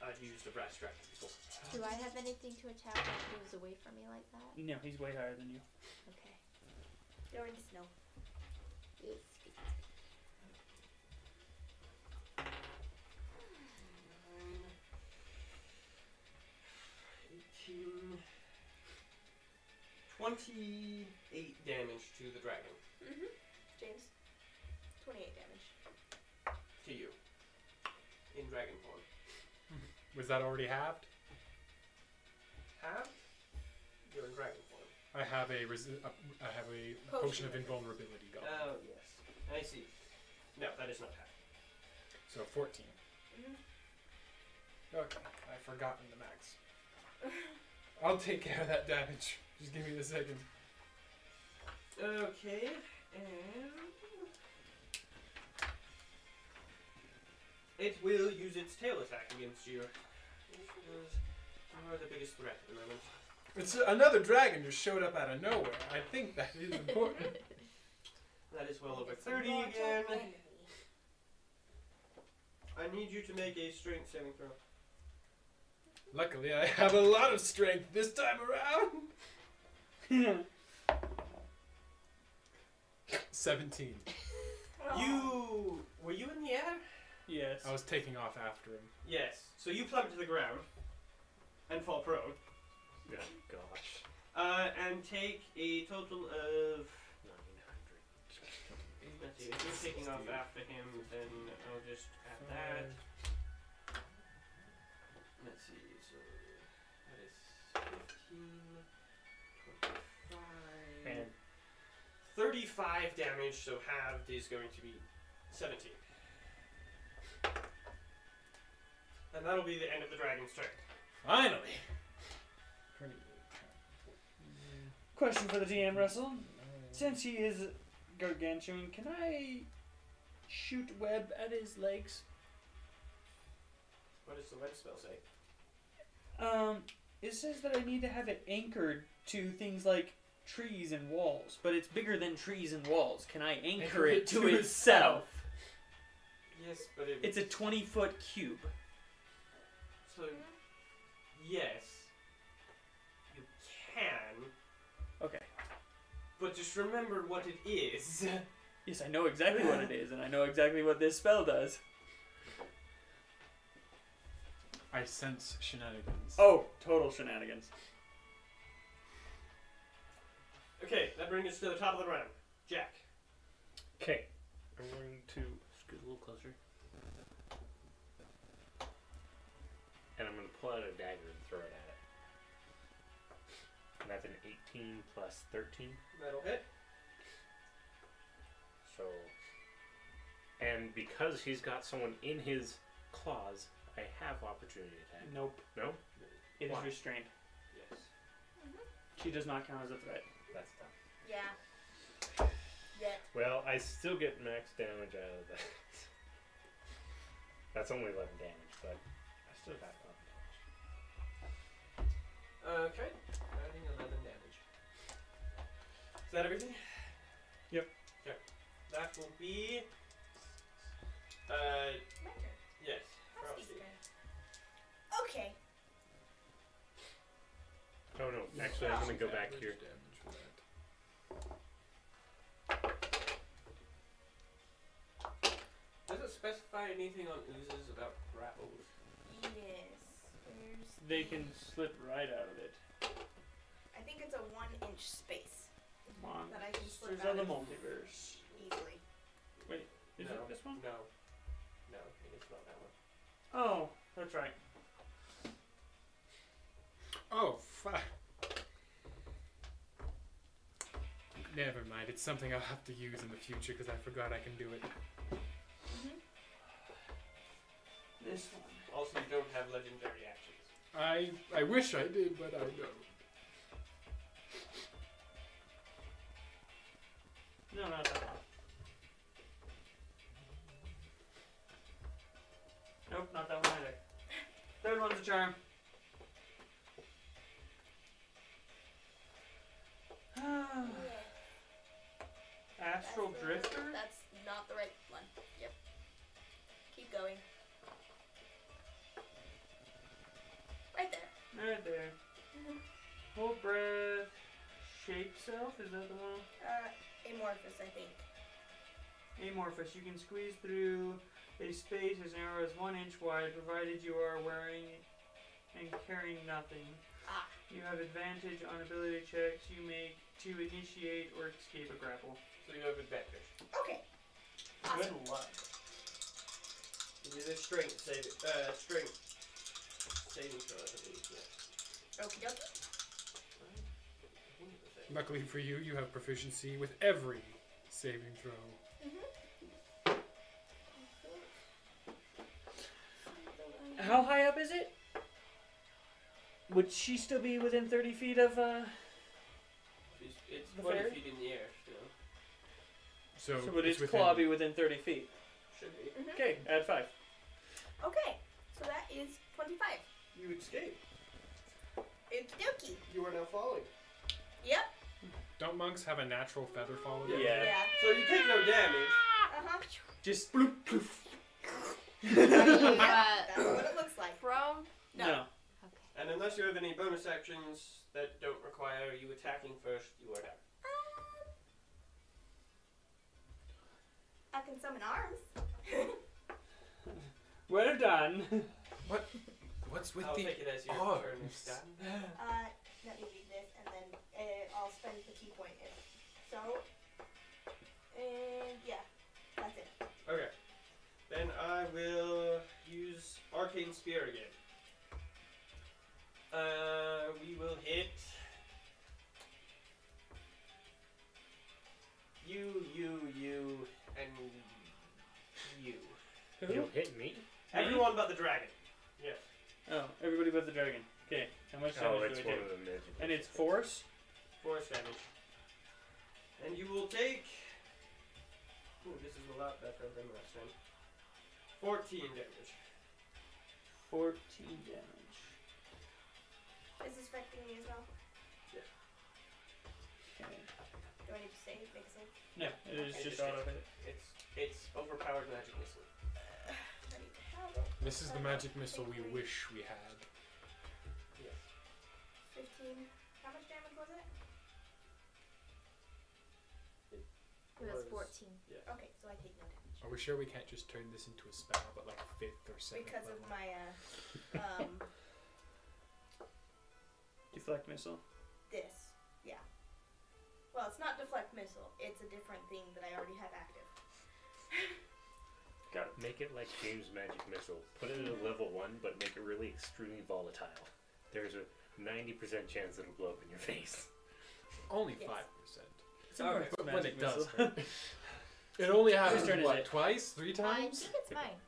Speaker 6: I've used a brass dragon before.
Speaker 2: Do I have anything to attack that moves away from me like that?
Speaker 1: No, he's way higher than you.
Speaker 2: Okay.
Speaker 5: You're in the snow.
Speaker 2: It's
Speaker 6: Eighteen. Twenty-eight damage to the dragon.
Speaker 5: Mm-hmm. James. 28 damage.
Speaker 6: to you in dragon form.
Speaker 4: Was that already halved?
Speaker 6: Have you're in dragon form.
Speaker 4: I have a, resi- a I have a potion,
Speaker 5: Potion.
Speaker 4: of invulnerability gone.
Speaker 6: Oh yes, I see. No, that is not half.
Speaker 4: so 14.
Speaker 5: Mhm.
Speaker 4: Okay, I've forgotten the max. [laughs] I'll take care of that damage. Just give me a second.
Speaker 6: Okay, and it will use its tail attack against you. Because You are uh, the biggest threat at the moment.
Speaker 4: It's another dragon just showed up out of nowhere. I think that is important.
Speaker 6: That is well over
Speaker 5: It's a
Speaker 6: thirty
Speaker 5: mortal
Speaker 6: again.
Speaker 5: enemy.
Speaker 6: I need you to make a strength saving throw.
Speaker 4: Luckily, I have a lot of strength this time around. [laughs] 17.
Speaker 6: Oh.
Speaker 5: Oh,
Speaker 6: You were you in the air?
Speaker 1: Yes.
Speaker 4: I was taking off after him.
Speaker 6: Yes. So you plummet to the ground and fall prone,
Speaker 7: Oh, gosh.
Speaker 6: uh, and take a total of.
Speaker 7: 900.
Speaker 6: Let's see. If you're taking off after him, then I'll just add that. Let's see. So that is fifteen. 25,
Speaker 7: And
Speaker 6: 35 damage, so halved is going to be 17. And that'll be the end of the dragon's turn.
Speaker 1: Finally.
Speaker 4: Pretty
Speaker 1: Question for the DM, Russell. Since he is gargantuan, can I shoot web at his legs?
Speaker 6: What does the web spell say?
Speaker 1: Um, it says that I need to have it anchored to things like trees and walls, but it's bigger than trees and walls. Can I anchor, it, to, itself?
Speaker 6: Yes, but it.
Speaker 1: It's a 20 foot cube.
Speaker 6: So, yes, you can,
Speaker 1: Okay.
Speaker 6: but just remember what it is. [laughs]
Speaker 1: Yes, I know exactly
Speaker 5: [laughs]
Speaker 1: what it is, and I know exactly what this spell does.
Speaker 4: I sense shenanigans.
Speaker 1: Oh, total shenanigans.
Speaker 6: Okay, that brings us to the top of the round. Jack.
Speaker 3: Okay.
Speaker 7: I'm going to scoot a little closer. And I'm going to pull out a dagger and throw it at it. And that's an 18 plus 13.
Speaker 6: That'll hit.
Speaker 7: So. And because he's got someone in his claws, I have opportunity attack.
Speaker 1: Nope.
Speaker 7: No?
Speaker 1: It is
Speaker 7: Why?
Speaker 1: restrained.
Speaker 7: Yes.
Speaker 1: She does not count as a threat.
Speaker 7: That's done.
Speaker 5: Yeah. Yeah.
Speaker 7: Well, I still get max damage out of that. That's only 11 damage, but I still got 11 damage.
Speaker 6: Okay, adding 11 damage. Is that everything?
Speaker 1: Yep.
Speaker 6: Okay. That will be. Uh,
Speaker 5: My turn.
Speaker 6: yes.
Speaker 5: Rusty's
Speaker 6: Frosty.
Speaker 5: turn. Okay.
Speaker 7: Oh no, actually, I'm going to go back here.
Speaker 6: Does it specify anything on oozes about grappled?
Speaker 5: Yes. There's
Speaker 1: They can slip right out of it.
Speaker 5: I think it's a one inch space
Speaker 1: Come on.
Speaker 5: that I can slip
Speaker 1: Monsters
Speaker 5: out
Speaker 1: of the
Speaker 5: of
Speaker 1: multiverse.
Speaker 5: easily.
Speaker 1: Wait, is
Speaker 6: no.
Speaker 1: it this one?
Speaker 6: No. No, it is not that one.
Speaker 1: Oh, that's right.
Speaker 4: Oh, fuck. Never mind. It's something I'll have to use in the future because I forgot I can do it.
Speaker 1: This one.
Speaker 6: Also, you don't have legendary actions.
Speaker 4: I I wish I did, but I don't.
Speaker 1: No, not that one. Nope, not that one either. Third one's a
Speaker 5: [sighs]
Speaker 1: charm.
Speaker 5: That's
Speaker 1: Astral
Speaker 5: the-
Speaker 1: Drifter?
Speaker 5: That's not the right one. Yep. Keep going. Right there.
Speaker 1: Right there. Hold breath. Shape self, is that the one?
Speaker 5: Uh, amorphous, I think.
Speaker 1: Amorphous. You can squeeze through a space as narrow as one inch wide, provided you are wearing and carrying nothing.
Speaker 5: Ah.
Speaker 1: You have advantage on ability checks you make to initiate or escape a grapple.
Speaker 6: So you have advantage.
Speaker 5: Okay.
Speaker 1: Ah.
Speaker 6: Good
Speaker 5: Awesome.
Speaker 6: luck. It is a strength save. Uh, strength saving throw, I believe. Yeah.
Speaker 5: Okie dokie.
Speaker 6: One of the things.
Speaker 4: Luckily for you, you have proficiency with every saving throw.
Speaker 1: How high up is it? Would she still be within 30 feet of, uh.
Speaker 6: It's, it's
Speaker 1: The
Speaker 6: 20
Speaker 1: fairy?
Speaker 6: feet in the air still.
Speaker 4: So,
Speaker 1: So would its
Speaker 4: it's
Speaker 1: claw
Speaker 4: within-
Speaker 1: be within 30 feet?
Speaker 6: Should be.
Speaker 1: Okay, add 5.
Speaker 5: Okay. So that is 25.
Speaker 6: You escape.
Speaker 5: Okie dokie.
Speaker 6: You are now falling.
Speaker 5: Yep.
Speaker 4: Don't monks have a natural feather fall?
Speaker 1: Yeah.
Speaker 5: Yeah.
Speaker 6: So you take no damage.
Speaker 5: Uh-huh.
Speaker 1: Just bloop, bloop.
Speaker 6: [laughs]
Speaker 2: [laughs] Uh,
Speaker 5: That's what it looks like.
Speaker 2: prone.
Speaker 1: No.
Speaker 2: Okay.
Speaker 6: And unless you have any bonus actions that don't require you
Speaker 5: Um,
Speaker 6: attacking first, you are down.
Speaker 5: I can summon arms. [laughs]
Speaker 1: Well done. [laughs]
Speaker 4: What's with
Speaker 6: I'll
Speaker 4: the
Speaker 6: take it as your
Speaker 4: arms?
Speaker 6: turn, Miss Scott.
Speaker 5: Uh, let me read this, and then uh, I'll spend the key point. If, so, and yeah, that's it.
Speaker 6: Okay. Then I will use Arcane Spear again. Uh, we will hit. You, you, you, and you.
Speaker 7: You'll hit me.
Speaker 6: Everyone but the dragon. Hmm? Yes.
Speaker 1: Oh, everybody but the dragon. Okay, how
Speaker 7: Oh,
Speaker 1: much
Speaker 3: Oh,
Speaker 1: damage do I take?
Speaker 7: the midgets.
Speaker 1: And it's force.
Speaker 6: Force damage. And you will take. Ooh, this is a lot better than last time. 14 damage.
Speaker 1: Fourteen damage.
Speaker 5: Is this affecting me as well?
Speaker 1: Okay.
Speaker 5: Do I need to save? Make a save?
Speaker 1: No, it is
Speaker 6: I
Speaker 1: just
Speaker 6: just
Speaker 1: auto
Speaker 6: hit.
Speaker 1: hit.
Speaker 6: It's it's overpowered magic missile.
Speaker 5: I need to have it.
Speaker 4: This is the magic missile we wish we had.
Speaker 6: Yes.
Speaker 5: 15. How much damage was it?
Speaker 2: It was
Speaker 6: Was-
Speaker 2: 14.
Speaker 5: Okay, so I take no damage.
Speaker 4: Are we sure we can't just turn this into a spell, but like fifth or seventh
Speaker 5: Because of
Speaker 4: level?
Speaker 5: my, uh, um, [laughs]
Speaker 1: Deflect missile.
Speaker 5: this. Yeah. Well, it's not deflect missile. It's a different thing that I already have active.
Speaker 7: Make it like James Magic Missile. Put it at a level one, but make it really extremely volatile. There's a 90% chance it'll blow up in your face.
Speaker 4: Only
Speaker 5: Yes.
Speaker 4: five percent.
Speaker 1: It's a
Speaker 6: Alright,
Speaker 4: But when
Speaker 1: magic
Speaker 4: it does,
Speaker 1: missile.
Speaker 4: hurt. it only happens
Speaker 1: turn is
Speaker 4: what
Speaker 1: it?
Speaker 4: twice, three
Speaker 2: I
Speaker 4: times.
Speaker 2: think it's mine.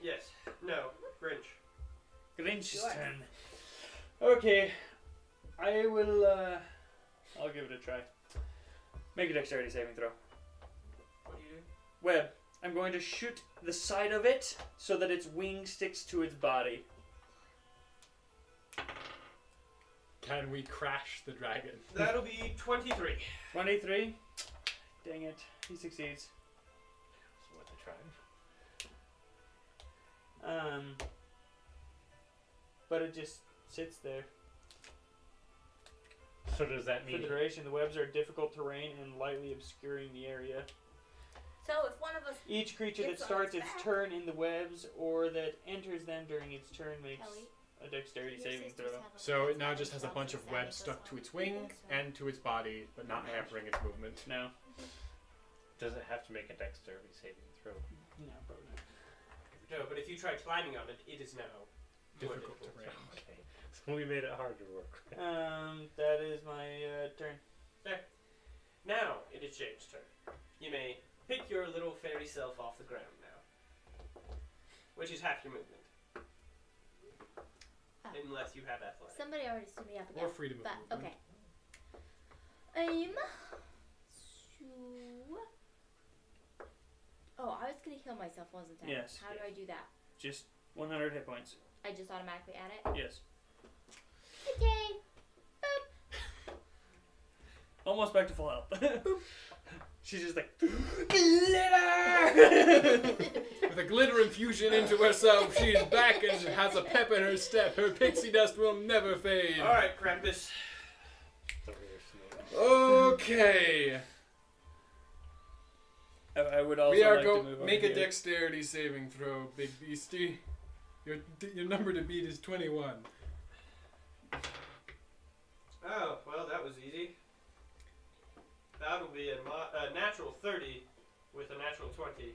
Speaker 6: Yes. No. Grinch.
Speaker 1: [laughs] Grinch's
Speaker 5: Sure.
Speaker 1: turn. Okay, I will. uh I'll give it a try. Make a dexterity saving throw.
Speaker 6: What do you do?
Speaker 1: Web. I'm going to shoot the side of it so that its wing sticks to its body.
Speaker 4: Can we crash the dragon?
Speaker 6: That'll be 23.
Speaker 1: 23. Dang it. He succeeds.
Speaker 7: So what to try?
Speaker 1: Um. But it just sits there.
Speaker 7: So does that
Speaker 1: For
Speaker 7: mean
Speaker 1: the duration, the webs are difficult terrain and lightly obscuring the area.
Speaker 5: So if one of us.
Speaker 1: Each creature that
Speaker 5: It's on
Speaker 1: starts
Speaker 5: its
Speaker 1: its
Speaker 5: back.
Speaker 1: turn in the webs or that enters them during its turn makes
Speaker 2: Ellie,
Speaker 1: a dexterity
Speaker 2: your
Speaker 1: saving
Speaker 2: sisters
Speaker 1: throw.
Speaker 2: have a-
Speaker 4: So it now just has a
Speaker 2: Well,
Speaker 4: bunch of
Speaker 2: since I
Speaker 4: webs
Speaker 2: was
Speaker 4: stuck
Speaker 2: on-
Speaker 4: to its wing and to its body, but not hampering its movement.
Speaker 1: No.
Speaker 7: does it have to make a dexterity saving throw?
Speaker 1: No, probably not.
Speaker 6: No, but if you try climbing on it, it is now. more
Speaker 4: Difficult terrain.
Speaker 7: Okay. So we made it hard to work. with.
Speaker 1: Um, that is my uh, turn.
Speaker 6: Now it is James' turn. You may pick your little fairy self off the ground now, which is half your movement,
Speaker 2: Oh.
Speaker 6: unless you have athletics.
Speaker 2: Somebody already stood me up again.
Speaker 4: Or freedom of
Speaker 2: But
Speaker 4: movement.
Speaker 2: okay. Um. So. Oh, I was gonna heal myself, wasn't I?
Speaker 1: Yes,
Speaker 2: How do I do that?
Speaker 1: Just 100 hit points.
Speaker 2: I just automatically add it.
Speaker 1: Yes.
Speaker 2: Okay.
Speaker 1: Almost back to full health. [laughs] She's just like, glitter!
Speaker 4: With a glitter infusion into herself, she's back and has a pep in her step. Her pixie dust will never fade.
Speaker 6: All right, Krampus.
Speaker 7: So we're smooth.
Speaker 4: Okay.
Speaker 1: I- I would also
Speaker 4: we are
Speaker 1: like to
Speaker 4: going
Speaker 1: move
Speaker 4: make
Speaker 1: over
Speaker 4: a
Speaker 1: here.
Speaker 4: dexterity saving throw, big beastie. Your your number to beat is 21.
Speaker 6: Oh, well, that was easy. That'll be a, mo- a natural 30 with a natural 20.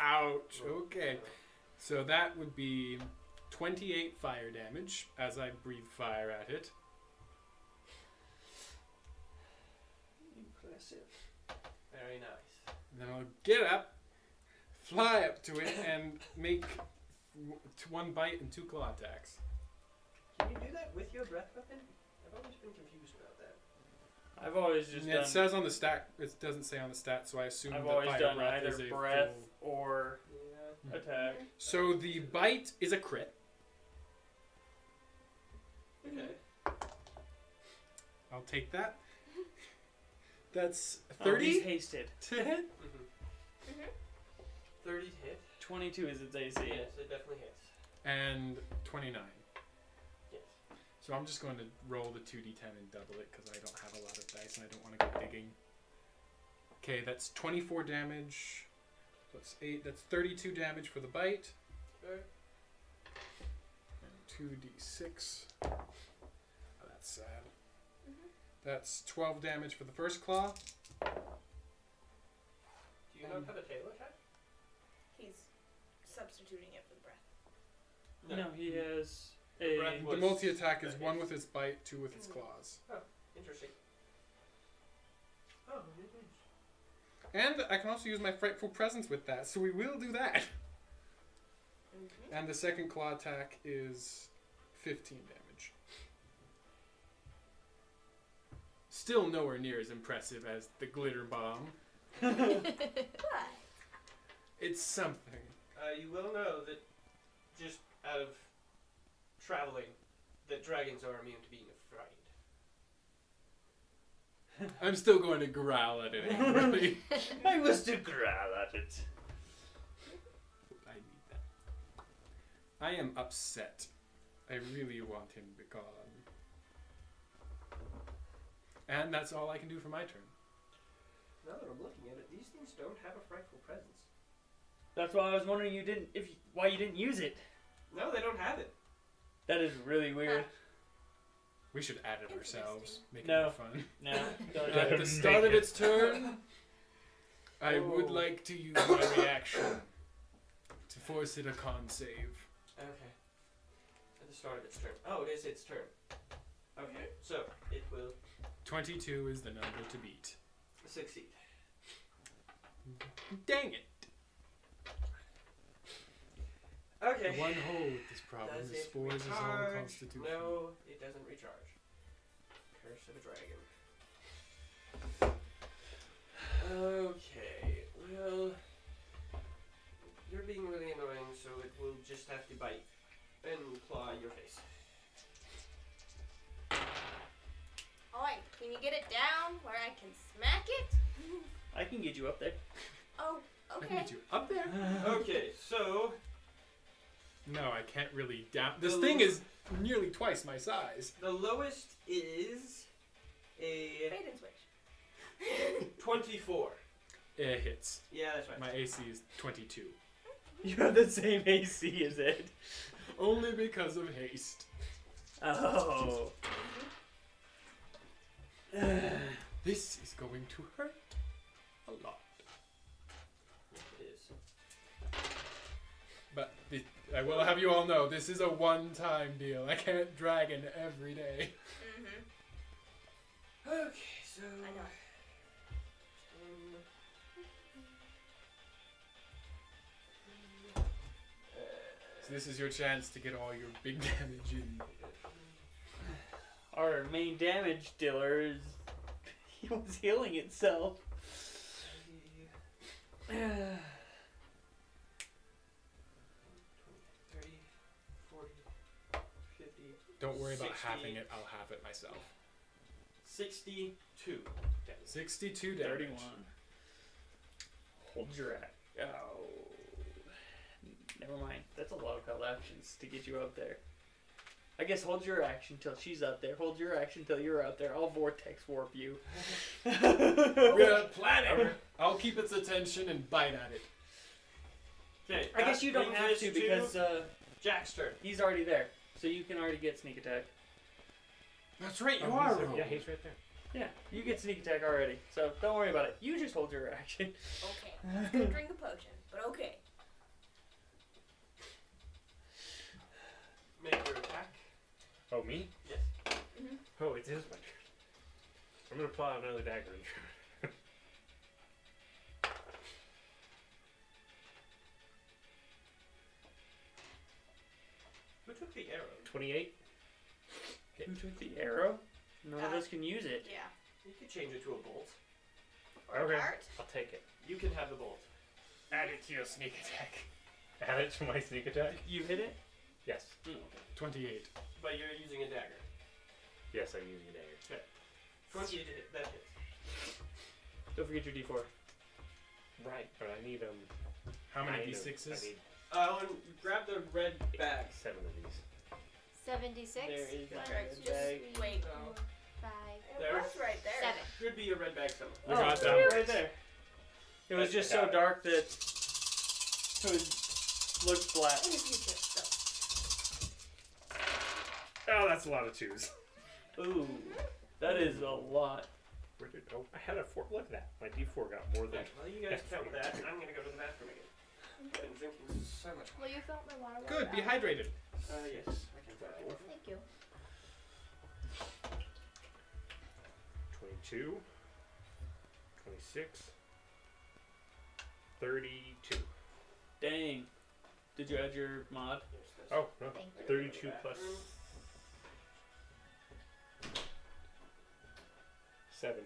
Speaker 4: Ouch.
Speaker 1: Oh.
Speaker 4: Okay. So that would be 28 fire damage as I breathe fire at it.
Speaker 1: Impressive.
Speaker 6: Very nice.
Speaker 4: And then I'll get up, fly up to it, and make w- t- one bite and two claw attacks.
Speaker 6: Can you do that with your breath weapon? I've always been confused about that.
Speaker 1: I've always just
Speaker 4: And it
Speaker 1: done.
Speaker 4: says on the stat, it doesn't say on the stat, so I assume
Speaker 1: I've
Speaker 4: that
Speaker 1: always
Speaker 4: fire
Speaker 1: done
Speaker 4: breath is
Speaker 1: either
Speaker 4: a
Speaker 1: breath
Speaker 4: full-
Speaker 1: or
Speaker 6: Yeah.
Speaker 1: attack.
Speaker 4: So the bite is a crit.
Speaker 6: Okay.
Speaker 4: I'll take that. That's
Speaker 1: Oh, he's
Speaker 4: 30
Speaker 1: hasted.
Speaker 4: [laughs] to hit.
Speaker 6: Mm-hmm. 30 hit.
Speaker 1: 22 is its AC.
Speaker 6: Yes, it definitely hits.
Speaker 4: and 29.
Speaker 6: Yes.
Speaker 4: So I'm just going to roll the 2d10 and double it because I don't have a lot of dice and I don't want to go digging. Okay, that's 24 damage Plus eight. That's 32 damage for the bite.
Speaker 6: Okay.
Speaker 4: And 2d6. Oh, that's sad. That's 12 damage for the first claw.
Speaker 6: Do you not have a tail attack?
Speaker 5: He's substituting it for the breath.
Speaker 1: No, he has a.
Speaker 6: Breath
Speaker 4: The
Speaker 6: was-
Speaker 4: multi attack is
Speaker 6: that
Speaker 4: one
Speaker 6: is-
Speaker 4: with its bite, two with its claws.
Speaker 6: Interesting. Oh, it is.
Speaker 4: And I can also use my frightful presence with that, so we will do that.
Speaker 5: Mm-hmm.
Speaker 4: And the second claw attack is 15 damage. Still nowhere near as impressive as the glitter bomb.
Speaker 5: But
Speaker 4: It's something.
Speaker 6: Uh, you will know that just out of traveling, that dragons are immune to being afraid.
Speaker 4: I'm still going to growl at it angrily.
Speaker 7: I was to growl at it.
Speaker 4: I need that. I am upset. I really want him gone. And that's all I can do for my turn.
Speaker 6: Now that I'm looking at it, these things don't have a frightful presence.
Speaker 1: That's why I was wondering you didn't if why you didn't use it.
Speaker 6: No, they don't have it.
Speaker 1: That is really [laughs] weird.
Speaker 4: We should add it ourselves. Make
Speaker 1: No.
Speaker 4: it more fun.
Speaker 1: No. don't
Speaker 4: At
Speaker 1: do
Speaker 4: the
Speaker 1: it.
Speaker 4: start of its turn, I would
Speaker 6: Oh.
Speaker 4: like to use my reaction to force it a con save.
Speaker 6: Okay. At the start of its turn. Oh, it is its turn. Okay, so it will
Speaker 4: 22 is the number to beat.
Speaker 6: succeed.
Speaker 4: Dang it! The
Speaker 6: Okay.
Speaker 4: one hole with this problem
Speaker 6: Does
Speaker 4: is
Speaker 6: it
Speaker 4: spores is all
Speaker 6: recharge?
Speaker 4: constitution.
Speaker 6: No, it doesn't recharge. Curse of a dragon. Okay, well, you're being really annoying, so it will just have to bite and claw your
Speaker 4: [laughs]
Speaker 6: face.
Speaker 5: Oi, can you get it down where I can smack it?
Speaker 1: I can get you up there. [laughs]
Speaker 5: Oh,
Speaker 4: I
Speaker 5: okay. [laughs]
Speaker 4: need you up there.
Speaker 6: [sighs] Okay, so
Speaker 4: No, I can't really down. This
Speaker 6: The-
Speaker 4: thing is nearly twice my size.
Speaker 6: the lowest is a
Speaker 5: Bait and switch.
Speaker 6: 24.
Speaker 4: It hits.
Speaker 6: Yeah, that's right.
Speaker 4: My AC is 22.
Speaker 1: You have the same AC as Ed.
Speaker 4: Only because of haste.
Speaker 1: Oh.
Speaker 4: This is going to hurt a lot.
Speaker 6: It is.
Speaker 4: But the, I will have you all know this is a one time deal. I can't dragon every day.
Speaker 5: Mm-hmm.
Speaker 6: Okay, so.
Speaker 5: I know.
Speaker 6: Um,
Speaker 4: So this is your chance to get all your big [laughs] damage in.
Speaker 1: Our main damage dealer is [laughs] he was healing [sighs] itself. [laughs]
Speaker 6: the-
Speaker 1: That's
Speaker 6: 30, 40, 50,
Speaker 4: Don't worry about
Speaker 6: Sixty.
Speaker 4: halving it, I'll halve it myself.
Speaker 6: 62.
Speaker 4: 62 damage.
Speaker 1: 31. Hold your act. Oh. Never mind. That's a lot of actions to get you up there. I guess hold your action till she's up there. Hold your action till you're out there. I'll vortex warp [laughs] you.
Speaker 4: We're planning! I'll keep its attention and bite at it.
Speaker 6: Okay.
Speaker 1: I guess you don't have to because uh,
Speaker 6: Jack's turn.
Speaker 1: he's already there, so you can already get sneak attack.
Speaker 4: That's right, you
Speaker 7: Oh,
Speaker 4: are
Speaker 7: he's right-
Speaker 4: wrong.
Speaker 7: Yeah, he's right there.
Speaker 1: Yeah, you get sneak attack already, so don't worry about it. You just hold your action. [laughs]
Speaker 5: Okay. I was gonna drink a potion, but okay.
Speaker 6: Make your attack.
Speaker 7: Oh, me?
Speaker 6: Yes.
Speaker 7: Oh, it is my turn. I'm gonna pull out another dagger. and try-
Speaker 6: Who took the arrow?
Speaker 7: 28?
Speaker 1: Who took the arrow? None of us can use it.
Speaker 5: Yeah.
Speaker 6: You could change it to a bolt.
Speaker 7: Okay.
Speaker 5: Art?
Speaker 7: I'll take it.
Speaker 6: You can have the bolt.
Speaker 7: Add it to your sneak attack. [laughs] Add it to my sneak attack?
Speaker 1: You hit it?
Speaker 7: Yes.
Speaker 6: Mm, okay.
Speaker 4: 28.
Speaker 6: But you're using a dagger.
Speaker 7: Yes, I'm using a dagger.
Speaker 6: 20 to hit. That hits.
Speaker 1: Don't forget your d4.
Speaker 7: Right, but I need um.
Speaker 4: How
Speaker 7: I
Speaker 4: many
Speaker 7: need-
Speaker 4: d6s?
Speaker 7: I need
Speaker 6: Uh, Owen, grab the red bag.
Speaker 7: seven of these.
Speaker 2: 76,
Speaker 1: There is
Speaker 2: one,
Speaker 1: that
Speaker 5: Alright,
Speaker 1: red
Speaker 5: just
Speaker 1: bag.
Speaker 5: wait.
Speaker 6: No.
Speaker 2: five,
Speaker 5: It
Speaker 6: There.
Speaker 5: was right there.
Speaker 2: seven.
Speaker 6: Should be a red bag somewhere.
Speaker 4: We got
Speaker 1: it's
Speaker 4: that
Speaker 1: right there. It was just so
Speaker 7: Got it.
Speaker 1: dark that So it looks flat.
Speaker 5: in the future. So
Speaker 3: Oh, that's a lot of
Speaker 7: [laughs]
Speaker 3: twos.
Speaker 1: Ooh, that is a lot.
Speaker 3: Where did, oh, I had a four. Look at that. My D4 got more than.
Speaker 6: While you guys count that, I'm gonna go to the bathroom again. I've been drinking so much.
Speaker 2: Well, you felt my water.
Speaker 4: Good, be hydrated.
Speaker 6: Uh, yes, I can try that.
Speaker 2: Thank you.
Speaker 3: 22, 26, 32.
Speaker 1: Dang. Did you add your mod?
Speaker 6: Here's this.
Speaker 3: Oh, no.
Speaker 2: Thank you.
Speaker 3: 32 plus 7.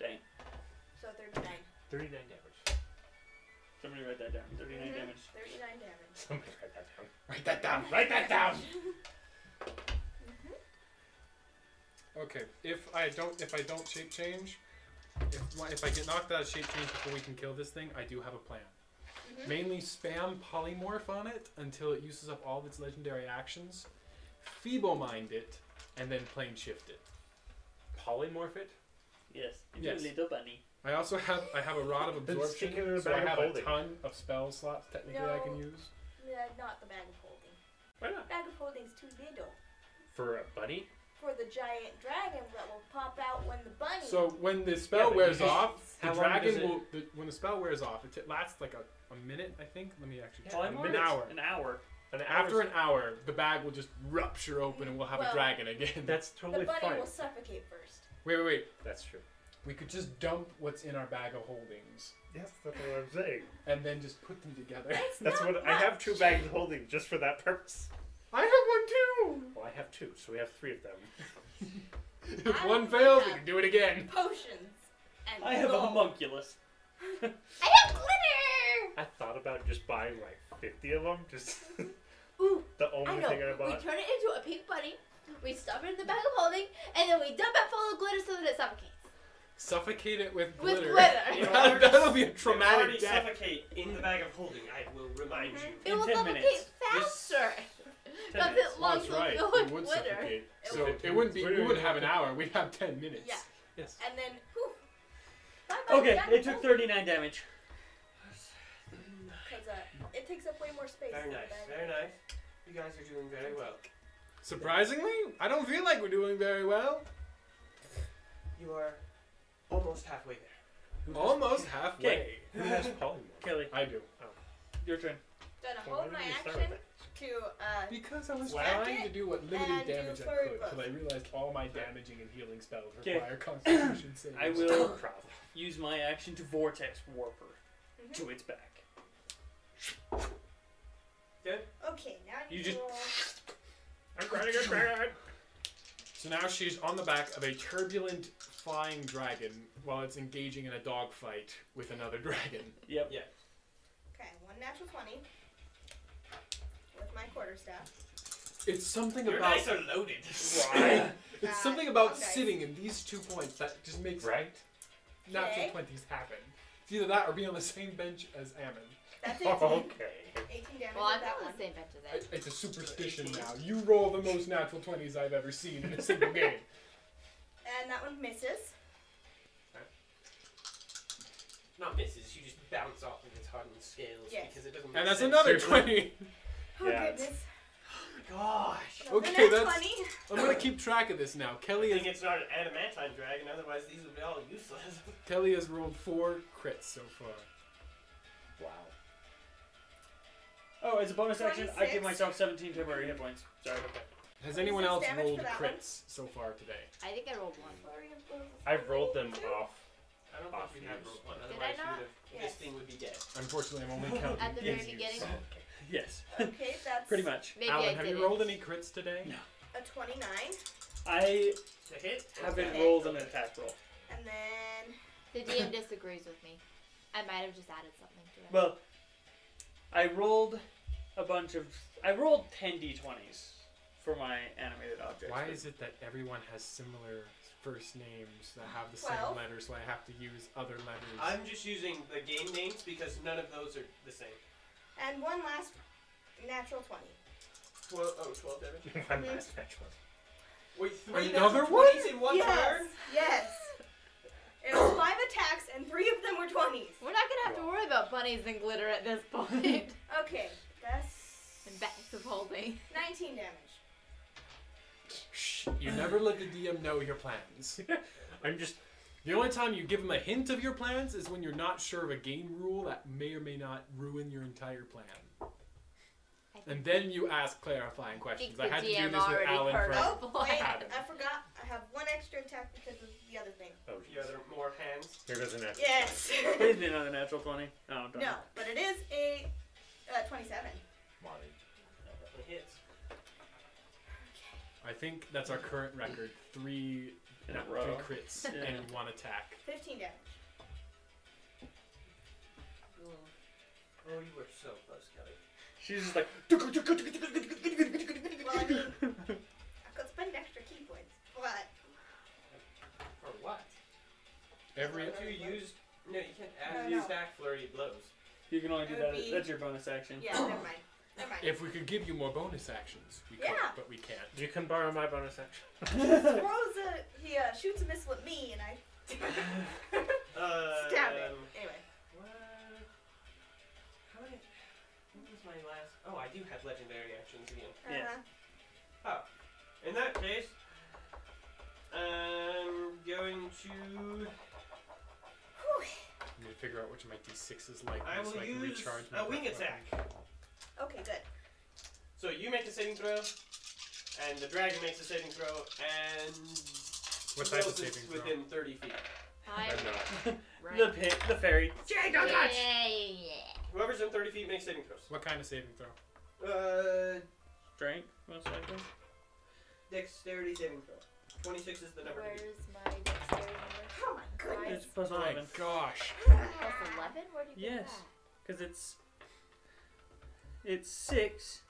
Speaker 1: Dang.
Speaker 5: so 39.
Speaker 3: 39 damage.
Speaker 1: Somebody write that down. 39
Speaker 5: Mhm.
Speaker 1: damage.
Speaker 5: 39 damage.
Speaker 3: Somebody write that down.
Speaker 4: Write that down.
Speaker 3: Write that down!
Speaker 4: [laughs] Okay, if I don't if I don't shape change, if my- if I get knocked out of shape change before we can kill this thing, I do have a plan. Mainly spam polymorph on it until it uses up all of its legendary actions, feeble mind it, and then plane shift it.
Speaker 3: Polymorph it?
Speaker 1: Yes. You
Speaker 4: Yes.
Speaker 1: little bunny.
Speaker 4: I also have I have a rod of
Speaker 3: Then stick it in
Speaker 4: absorption,
Speaker 3: a
Speaker 4: so
Speaker 3: bag
Speaker 4: I
Speaker 3: of
Speaker 4: have a
Speaker 3: holding.
Speaker 4: ton of spell slots technically I can
Speaker 5: No.
Speaker 4: use.
Speaker 5: Yeah, not the bag of holding.
Speaker 3: Why not?
Speaker 5: Bag of holding's too little
Speaker 3: For a bunny?
Speaker 5: for the giant dragon that will pop out when the bunny.
Speaker 4: So when the spell
Speaker 3: but you
Speaker 4: wears
Speaker 3: just-
Speaker 4: off, the
Speaker 3: how long does
Speaker 4: dragon
Speaker 3: it-
Speaker 4: will. The, when the spell wears off, it t- lasts like a, a minute, I think. Let me actually.
Speaker 3: Yeah,
Speaker 4: check.
Speaker 3: a
Speaker 4: an
Speaker 3: minute.
Speaker 4: hour.
Speaker 1: An hour.
Speaker 3: An
Speaker 4: After
Speaker 3: hour's-
Speaker 4: an hour, the bag will just rupture open, and we'll have
Speaker 5: Well-
Speaker 4: a dragon again. [laughs]
Speaker 3: That's
Speaker 5: the
Speaker 3: totally
Speaker 5: bunny
Speaker 3: fine.
Speaker 5: will suffocate first.
Speaker 4: wait, wait, wait.
Speaker 7: That's true.
Speaker 4: We could just dump what's in our bag of holdings
Speaker 3: Yes, that's what I'm saying.
Speaker 4: and then just put them together.
Speaker 5: It's
Speaker 3: That's
Speaker 5: not
Speaker 3: what I
Speaker 5: much.
Speaker 3: have two bags of holding just for that purpose.
Speaker 4: [laughs] I have one
Speaker 3: Well, I have two, so we have three of them.
Speaker 4: too. If
Speaker 5: I
Speaker 4: one
Speaker 5: have-
Speaker 4: fails, we can do it again.
Speaker 5: Potions. And
Speaker 1: I have a
Speaker 5: gold.
Speaker 1: homunculus.
Speaker 2: I have glitter.
Speaker 3: I thought about just buying like 50 of them. Just
Speaker 2: Ooh,
Speaker 3: [laughs] the
Speaker 2: I
Speaker 3: only
Speaker 2: know.
Speaker 3: thing I
Speaker 2: We
Speaker 3: bought.
Speaker 2: turn it into a pink bunny. We stuff it in the bag of holding, and then we dump it full of glitter so that it suffocates.
Speaker 4: Suffocate it with
Speaker 2: With
Speaker 4: glitter.
Speaker 2: glitter.
Speaker 4: [laughs] That- That'll be a
Speaker 6: It'll already
Speaker 4: traumatic death.
Speaker 6: suffocate in the bag of holding. I will remind you.
Speaker 2: It will
Speaker 1: 10
Speaker 2: suffocate
Speaker 1: minutes. Just
Speaker 2: faster. Because
Speaker 6: minutes.
Speaker 2: it longs
Speaker 4: that's
Speaker 2: will [laughs]
Speaker 4: right.
Speaker 2: fill
Speaker 4: It
Speaker 2: with
Speaker 4: would
Speaker 2: glitter.
Speaker 4: suffocate. So it
Speaker 3: Fifteen.
Speaker 4: wouldn't be.
Speaker 3: Wait,
Speaker 4: We
Speaker 3: wait,
Speaker 4: wouldn't
Speaker 3: wait.
Speaker 4: have an hour. We'd have ten minutes.
Speaker 5: Yeah.
Speaker 3: Yes.
Speaker 5: And then, whew.
Speaker 1: Okay,
Speaker 5: Oh,
Speaker 1: it took 39 damage.
Speaker 5: Because uh, it takes up way more space.
Speaker 6: Very
Speaker 5: than
Speaker 6: nice,
Speaker 5: the bag.
Speaker 6: very nice. You guys are doing very well.
Speaker 4: Surprisingly, I don't feel like we're doing very well.
Speaker 6: You are almost halfway there.
Speaker 4: Almost halfway.
Speaker 3: Who has polymorph?
Speaker 1: Kelly,
Speaker 4: I do.
Speaker 1: your turn.
Speaker 5: Gonna
Speaker 3: Well,
Speaker 5: hold
Speaker 3: why
Speaker 5: my
Speaker 3: didn't you start with it?
Speaker 5: action to uh,
Speaker 4: Because I was
Speaker 5: Whack
Speaker 4: trying
Speaker 5: it
Speaker 4: to do what limited
Speaker 5: and do
Speaker 4: damage I
Speaker 5: flurry
Speaker 4: could,
Speaker 5: blows.
Speaker 4: because I realized all my damaging and healing spells
Speaker 1: Okay.
Speaker 4: require [coughs] Constitution saves.
Speaker 1: I will
Speaker 3: Problem.
Speaker 1: use my action to vortex warper
Speaker 5: Mhm.
Speaker 1: to its back.
Speaker 5: Okay, now I
Speaker 1: You
Speaker 5: need
Speaker 1: just-
Speaker 5: to roll.
Speaker 3: I'm crying, I'm crying.
Speaker 4: So now she's on the back of a turbulent flying dragon while it's engaging in a dogfight with another dragon.
Speaker 1: Yep.
Speaker 6: Yeah.
Speaker 5: Okay, one natural 20 with my quarterstaff.
Speaker 4: It's something
Speaker 6: Your
Speaker 4: about
Speaker 6: dice are loaded.
Speaker 4: [coughs] it's
Speaker 5: Uh,
Speaker 4: something about
Speaker 5: okay.
Speaker 4: sitting in these two points that just makes
Speaker 3: Right?
Speaker 4: natural
Speaker 5: Okay.
Speaker 4: twenties happen. It's either that or be on the same bench as Ammon.
Speaker 5: That's 18.
Speaker 3: [laughs] Okay.
Speaker 5: 18 damage
Speaker 2: Well,
Speaker 5: with
Speaker 2: I'm
Speaker 5: that
Speaker 2: not on
Speaker 5: one.
Speaker 2: the same bench as
Speaker 4: I-
Speaker 2: it.
Speaker 4: It's a superstition now. You roll the most natural twenties I've ever seen in a [laughs] single game.
Speaker 5: And that one misses.
Speaker 6: Not misses, you just bounce off of its hardened scales
Speaker 5: Yes.
Speaker 6: because it doesn't make
Speaker 4: And that's
Speaker 6: sense.
Speaker 4: another twenty.
Speaker 5: Oh,
Speaker 3: Yeah, it's-
Speaker 5: goodness.
Speaker 6: [laughs] Gosh.
Speaker 5: So
Speaker 4: Okay,
Speaker 5: the next
Speaker 4: that's-
Speaker 5: 20.
Speaker 4: I'm gonna keep track of this now. Kelly
Speaker 6: Good
Speaker 4: is
Speaker 6: thing it's not an adamantine dragon, otherwise these would be all useless. [laughs]
Speaker 4: Kelly has rolled four crits so far.
Speaker 7: Wow.
Speaker 1: Oh, as a bonus action, I give
Speaker 5: 26.
Speaker 1: myself 17 temporary hit points. Sorry about that. [laughs]
Speaker 4: Has anyone
Speaker 5: Six
Speaker 4: else
Speaker 5: damage for
Speaker 4: rolled
Speaker 5: that one.
Speaker 4: crits so far today?
Speaker 2: I think I rolled one.
Speaker 7: I've rolled them off. [laughs]
Speaker 6: I don't
Speaker 7: Off
Speaker 6: think we have
Speaker 7: use.
Speaker 6: rolled one,
Speaker 2: Did I
Speaker 6: otherwise
Speaker 2: not?
Speaker 6: you would have, this
Speaker 5: Yes.
Speaker 6: thing would be dead.
Speaker 4: Unfortunately, I'm only counting.
Speaker 2: At the very
Speaker 4: his use.
Speaker 2: beginning?
Speaker 1: Yes. [laughs]
Speaker 5: Okay, that's
Speaker 1: Pretty much.
Speaker 2: Maybe I
Speaker 4: Alan,
Speaker 2: did
Speaker 4: have you rolled any crits today?
Speaker 1: No.
Speaker 5: a 29.
Speaker 1: I
Speaker 6: To hit?
Speaker 1: haven't
Speaker 5: Okay.
Speaker 1: rolled an attack roll.
Speaker 5: And then
Speaker 2: The DM disagrees with me. I might have just added something to it.
Speaker 1: Well, I rolled a bunch of. I rolled 10 d20s for my animated objects.
Speaker 4: Why is it that everyone has similar first names that have the
Speaker 5: Well-
Speaker 4: same letters, so I have to use other letters?
Speaker 6: I'm just using the game names because none of those are the same.
Speaker 5: and one last natural 20.
Speaker 6: Twelve, oh, 12 damage?
Speaker 3: One last match one.
Speaker 6: Wait, three
Speaker 4: Another
Speaker 6: natural
Speaker 4: one?
Speaker 6: 20s in one
Speaker 5: yes.
Speaker 6: turn?
Speaker 5: Yes. It was five attacks and three of them were 20s.
Speaker 2: We're not gonna have have to worry about bunnies and glitter at
Speaker 4: [laughs]
Speaker 2: this point. and
Speaker 5: Okay, that's
Speaker 2: bags of holding.
Speaker 5: 19 damage.
Speaker 4: Shh, you never let the DM know your plans.
Speaker 7: I'm just
Speaker 4: The only time you give them a hint of your plans is when you're not sure of a game rule that may or may not ruin your entire plan. And then you ask clarifying
Speaker 2: I think
Speaker 4: questions.
Speaker 2: the
Speaker 4: I had to do
Speaker 2: DM
Speaker 4: this with
Speaker 2: already
Speaker 4: Alan
Speaker 2: heard
Speaker 4: for
Speaker 2: our
Speaker 5: Oh,
Speaker 4: [laughs]
Speaker 5: Wait,
Speaker 2: plan.
Speaker 4: Adam.
Speaker 5: I forgot. I have one extra attack because of the other thing.
Speaker 7: oh
Speaker 6: You
Speaker 7: jeez.
Speaker 6: other more hands.
Speaker 7: Here goes an action.
Speaker 5: Yes. [laughs]
Speaker 1: Isn't it another natural 20? Oh, darn.
Speaker 5: no, but it is a uh, 27.
Speaker 7: Molly.
Speaker 6: Definitely hits.
Speaker 4: I think that's our current record: three,
Speaker 1: In a
Speaker 4: no,
Speaker 1: row.
Speaker 4: three
Speaker 6: [laughs]
Speaker 4: crits
Speaker 1: Yeah.
Speaker 4: and one attack.
Speaker 5: 15 damage.
Speaker 6: Oh, you were so close, Kelly.
Speaker 1: She's just like.
Speaker 5: Well, I mean, I could spend extra key points, but
Speaker 6: For what?
Speaker 4: Every
Speaker 6: If you used. No, you can't
Speaker 5: No,
Speaker 6: add
Speaker 5: no.
Speaker 6: use stack flurry blows.
Speaker 1: You can only do
Speaker 5: It would
Speaker 1: that.
Speaker 5: be-
Speaker 1: That's your bonus action. [laughs]
Speaker 5: yeah, never mind. Never mind.
Speaker 4: if we could give you more bonus actions, we could,
Speaker 5: Yeah.
Speaker 4: but we can't.
Speaker 7: You can borrow my bonus action. [laughs]
Speaker 5: Throws a, he uh, shoots a missile at me, and
Speaker 4: [laughs]
Speaker 5: I
Speaker 6: Uh,
Speaker 5: stab it.
Speaker 4: Um,
Speaker 5: Anyway,
Speaker 6: What? How did? What was my last? Oh, I do have legendary actions again.
Speaker 1: Yes.
Speaker 5: uh-huh.
Speaker 6: In that case, I'm going to.
Speaker 4: I need to figure out which of my d6 is like,
Speaker 6: I
Speaker 4: so
Speaker 6: will
Speaker 4: I can
Speaker 6: use
Speaker 4: recharge my
Speaker 6: a wing
Speaker 4: weapon.
Speaker 6: attack.
Speaker 5: okay, good.
Speaker 6: So you make a saving throw, and the dragon makes a saving throw, and
Speaker 4: What
Speaker 6: who
Speaker 4: type of
Speaker 6: else is
Speaker 4: saving throw?
Speaker 6: within 30 feet.
Speaker 2: I'm
Speaker 4: I'm not.
Speaker 1: The pig, the fairy.
Speaker 6: Jay,
Speaker 2: Yeah, yeah, yeah.
Speaker 6: Whoever's in 30 feet makes saving throws.
Speaker 4: What kind of saving throw?
Speaker 6: Uh,
Speaker 1: Strength, most likely.
Speaker 6: dexterity saving throw. 26 is the number. to
Speaker 2: Where's
Speaker 6: beat.
Speaker 2: my dexterity number?
Speaker 5: Oh my goodness.
Speaker 1: It's plus
Speaker 4: my
Speaker 1: 11.
Speaker 4: gosh.
Speaker 2: Plus 11? Where do you get
Speaker 1: Yes. Because it's. It's 6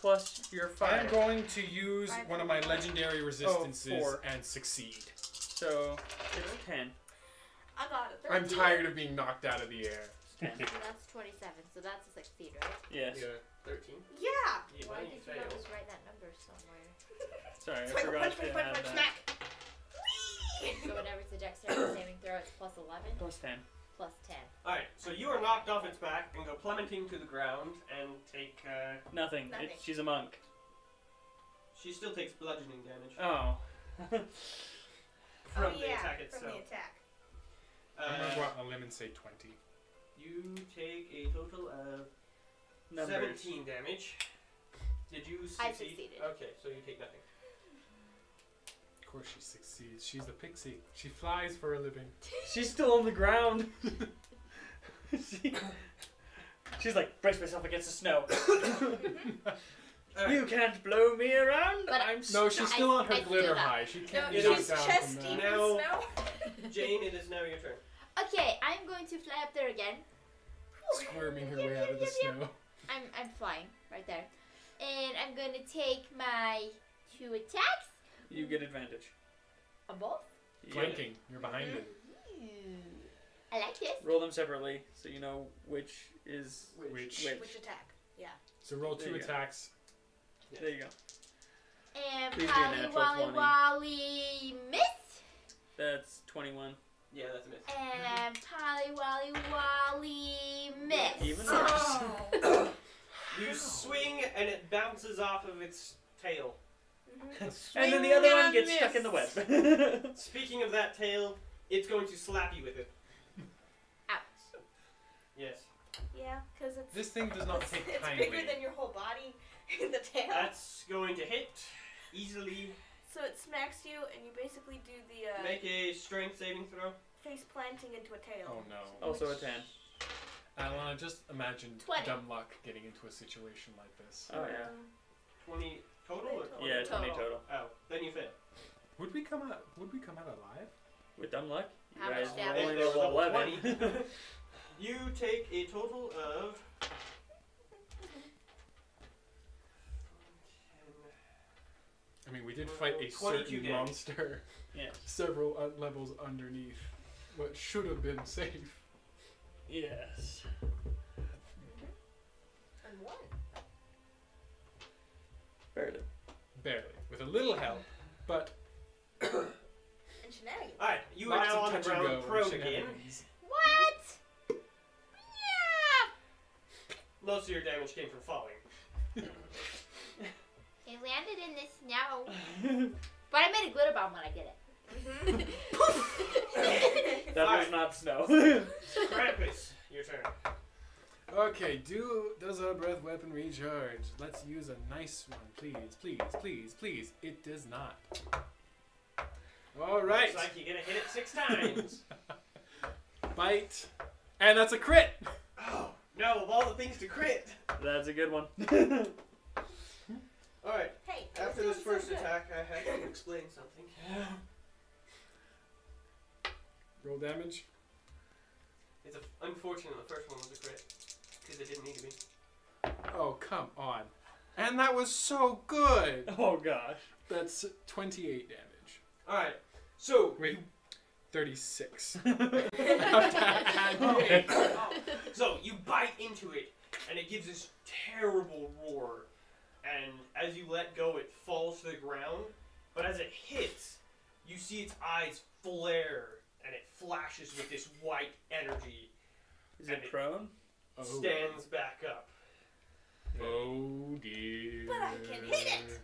Speaker 1: plus your 5.
Speaker 4: I'm going to use
Speaker 2: Five.
Speaker 4: one of my legendary resistances
Speaker 1: four.
Speaker 4: and succeed.
Speaker 1: So it's 10.
Speaker 5: I got a 13.
Speaker 4: I'm tired of being knocked out of the air.
Speaker 2: that? So that's 27, so that's a 16, right?
Speaker 1: Yes.
Speaker 6: 13.
Speaker 5: Yeah.
Speaker 6: Yeah,
Speaker 2: Why
Speaker 6: you
Speaker 2: did you
Speaker 6: fail.
Speaker 2: not just write that number somewhere?
Speaker 1: Sorry, I
Speaker 5: So I go
Speaker 1: forgot
Speaker 5: punch,
Speaker 1: they
Speaker 5: punch,
Speaker 1: had
Speaker 5: punch, punch,
Speaker 1: that.
Speaker 5: smack.
Speaker 2: [laughs] So whenever it's a
Speaker 4: [coughs]
Speaker 2: dexterity saving throw, it's plus 11,
Speaker 1: Plus 10.
Speaker 2: plus 10.
Speaker 6: Alright, so you are knocked off its back and go plummeting to the ground and take, uh,
Speaker 1: Nothing.
Speaker 5: Nothing.
Speaker 1: It, she's a monk.
Speaker 6: she still takes bludgeoning damage
Speaker 1: Oh. [laughs]
Speaker 6: from
Speaker 5: oh,
Speaker 6: the
Speaker 5: yeah,
Speaker 6: attack
Speaker 5: From
Speaker 6: itself.
Speaker 5: the attack.
Speaker 4: I'm going to go
Speaker 6: Uh,
Speaker 4: out on a limb and say 20.
Speaker 6: you take a total of
Speaker 1: Numbers.
Speaker 6: 17 damage. Did you succeed?
Speaker 2: I succeeded.
Speaker 6: Okay, so you take nothing.
Speaker 4: Of course she succeeds. She's a pixie. She flies for a living.
Speaker 1: She's still on the ground. [laughs] she, she's like, brace myself against the
Speaker 2: [coughs]
Speaker 1: snow. [coughs]
Speaker 6: Alright,
Speaker 1: You can't blow me around.
Speaker 2: But
Speaker 1: I'm
Speaker 4: No,
Speaker 2: No,
Speaker 4: she's
Speaker 2: I-
Speaker 4: still on her
Speaker 2: I feel
Speaker 4: glitter
Speaker 2: that.
Speaker 4: high. She
Speaker 5: No,
Speaker 4: can't be knocked
Speaker 5: she's
Speaker 4: down
Speaker 5: chest
Speaker 4: from uh,
Speaker 5: deep in
Speaker 4: that.
Speaker 6: No.
Speaker 5: snow.
Speaker 6: Jane, it is now your turn.
Speaker 2: Okay, I'm going to fly up there again.
Speaker 4: Squirming her way out of the snow.
Speaker 5: [laughs]
Speaker 2: I'm, I'm flying right there. And I'm going to take my two attacks.
Speaker 1: You get advantage.
Speaker 2: A both?
Speaker 4: Flanking. You're behind it.
Speaker 2: I like this.
Speaker 1: Roll them separately so you know which is
Speaker 4: Which.
Speaker 1: which.
Speaker 5: Which attack?
Speaker 4: So roll
Speaker 1: There
Speaker 4: two
Speaker 1: you go.
Speaker 4: attacks.
Speaker 1: There you go.
Speaker 2: And
Speaker 1: Please be a
Speaker 2: Polly
Speaker 1: natural
Speaker 2: Wally
Speaker 1: 20.
Speaker 2: Wally miss.
Speaker 1: That's 21.
Speaker 6: Yeah, that's a miss.
Speaker 2: And Polly Wally Wally miss.
Speaker 1: Even
Speaker 2: Oh.
Speaker 1: worse.
Speaker 6: You swing and it bounces off of its tail.
Speaker 1: [laughs] And then the other one
Speaker 2: Swing
Speaker 1: gets
Speaker 2: and
Speaker 1: stuck in the web. [laughs]
Speaker 2: miss.
Speaker 6: Speaking of that tail, it's going to slap you with it.
Speaker 2: Ouch.
Speaker 6: Yes.
Speaker 5: Yeah, because it's,
Speaker 4: This thing does not
Speaker 5: [laughs] it's,
Speaker 4: take
Speaker 5: it's
Speaker 4: kindly.
Speaker 5: bigger than your whole body [laughs] in the tail.
Speaker 6: That's going to hit easily.
Speaker 5: so it smacks you, and you basically do the uh,
Speaker 6: Make a strength saving throw.
Speaker 5: face planting into a
Speaker 4: Oh
Speaker 5: tail.
Speaker 4: no.
Speaker 1: also a 10.
Speaker 4: Alana, just imagine
Speaker 2: 20.
Speaker 4: dumb luck getting into a situation like this.
Speaker 1: Oh, yeah.
Speaker 6: 20 total? Or?
Speaker 5: Total.
Speaker 1: Yeah, 20
Speaker 2: Total.
Speaker 1: total.
Speaker 6: Oh, then you fail.
Speaker 4: Would we come out? Would we come out alive?
Speaker 1: With dumb luck, you
Speaker 2: How
Speaker 1: guys
Speaker 2: much
Speaker 1: roll
Speaker 2: damage?
Speaker 1: in roll
Speaker 6: Level
Speaker 1: 11. [laughs]
Speaker 6: [laughs] You take a total of.
Speaker 4: I mean, we did fight a
Speaker 6: 22
Speaker 4: certain
Speaker 6: damage.
Speaker 4: monster [laughs]
Speaker 1: yes.
Speaker 4: several uh, levels underneath what should have been safe.
Speaker 1: Yes.
Speaker 5: And one.
Speaker 1: Barely.
Speaker 4: Barely, with a little help, but
Speaker 5: And shenanigans.
Speaker 6: Alright, you are
Speaker 4: lots
Speaker 6: now
Speaker 4: of
Speaker 6: on the
Speaker 4: touch and
Speaker 6: ground
Speaker 4: go
Speaker 6: prone again.
Speaker 4: shenanigans.
Speaker 2: What?
Speaker 6: most of your damage came from falling.
Speaker 2: It landed in the
Speaker 1: [laughs]
Speaker 2: snow. But I made a glitter bomb when I did it.
Speaker 1: That was not [laughs] snow.
Speaker 6: Krampus, your turn.
Speaker 4: Okay, do does our breath weapon recharge? Let's use a nice one, please, please, please, please. It does not. All right,
Speaker 6: Looks like you're gonna hit it six [laughs] times.
Speaker 4: bite, and that's a crit.
Speaker 6: oh no! Of all the things to crit.
Speaker 1: That's a good one.
Speaker 6: All right.
Speaker 5: [laughs] Hey, I was
Speaker 6: [laughs] After this
Speaker 5: doing so
Speaker 6: first
Speaker 5: good.
Speaker 6: attack, I have to explain something.
Speaker 4: Roll damage.
Speaker 6: [sighs] It's a, unfortunate the first one was a crit because it didn't need to be.
Speaker 4: Oh come on, and that was so good.
Speaker 1: [laughs] Oh [laughs] gosh.
Speaker 4: That's twenty-eight damage.
Speaker 6: All right. So
Speaker 4: Wait, thirty-six. I have to add the eight.
Speaker 6: So you bite into it, and it gives this terrible roar. And as you let go, it falls to the ground. But as it hits, you see its eyes flare, and it flashes with this white energy.
Speaker 1: Is it prone?
Speaker 4: Oh.
Speaker 6: Stands back up.
Speaker 4: Oh dear.
Speaker 5: But I can hit it.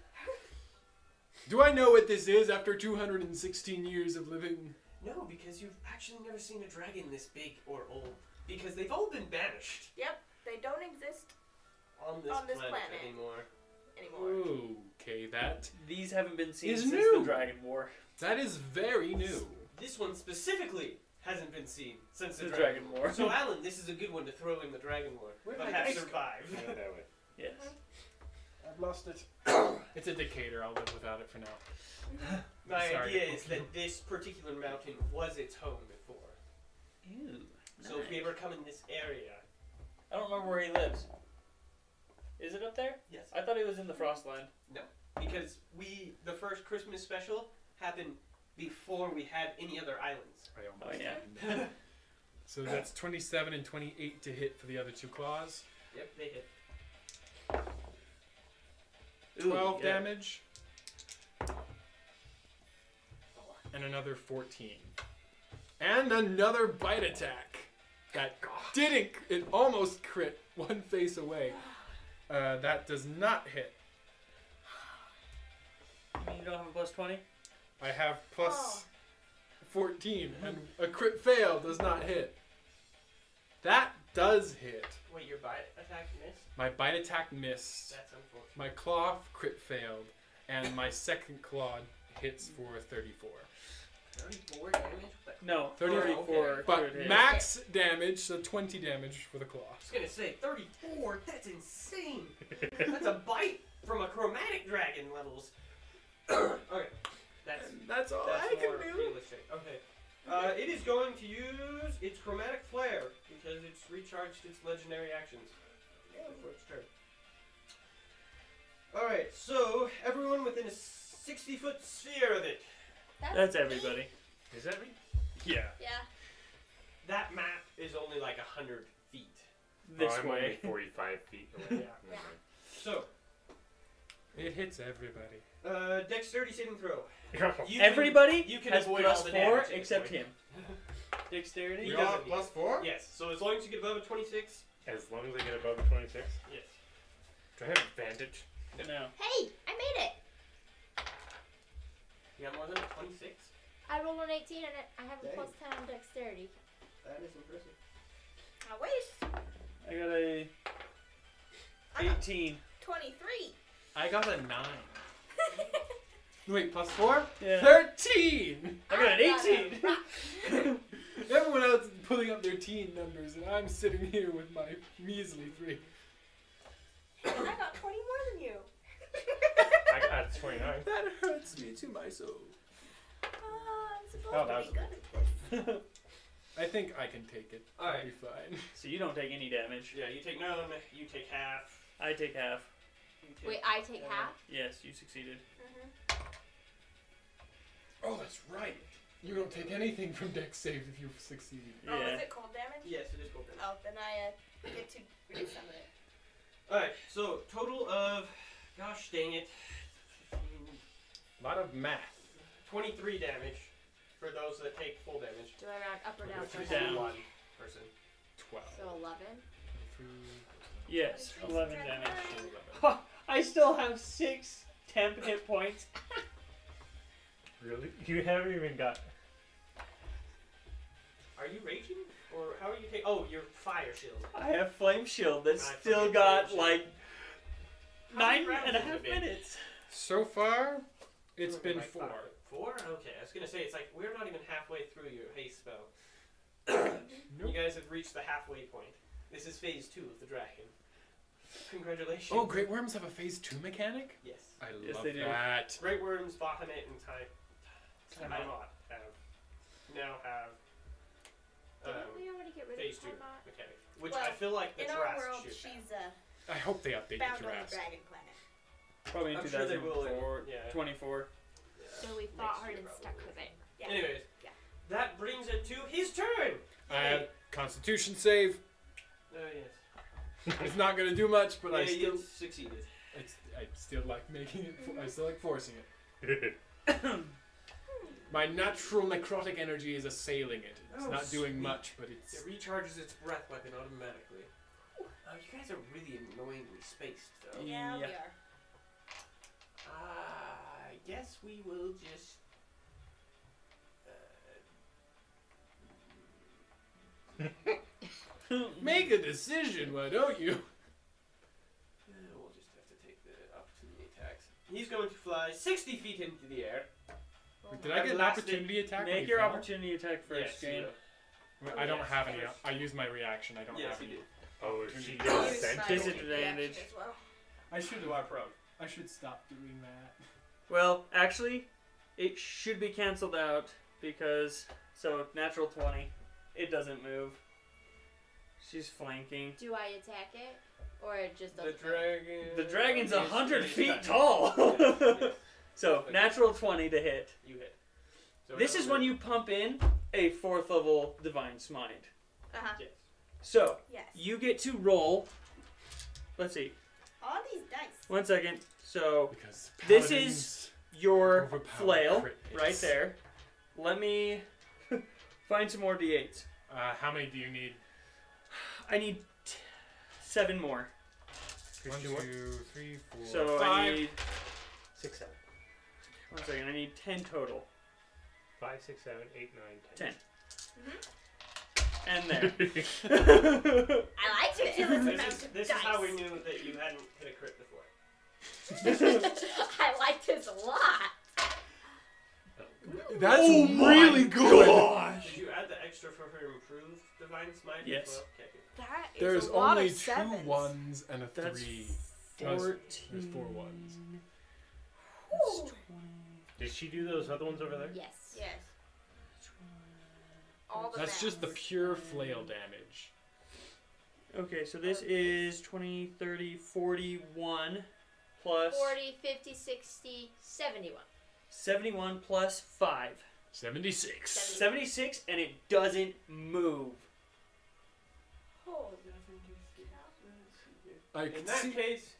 Speaker 4: Do I know what this is after 216 years of living?
Speaker 6: No, because you've actually never seen a dragon this big or old. Because they've all been banished
Speaker 5: Yep, they don't exist
Speaker 6: on this,
Speaker 5: On this
Speaker 6: planet,
Speaker 5: planet.
Speaker 6: anymore.
Speaker 5: anymore.
Speaker 4: Okay, that
Speaker 1: These haven't been seen
Speaker 4: Is
Speaker 1: since
Speaker 4: new.
Speaker 1: the Dragon War.
Speaker 4: that is very new.
Speaker 6: This one specifically hasn't been seen since the,
Speaker 1: The
Speaker 6: dragon.
Speaker 1: Dragon War. [laughs]
Speaker 6: So, Alan, this is a good one to throw in the Dragon War.
Speaker 4: Where did
Speaker 6: but
Speaker 4: my
Speaker 6: have
Speaker 4: dice go?
Speaker 6: survived.
Speaker 7: Kinda that way.
Speaker 1: Yes.
Speaker 4: I've lost it. it's a Decatur. I'll live without it for now.
Speaker 6: [laughs] My
Speaker 4: Sorry.
Speaker 6: idea is that this particular mountain was its home before.
Speaker 1: Ew.
Speaker 6: So if we ever come in this area,
Speaker 1: I don't remember where he lives. Is it up there?
Speaker 6: yes,
Speaker 1: I thought he was in the Frostland.
Speaker 6: because we the first Christmas special happened before we had any other islands.
Speaker 4: I
Speaker 1: Oh
Speaker 4: almost
Speaker 1: yeah.
Speaker 4: did. So that's 27 and 28 to hit for the other two claws.
Speaker 6: [laughs] Yep, they hit.
Speaker 4: 12
Speaker 1: yeah.
Speaker 4: damage. And another 14. And another bite attack. That didn't. It almost crit one face away. Uh, that does not hit.
Speaker 1: You mean you don't have a plus twenty?
Speaker 4: I have plus 14, and a crit fail does not hit. That does hit.
Speaker 6: Wait, your bite attack missed?
Speaker 4: My bite attack missed.
Speaker 6: That's unfortunate.
Speaker 4: My claw crit failed, and my second claw hits for 34.
Speaker 6: Thirty-four damage. But I
Speaker 1: No.
Speaker 4: 34
Speaker 1: 34
Speaker 4: But
Speaker 1: crit hit.
Speaker 4: max damage, so 20 damage for the claw.
Speaker 6: was gonna say thirty-four. That's insane. That's a bite from a chromatic dragon levels. [coughs] okay, that's
Speaker 4: That's all
Speaker 6: That's more realistic. Okay. Uh, it is going to use its chromatic flare because it's recharged its legendary actions before its turn. All right. So everyone within a sixty-foot sphere of it.
Speaker 1: That's everybody.
Speaker 7: Is that me? Oh,
Speaker 1: Yeah.
Speaker 5: Yeah.
Speaker 6: That map is only like a hundred feet.
Speaker 1: This
Speaker 7: oh, I'm only
Speaker 1: way. [laughs]
Speaker 7: 45 feet away.
Speaker 5: Yeah.
Speaker 6: So
Speaker 4: It hits everybody.
Speaker 6: uh, dexterity saving throw. You can-
Speaker 1: Everybody
Speaker 6: you can
Speaker 1: has
Speaker 6: avoid
Speaker 1: plus
Speaker 6: all the damage
Speaker 1: four
Speaker 6: at this
Speaker 1: except
Speaker 6: point.
Speaker 1: him. [laughs] Dexterity.
Speaker 6: You got doesn't-
Speaker 7: plus four?
Speaker 6: yes. So as long as you get above a twenty-six.
Speaker 7: [laughs] As long as I get above a 26.
Speaker 6: Yes.
Speaker 7: Do I have advantage?
Speaker 1: No.
Speaker 2: Hey, I made it.
Speaker 6: You got more than a twenty-six.
Speaker 2: I rolled an 18 and I- I have a
Speaker 6: Dang.
Speaker 2: plus 10 on dexterity.
Speaker 6: That is impressive.
Speaker 5: I wish.
Speaker 1: I got a
Speaker 5: I got
Speaker 1: eighteen.
Speaker 5: [laughs] 23.
Speaker 4: I got a 9. Wait, plus 4?
Speaker 1: [laughs] Yeah.
Speaker 4: 13!
Speaker 1: I got
Speaker 5: I got a
Speaker 1: an eighteen. [laughs]
Speaker 4: Everyone else is pulling up their teen numbers, and I'm sitting here with my measly 3.
Speaker 5: I got 20 more than you.
Speaker 7: I got a 29.
Speaker 4: That hurts me to my soul.
Speaker 5: oh, I'm supposed
Speaker 7: Oh, that
Speaker 5: to be good [laughs] Uh-huh. at this.
Speaker 4: I think I can take it. I'll
Speaker 6: Alright.
Speaker 4: be fine. [laughs]
Speaker 1: so you don't take any damage.
Speaker 6: Yeah. You take none. You take half.
Speaker 1: I take half.
Speaker 6: You take
Speaker 2: Wait, I take
Speaker 6: Yeah.
Speaker 2: half?
Speaker 1: Yes, you succeeded.
Speaker 4: Oh, that's right. You don't take anything from deck save if you succeed.
Speaker 1: Yeah.
Speaker 5: Oh, is it cold damage?
Speaker 6: Yes, it is golden.
Speaker 5: Oh, then I uh, get to reduce some of it.
Speaker 6: Alright, so total of, gosh dang it, 15,
Speaker 4: A lot of math.
Speaker 6: 23 damage for those that take full damage.
Speaker 2: Do I round up or down?
Speaker 6: Which is
Speaker 1: Down.
Speaker 6: one person.
Speaker 4: 12.
Speaker 2: So 11?
Speaker 4: Three.
Speaker 1: Yes,
Speaker 5: Please
Speaker 1: 11
Speaker 5: try
Speaker 1: damage.
Speaker 5: to find-
Speaker 1: Ha, I still have six temp hit points.
Speaker 7: Really? You haven't even got.
Speaker 6: Are you raging? Or how are you taking. Oh, your fire shield.
Speaker 1: I have flame shield that's
Speaker 6: I
Speaker 1: still
Speaker 6: forget
Speaker 1: got
Speaker 6: flame shield.
Speaker 1: like
Speaker 6: How many
Speaker 1: nine
Speaker 6: rounds
Speaker 1: and a
Speaker 6: has it
Speaker 1: half
Speaker 6: been?
Speaker 1: minutes.
Speaker 4: So far, it's
Speaker 6: We're
Speaker 4: been
Speaker 6: like
Speaker 4: four.
Speaker 6: five- Four? Okay, I was gonna say, it's like we're not even halfway through your haste spell. [coughs] You
Speaker 4: Nope.
Speaker 6: guys have reached the halfway point. This is phase two of the dragon. Congratulations.
Speaker 4: Oh, great worms have a phase two mechanic.
Speaker 6: Yes.
Speaker 4: I
Speaker 1: Yes,
Speaker 4: love
Speaker 1: they do.
Speaker 4: that.
Speaker 6: Great worms, Bahamut, and Time.
Speaker 1: Time
Speaker 6: Time
Speaker 1: Out.
Speaker 6: Out have now have
Speaker 1: Uh,
Speaker 2: Didn't
Speaker 6: um,
Speaker 2: we already get rid
Speaker 6: phase
Speaker 2: of
Speaker 6: two
Speaker 2: Tymot?
Speaker 6: mechanic, which I
Speaker 5: Well,
Speaker 6: feel like the
Speaker 5: In our
Speaker 6: Jurassic
Speaker 5: world,
Speaker 6: should have.
Speaker 5: she's uh,
Speaker 4: I hope they update
Speaker 5: bound
Speaker 4: the
Speaker 5: on the
Speaker 4: Jurassic.
Speaker 5: dragon planet.
Speaker 1: Probably in
Speaker 6: I'm sure they will,
Speaker 1: 2004,
Speaker 6: yeah.
Speaker 1: 24. [laughs]
Speaker 6: Yeah.
Speaker 2: So we fought
Speaker 6: Next
Speaker 2: hard
Speaker 6: year,
Speaker 2: and stuck
Speaker 6: probably.
Speaker 2: with it.
Speaker 5: Yeah.
Speaker 6: Anyways,
Speaker 5: Yeah.
Speaker 6: that brings it to his turn.
Speaker 4: I have Constitution save.
Speaker 6: Oh yes.
Speaker 4: It's not gonna do much, but I
Speaker 6: Yeah,
Speaker 4: still,
Speaker 6: you succeeded.
Speaker 4: it's, I still like making it. I still like forcing it. My natural necrotic energy is assailing it. It's
Speaker 6: Oh,
Speaker 4: not doing
Speaker 6: sweet.
Speaker 4: much, but
Speaker 6: It
Speaker 4: it's.
Speaker 6: recharges its breath weapon automatically. Oh, you guys are really annoyingly spaced, though.
Speaker 5: Yeah, we
Speaker 1: Yeah.
Speaker 5: are.
Speaker 6: Ah, I guess we will just.
Speaker 4: Make a decision, why don't you?
Speaker 6: Uh, we'll just have to take the opportunity attacks. He's going to fly 60 feet into the air.
Speaker 4: Did I get an
Speaker 6: Blasted.
Speaker 4: opportunity attack? when
Speaker 1: Make
Speaker 4: you
Speaker 1: your
Speaker 4: fell?
Speaker 1: opportunity attack first,
Speaker 6: you
Speaker 1: Jane.
Speaker 6: will.
Speaker 4: Wait, I don't
Speaker 6: Yes,
Speaker 4: have any.
Speaker 6: first.
Speaker 4: I use my reaction. I don't
Speaker 6: Yes,
Speaker 4: have
Speaker 6: you
Speaker 4: any.
Speaker 6: do.
Speaker 7: [laughs] Oh, is she
Speaker 5: You
Speaker 7: got
Speaker 5: use my
Speaker 7: sent?
Speaker 1: Disadvantage.
Speaker 5: reaction
Speaker 1: Disadvantage.
Speaker 5: as well.
Speaker 4: I should. uh,
Speaker 6: You are prone.
Speaker 4: I should stop doing that.
Speaker 1: Well, actually, it should be canceled out because so natural 20, it doesn't move. She's flanking.
Speaker 2: Do I attack it? Or just
Speaker 6: The dragon.
Speaker 1: The dragon's
Speaker 6: Yes,
Speaker 1: hundred
Speaker 6: yes,
Speaker 1: feet
Speaker 6: yes.
Speaker 1: tall.
Speaker 6: Yes, yes,
Speaker 1: [laughs] so natural 20 to hit.
Speaker 6: you hit. So
Speaker 1: This is
Speaker 6: whatever-
Speaker 1: when you pump in a fourth level divine smite.
Speaker 5: Uh-huh.
Speaker 6: Yes.
Speaker 1: So
Speaker 5: Yes.
Speaker 1: you get to roll. Let's see.
Speaker 5: All these dice.
Speaker 1: One second. So
Speaker 4: Because
Speaker 1: This
Speaker 4: paladins
Speaker 1: is your
Speaker 4: overpower
Speaker 1: flail
Speaker 4: crit
Speaker 1: right
Speaker 4: hits.
Speaker 1: there. Let me [laughs] find some more d8s.
Speaker 4: Uh, how many do you need?
Speaker 1: I need t- seven more.
Speaker 4: One,
Speaker 7: Here's two more.
Speaker 4: two, three, four,
Speaker 1: So I
Speaker 4: five.
Speaker 1: need
Speaker 7: Six, seven.
Speaker 1: one second. I need ten total.
Speaker 7: Five, six, seven, eight, nine, ten.
Speaker 1: Ten.
Speaker 7: [laughs]
Speaker 1: And there.
Speaker 2: I liked
Speaker 5: [laughs]
Speaker 2: it.
Speaker 6: This, is, this is how we knew that you hadn't hit a crit before.
Speaker 2: [laughs] I liked this a lot.
Speaker 4: That's
Speaker 1: Oh my
Speaker 4: really good.
Speaker 6: Did you add the extra for her improved divine smite? as
Speaker 1: Yes.
Speaker 6: well? Okay, good.
Speaker 8: That is
Speaker 4: There's
Speaker 8: a lot
Speaker 4: only
Speaker 8: of
Speaker 4: two
Speaker 8: sevens.
Speaker 4: ones and a
Speaker 1: That's
Speaker 4: three. There's-
Speaker 1: fourteen.
Speaker 4: There's four ones.
Speaker 7: Did she do those other ones over there?
Speaker 2: Yes.
Speaker 5: Yes. All the
Speaker 4: That's just the
Speaker 5: maps.
Speaker 4: pure flail damage.
Speaker 1: Okay, so this is 20, 30, 41 plus
Speaker 2: 40, 50, 60, 71.
Speaker 1: 71 plus 5.
Speaker 4: 76.
Speaker 1: 76, and it doesn't move.
Speaker 5: Holy
Speaker 4: I
Speaker 6: In
Speaker 4: can
Speaker 6: that
Speaker 4: see,
Speaker 6: case,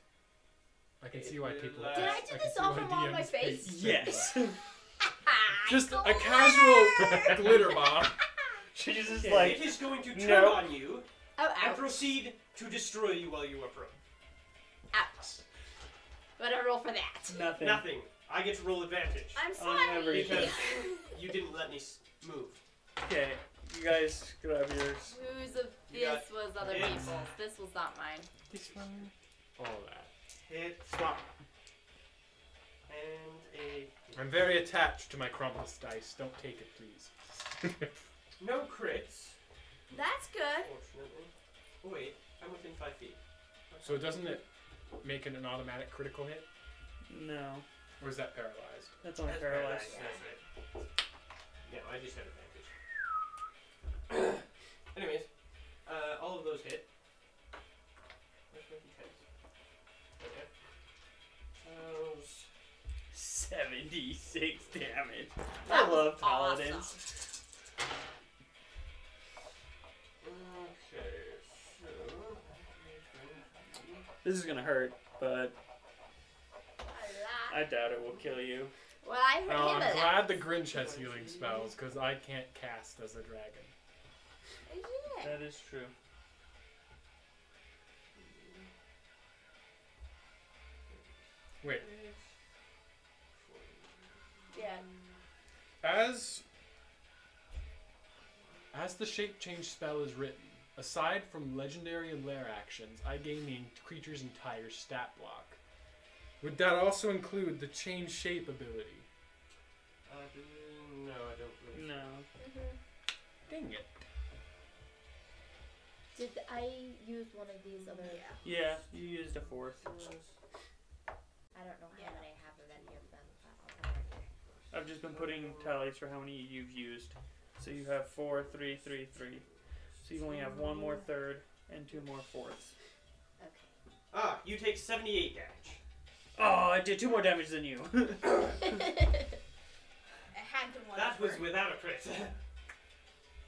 Speaker 4: I can see why people.
Speaker 6: Did
Speaker 2: Did I
Speaker 4: I
Speaker 2: do
Speaker 4: can
Speaker 2: this
Speaker 4: see
Speaker 2: all
Speaker 4: why
Speaker 2: from all of my
Speaker 4: DMs hate
Speaker 2: face?
Speaker 1: Yes.
Speaker 5: Ah,
Speaker 4: Just a casual glitter bomb.
Speaker 7: [laughs] She just is
Speaker 1: Yeah.
Speaker 7: like.
Speaker 6: it is going to turn
Speaker 7: no.
Speaker 6: on you
Speaker 2: Oh,
Speaker 6: and
Speaker 2: ouch.
Speaker 6: proceed to destroy you while you are prone.
Speaker 2: Ouch. What a roll for that.
Speaker 1: Nothing.
Speaker 6: Nothing. I get to roll advantage
Speaker 5: I'm
Speaker 1: On
Speaker 5: sorry. [laughs]
Speaker 1: everything.
Speaker 6: because you didn't let me s- move.
Speaker 1: Okay, you guys grab yours.
Speaker 2: Whose of
Speaker 6: You got
Speaker 2: this was other
Speaker 6: hit.
Speaker 2: people's? This was not mine.
Speaker 4: This one. All that.
Speaker 6: Hit swap. And a
Speaker 4: I'm very attached to my Krampus dice. Don't take it, please. [laughs]
Speaker 6: no crits,
Speaker 5: That's good.
Speaker 6: fortunately. Oh, wait, I'm within five feet.
Speaker 4: So doesn't it make it an automatic critical hit,
Speaker 1: No,
Speaker 4: or is that paralyzed?
Speaker 1: that's only
Speaker 6: That's
Speaker 1: paralyzed.
Speaker 6: paralyzed, That's right. No, I just had advantage. [coughs] Anyways, uh, all of those hit. Where's my d10s? Okay. Those-
Speaker 1: 76 damage. I
Speaker 2: That was
Speaker 1: love paladins.
Speaker 2: awesome.
Speaker 6: Okay, so.
Speaker 1: This is gonna hurt, but
Speaker 2: A lot.
Speaker 1: I doubt it will kill you.
Speaker 2: Well, I heard
Speaker 6: Um,
Speaker 4: Oh,
Speaker 2: him
Speaker 4: I'm
Speaker 2: a
Speaker 4: glad the Grinch has healing spells, because I can't cast as a dragon.
Speaker 2: lot. Yeah.
Speaker 1: That is true.
Speaker 6: Alright,
Speaker 4: Wait.
Speaker 5: Yeah.
Speaker 4: As as the shape change spell is written, aside from legendary and lair actions, I gain the creature's entire stat block. Would that also include the change shape ability?
Speaker 6: Uh, no, I don't believe
Speaker 1: No.
Speaker 4: Dang it.
Speaker 2: Did I use one of these other?
Speaker 5: Yeah.
Speaker 1: Yeah, you used a fourth.
Speaker 2: I don't know how
Speaker 5: Yeah.
Speaker 2: many I have of any of them. But I'll have [laughs] it.
Speaker 1: I've just been putting tallies for how many you've used. So you have four, three, three, three. So you only have one more third and two more fourths.
Speaker 2: Okay.
Speaker 6: Ah, you take 78 damage.
Speaker 1: Oh, I did two more damage than you. [laughs]
Speaker 5: It had to one.
Speaker 6: That was without a crit.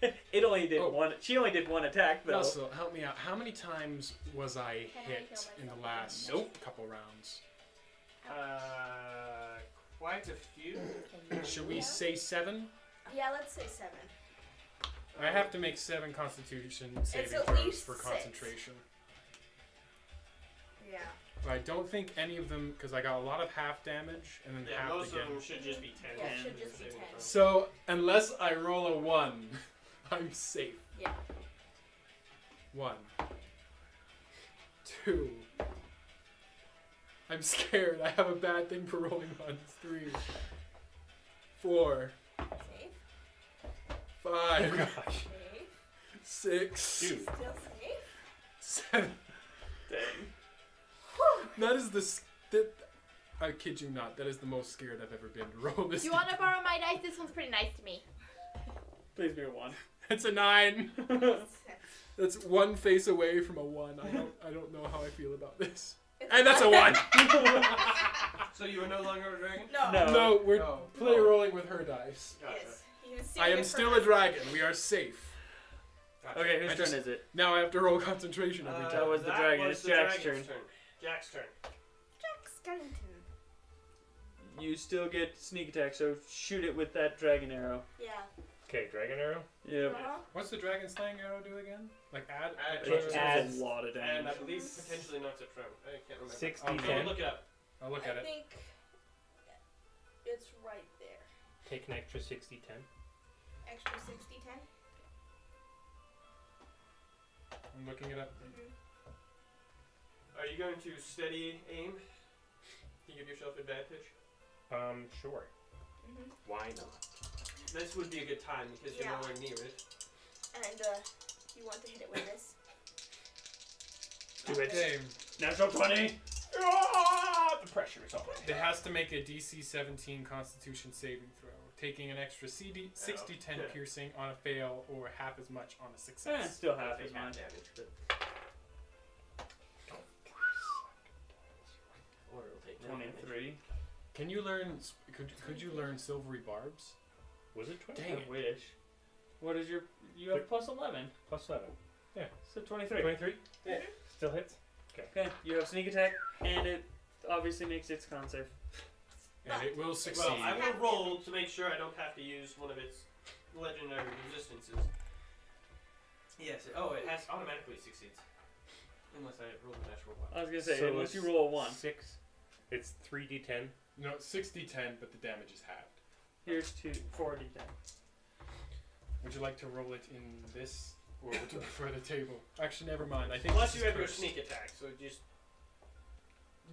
Speaker 6: [laughs]
Speaker 1: it only did
Speaker 4: Oh.
Speaker 1: one. She only did one attack though.
Speaker 4: Also, help me out. How many times was I
Speaker 2: Can I
Speaker 4: hit
Speaker 2: heal
Speaker 4: in the
Speaker 2: myself?
Speaker 4: last
Speaker 1: Nope.
Speaker 6: [clears throat]
Speaker 4: couple rounds?
Speaker 6: uh, quite a few.
Speaker 2: Can you-
Speaker 4: Should we
Speaker 2: Yeah.
Speaker 4: say seven?
Speaker 5: Yeah, let's say seven.
Speaker 4: I have to make seven Constitution saving
Speaker 5: at
Speaker 4: throws
Speaker 5: least
Speaker 4: for
Speaker 5: six.
Speaker 4: concentration.
Speaker 5: Yeah.
Speaker 4: But I don't think any of them, because I got a lot of half damage and then
Speaker 6: Yeah,
Speaker 4: half
Speaker 6: most
Speaker 4: again.
Speaker 6: of them should just be 10.
Speaker 5: Yeah,
Speaker 1: it should
Speaker 5: just be
Speaker 6: Saving
Speaker 5: 10.
Speaker 6: throw.
Speaker 4: So unless I roll a one, [laughs] I'm safe.
Speaker 5: Yeah.
Speaker 4: One. Two. I'm scared. I have a bad thing for rolling ones. Three. Four.
Speaker 5: Safe.
Speaker 4: Five.
Speaker 5: Safe.
Speaker 4: Six.
Speaker 7: Dude,
Speaker 5: Still safe.
Speaker 4: Seven. That is the. s- That, I kid you not. That is the most scared I've ever been to roll this.
Speaker 2: Do you want to borrow my dice? This one's pretty nice to me.
Speaker 1: Please be a [laughs] one.
Speaker 4: That's a nine.
Speaker 5: Six.
Speaker 4: That's one face away from a one. I don't. I don't know how I feel about this.
Speaker 5: It's
Speaker 4: And that's a
Speaker 5: [laughs]
Speaker 4: one.
Speaker 6: So you are no longer a dragon?
Speaker 5: No.
Speaker 1: No.
Speaker 4: No, we're
Speaker 6: No.
Speaker 4: play rolling with her dice.
Speaker 6: Gotcha.
Speaker 5: Yes. He was
Speaker 4: I
Speaker 5: seeing
Speaker 4: am
Speaker 5: it
Speaker 4: still a
Speaker 5: first.
Speaker 4: dragon. We are safe.
Speaker 6: Gotcha.
Speaker 1: Okay, whose
Speaker 4: I
Speaker 1: turn
Speaker 4: just-
Speaker 1: is it?
Speaker 4: Now I have to roll concentration every
Speaker 6: Uh,
Speaker 4: time.
Speaker 1: That was the dragon. It's
Speaker 6: the
Speaker 1: Jack's
Speaker 6: dragon's turn. Jack's turn.
Speaker 5: Jack Skellington.
Speaker 1: You still get sneak attack, so shoot it with that dragon arrow.
Speaker 5: Yeah.
Speaker 7: Okay, dragon arrow.
Speaker 1: Yep.
Speaker 5: Uh-huh.
Speaker 4: What's the dragon slaying arrow do again? Like add?
Speaker 6: Add-
Speaker 1: It
Speaker 6: It
Speaker 1: adds a lot of
Speaker 6: And I
Speaker 1: damage.
Speaker 6: believe potentially knocks it prone. I can't remember.
Speaker 7: Six
Speaker 4: Okay.
Speaker 7: d
Speaker 6: I'll
Speaker 7: ten.
Speaker 6: look it up.
Speaker 4: I'll look
Speaker 5: I
Speaker 4: at it.
Speaker 5: think it's right there.
Speaker 7: Take an extra six d ten.
Speaker 5: Extra 60 10.
Speaker 4: I'm looking it up.
Speaker 6: Are you going to steady aim to give yourself advantage?
Speaker 7: Um, sure.
Speaker 5: Mhm.
Speaker 7: Why not?
Speaker 6: This would be a good time because
Speaker 5: Yeah.
Speaker 6: you're nowhere near it.
Speaker 5: And uh, you want to hit it with this?
Speaker 7: Do it.
Speaker 4: Okay,
Speaker 1: Natural twenty.
Speaker 7: Ah, the pressure is on.
Speaker 4: it has to make a DC 17 Constitution saving throw, taking an extra CD 60 10
Speaker 6: Yeah.
Speaker 4: piercing on a fail or half as much on a
Speaker 1: Eh,
Speaker 4: success.
Speaker 1: still half
Speaker 6: Take
Speaker 1: as
Speaker 6: half
Speaker 1: much.
Speaker 6: damage, but or it'll take no damage.
Speaker 1: Twenty-three.
Speaker 4: Can you learn? s- Could could you learn silvery barbs?
Speaker 7: Was it twenty?
Speaker 4: Dang it.
Speaker 1: I wish. What is your? You have plus eleven,
Speaker 7: Plus eleven.
Speaker 1: so twenty-three.
Speaker 7: Twenty-three.
Speaker 6: Yeah.
Speaker 7: Still hits.
Speaker 1: Okay, you have sneak attack, and it obviously makes its con save.
Speaker 4: And it will succeed.
Speaker 6: Well, I
Speaker 5: Half
Speaker 6: will roll to make sure I don't have to use one of its legendary resistances. Yes. It, oh, it has automatically succeeds. Unless I roll a natural one.
Speaker 1: I was gonna say
Speaker 7: So
Speaker 1: unless you
Speaker 7: it's
Speaker 1: roll a one.
Speaker 7: Six. It's three d ten.
Speaker 4: No, 60 10, but the damage is halved.
Speaker 1: Here's two forty then.
Speaker 4: Would you like to roll it in this, or would you [laughs] prefer the table? Actually, never mind. I think.
Speaker 6: Unless
Speaker 4: this
Speaker 6: you
Speaker 4: is
Speaker 6: have your
Speaker 4: cursed.
Speaker 6: sneak attack, so just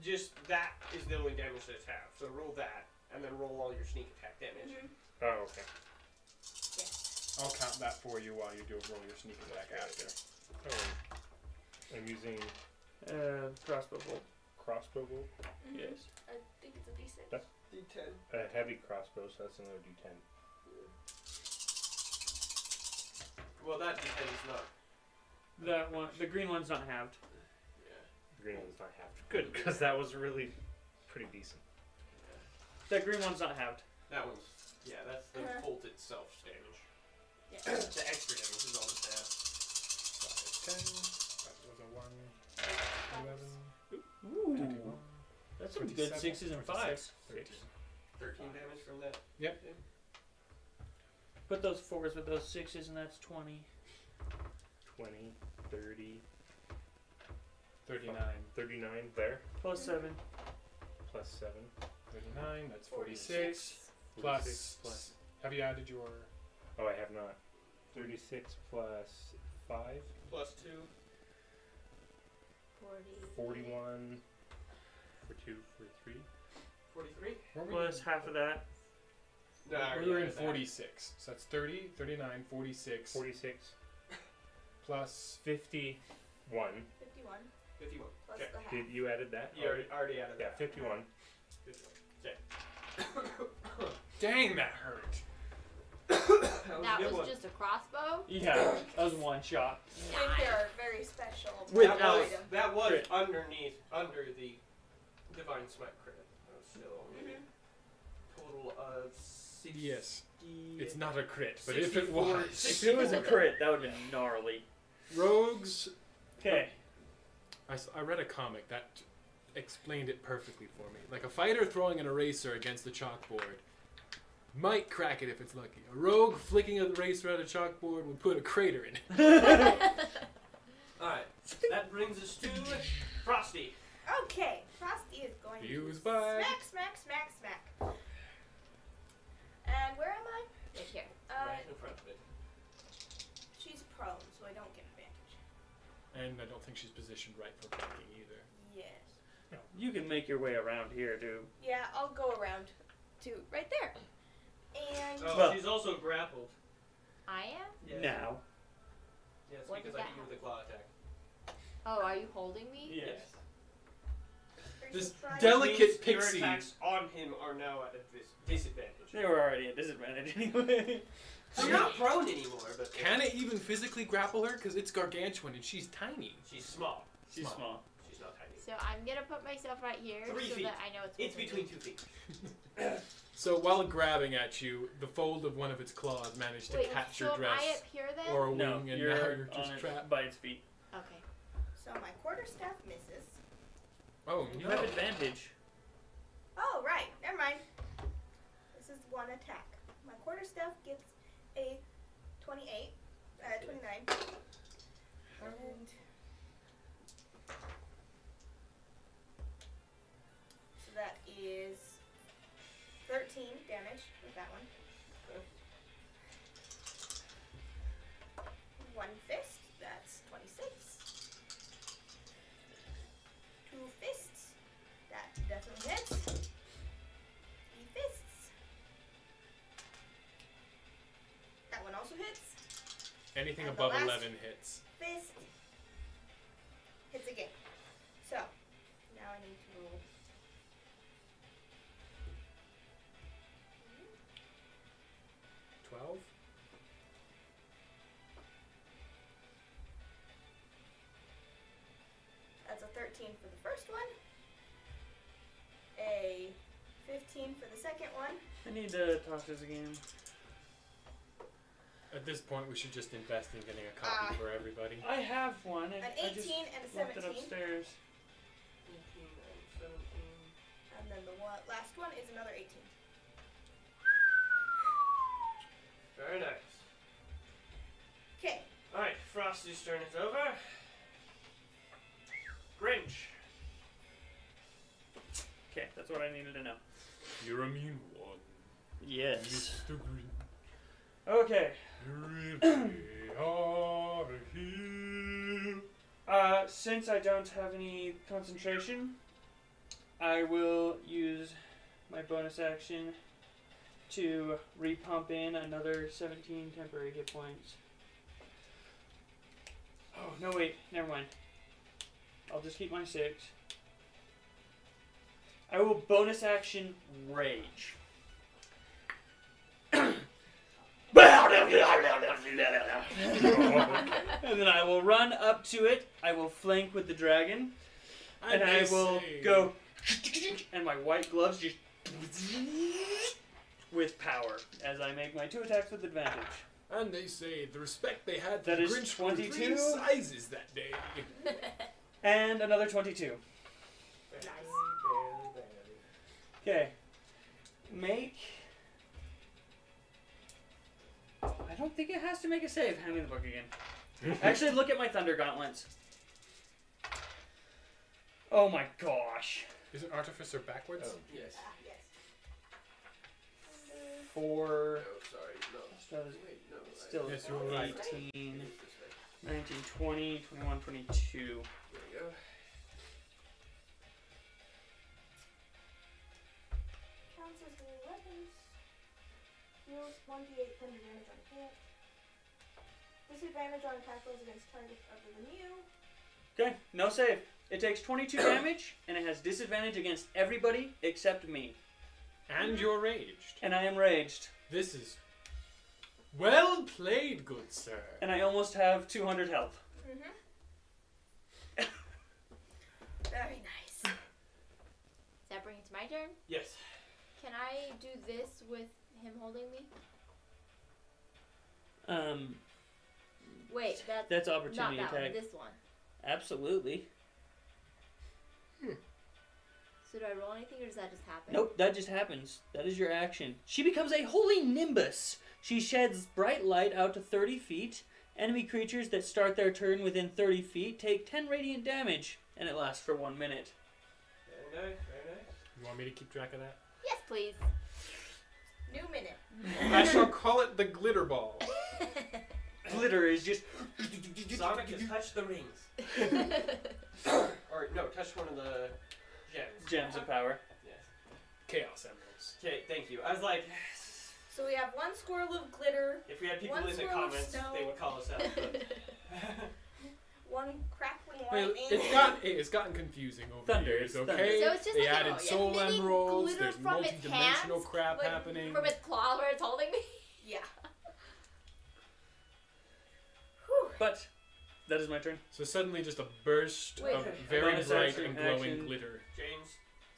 Speaker 6: just that is the only damage that it's have. So roll that, and then roll all your sneak attack damage.
Speaker 7: Oh, okay.
Speaker 4: I'll count that for you while you do roll your sneak attack after.
Speaker 7: Oh, I'm using
Speaker 1: Uh, crossbow bolt.
Speaker 7: crossbow bolt.
Speaker 1: Yes.
Speaker 5: I think it's a decent.
Speaker 7: That's-
Speaker 6: D10.
Speaker 7: A heavy crossbow, so that's another d10.
Speaker 6: Well, that D10 is not.
Speaker 1: That one, the green one's not halved.
Speaker 6: Yeah.
Speaker 7: The green one's not half. Good, because that was really pretty decent.
Speaker 1: That green one's not halved.
Speaker 6: That one's. Yeah, that's the
Speaker 5: Uh-huh.
Speaker 6: bolt itself damage.
Speaker 5: Yeah.
Speaker 6: [coughs] the extra damage is all the half.
Speaker 4: Five, 10. That was a 1. 11.
Speaker 1: Ooh,
Speaker 4: 21,
Speaker 1: that's some good
Speaker 4: 27,
Speaker 1: sixes and
Speaker 4: 26,
Speaker 1: fives.
Speaker 4: 13.
Speaker 6: 13 damage from that.
Speaker 1: Put those fours with those sixes, and that's twenty.
Speaker 7: 20, 30,
Speaker 4: 39.
Speaker 7: 39 there.
Speaker 1: Plus seven.
Speaker 3: plus 7, 39, that's 46.
Speaker 1: 46.
Speaker 4: Plus,
Speaker 3: 46 plus.
Speaker 4: Have you added your?
Speaker 3: Oh, I have not. 36 plus 5,
Speaker 6: Plus two.
Speaker 3: 41, 42, 43.
Speaker 6: 43?
Speaker 4: What were
Speaker 7: Plus half of that.
Speaker 6: No, I
Speaker 4: you?
Speaker 6: already
Speaker 4: We were in
Speaker 6: read that.
Speaker 4: 46, so that's 30, 39, 46,
Speaker 3: 46,
Speaker 4: plus
Speaker 3: 51.
Speaker 5: 51
Speaker 6: 51.
Speaker 4: Oh.
Speaker 5: plus
Speaker 6: Okay.
Speaker 5: the half.
Speaker 3: Did you added that?
Speaker 6: You already, already
Speaker 7: Oh,
Speaker 6: added
Speaker 3: Yeah,
Speaker 6: that. [laughs]
Speaker 3: 51.
Speaker 6: 51. Okay. [coughs]
Speaker 4: Dang, that hurt.
Speaker 6: that was a
Speaker 2: That
Speaker 6: good
Speaker 2: was
Speaker 6: one.
Speaker 2: just
Speaker 1: [laughs]
Speaker 2: a crossbow.
Speaker 1: Yeah, that was one shot.
Speaker 5: With their very special
Speaker 1: Without-
Speaker 6: that was,
Speaker 5: item.
Speaker 6: that was
Speaker 1: Crit.
Speaker 6: underneath, under the Divine Smite credit. That was still only a total of 60.
Speaker 4: Mm-hmm. Yes, it's not a crit, but if it was,
Speaker 1: If it was a crit, that would have been gnarly.
Speaker 4: rogues.
Speaker 1: Okay.
Speaker 4: I, s- I read a comic that explained it perfectly for me. Like a fighter throwing an eraser against the chalkboard might crack it if it's lucky. A rogue flicking an eraser at a chalkboard would put a crater in it.
Speaker 6: Alright, that brings us to Frosty.
Speaker 5: Okay, Frosty is going
Speaker 4: Use
Speaker 5: to
Speaker 4: bag.
Speaker 5: smack, smack, smack, smack. And where am I?
Speaker 2: Right here.
Speaker 5: Uh,
Speaker 6: right in front of it.
Speaker 5: She's prone, so I don't get advantage.
Speaker 4: And I don't think she's positioned right for blocking either.
Speaker 5: Yes.
Speaker 1: [laughs] You can make your way around here, too.
Speaker 5: Yeah, I'll go around to right there. And
Speaker 4: Uh,
Speaker 6: Oh,
Speaker 1: Well-
Speaker 6: she's also grappled.
Speaker 2: I am.
Speaker 6: Yes.
Speaker 1: Now.
Speaker 6: Yes,
Speaker 2: What
Speaker 6: because
Speaker 2: does
Speaker 6: I
Speaker 2: that
Speaker 6: hit you with a claw attack.
Speaker 2: Oh, are you holding me?
Speaker 1: Yes.
Speaker 5: or
Speaker 4: This
Speaker 5: she's trying-
Speaker 4: deli- Delicate
Speaker 6: Which means
Speaker 4: pixie.
Speaker 6: Your attacks on him are now at a dis- disadvantage.
Speaker 1: They were already at disadvantage [laughs] anyway.
Speaker 6: So you're not prone anymore, but
Speaker 4: Can it even physically grapple her? Because it's gargantuan and she's tiny.
Speaker 6: she's small.
Speaker 1: She's
Speaker 4: Small.
Speaker 1: small.
Speaker 6: She's not tiny.
Speaker 2: So I'm gonna put myself right here
Speaker 6: Three
Speaker 2: so
Speaker 6: feet.
Speaker 2: that I know it's.
Speaker 6: It's
Speaker 2: within
Speaker 6: between
Speaker 2: me.
Speaker 6: two feet.
Speaker 4: So while grabbing at you, the fold of one of its claws managed to
Speaker 2: Wait,
Speaker 4: catch
Speaker 2: so
Speaker 4: your
Speaker 2: am I
Speaker 4: dress
Speaker 2: up here then?
Speaker 4: or a wing,
Speaker 1: No,
Speaker 4: and now
Speaker 1: you're,
Speaker 4: you're
Speaker 1: on
Speaker 4: just
Speaker 1: it
Speaker 4: trapped.
Speaker 1: by its feet.
Speaker 2: okay.
Speaker 6: [laughs]
Speaker 5: So my quarterstaff misses.
Speaker 4: Oh
Speaker 1: You
Speaker 4: no!
Speaker 1: have advantage.
Speaker 5: Oh, right. Never mind. This is one attack. My quarterstaff gets a 28, uh, 29. And. So that is 13 damage with that one. One fist, that's 26. Two fists, that definitely hits. Three fists. That one also hits.
Speaker 4: Anything
Speaker 5: And the
Speaker 4: above
Speaker 5: last-
Speaker 4: eleven hits.
Speaker 5: Fist. Hits again. So, now I need to roll.
Speaker 4: Twelve.
Speaker 5: That's a 13 for the first one. A 15 for the second one.
Speaker 1: I need to toss this again.
Speaker 4: At this point, we should just invest in getting a copy
Speaker 5: Ah.
Speaker 4: for everybody.
Speaker 1: I have one. I,
Speaker 5: An
Speaker 1: I just
Speaker 5: 18 and a
Speaker 1: left it
Speaker 5: 17.
Speaker 1: upstairs.
Speaker 6: 18 and 17.
Speaker 5: And then the one, last one is another 18.
Speaker 6: Very nice.
Speaker 5: Okay.
Speaker 6: Alright, Frosty's turn is over. Grinch.
Speaker 1: Okay, that's what I needed to know.
Speaker 4: You're a mean one,
Speaker 1: Yes.
Speaker 4: Mr. Green.
Speaker 1: Okay.
Speaker 4: Really are here.
Speaker 1: Uh, since I don't have any concentration, I will use my bonus action to repump in another 17 temporary hit points. Oh, no, wait, never mind. I'll just keep my six. I will bonus action rage. [laughs] And then I will run up to it. I will flank with the dragon. And I
Speaker 4: they
Speaker 1: will
Speaker 4: say-
Speaker 1: go. And my white gloves just. With power, as I make my two attacks with advantage.
Speaker 4: And they say the respect they had for
Speaker 1: That
Speaker 4: the
Speaker 1: is
Speaker 4: Grinch grew three
Speaker 1: 22.
Speaker 4: sizes that day.
Speaker 1: And another 22.
Speaker 6: Nice.
Speaker 1: Okay. Make. I don't think it has to make a save. Hand me the book again. Actually, look at my Thunder Gauntlets. Oh my gosh.
Speaker 4: Is an artificer backwards?
Speaker 1: Oh.
Speaker 8: Yes.
Speaker 5: Yes.
Speaker 8: No,
Speaker 6: Oh,
Speaker 4: Four.
Speaker 8: Oh, sorry. No.
Speaker 1: So it's
Speaker 8: Wait, no. I-
Speaker 1: Still
Speaker 4: Yes, you're right.
Speaker 1: 18,
Speaker 8: it's this way.
Speaker 1: 19, 20, 21, 22.
Speaker 8: There we go.
Speaker 5: Counts as weapons. Deals 1d8 thunder damage on hit. Disadvantage on attack rolls against targets other than you.
Speaker 1: Okay, no save. It takes [coughs] 22 damage, and it has disadvantage against everybody except me.
Speaker 4: And you're raged.
Speaker 1: And I am raged.
Speaker 4: This is well played, good sir.
Speaker 1: And I almost have 200 health.
Speaker 5: Mm-hmm. [coughs] Very nice.
Speaker 2: Does that bring it to my turn?
Speaker 6: Yes.
Speaker 2: Can I do this with him holding me?
Speaker 1: Um,
Speaker 2: Wait, that's
Speaker 1: that's
Speaker 2: not
Speaker 1: opportunity
Speaker 2: that
Speaker 1: attack.
Speaker 2: one. This one.
Speaker 1: Absolutely.
Speaker 2: So do I roll anything, or does that just happen?
Speaker 1: Nope, that just happens. That is your action. She becomes a holy nimbus. She sheds bright light out to 30 feet. Enemy creatures that start their turn within 30 feet take 10 radiant damage, and it lasts for one [laughs] minute.
Speaker 6: Very nice, very nice.
Speaker 4: You want me to keep track of that?
Speaker 2: Yes, please.
Speaker 6: [laughs]
Speaker 2: [laughs]
Speaker 5: New minute.
Speaker 4: I shall call it the glitter ball.
Speaker 1: Glitter is just.
Speaker 6: Sonic has touched the rings. Or, no, touched one of the gems.
Speaker 1: Gems of power.
Speaker 6: Yes.
Speaker 4: Chaos emeralds.
Speaker 6: Okay, thank you. I was like,
Speaker 5: So we have one swirl of glitter,
Speaker 6: if we had people
Speaker 5: One
Speaker 6: in the
Speaker 5: swirl of
Speaker 6: comments,
Speaker 5: snow.
Speaker 6: they would call us out.
Speaker 2: [laughs]
Speaker 6: but-
Speaker 5: one crackling
Speaker 4: Well,
Speaker 5: lightning.
Speaker 4: it's got it's gotten confusing over
Speaker 1: Thunder,
Speaker 4: the years.
Speaker 1: it's thunder.
Speaker 4: Okay,
Speaker 2: So it's just
Speaker 4: they
Speaker 2: like a-
Speaker 4: added
Speaker 2: a
Speaker 4: soul
Speaker 2: mini
Speaker 4: emeralds.
Speaker 2: glitter
Speaker 4: There's
Speaker 2: from its
Speaker 4: multi-dimensional
Speaker 2: hands,
Speaker 4: crap
Speaker 5: like,
Speaker 4: happening.
Speaker 2: From its claw where it's holding me.
Speaker 5: Yeah.
Speaker 1: But that is my turn.
Speaker 4: So suddenly, just a burst
Speaker 2: Wait,
Speaker 4: of
Speaker 2: okay.
Speaker 4: very
Speaker 1: Bonus
Speaker 4: bright
Speaker 1: action,
Speaker 4: and glowing
Speaker 1: action.
Speaker 4: glitter.
Speaker 6: James,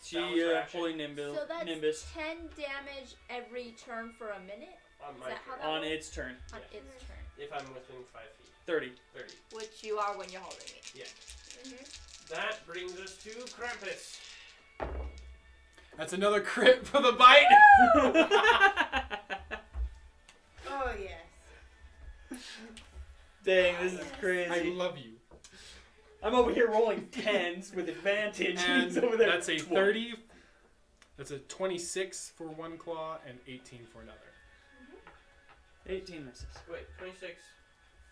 Speaker 1: She
Speaker 6: That was her
Speaker 1: uh,
Speaker 6: action.
Speaker 1: holy nimbus.
Speaker 2: so that's
Speaker 1: nimbus
Speaker 2: ten damage every turn for a minute
Speaker 6: on
Speaker 2: Is
Speaker 6: my
Speaker 2: that how
Speaker 6: turn,
Speaker 2: that-
Speaker 1: on its turn.
Speaker 2: on its turn,
Speaker 6: if I'm within five feet,
Speaker 1: [laughs] Thirty.
Speaker 6: 30.
Speaker 2: which you are when you're holding me.
Speaker 5: Mm-hmm.
Speaker 6: That brings us to Krampus.
Speaker 4: That's another crit for the bite.
Speaker 5: Oh yes.
Speaker 1: Dang, this is
Speaker 4: I
Speaker 1: crazy.
Speaker 2: [laughs]
Speaker 4: love you.
Speaker 1: I'm over here rolling tens with advantage. and
Speaker 4: And
Speaker 1: He's [laughs] over there.
Speaker 4: that's a
Speaker 1: with tw-
Speaker 4: thirty. That's a twenty-six for one claw and eighteen for another.
Speaker 1: 18 misses.
Speaker 6: Wait, 26.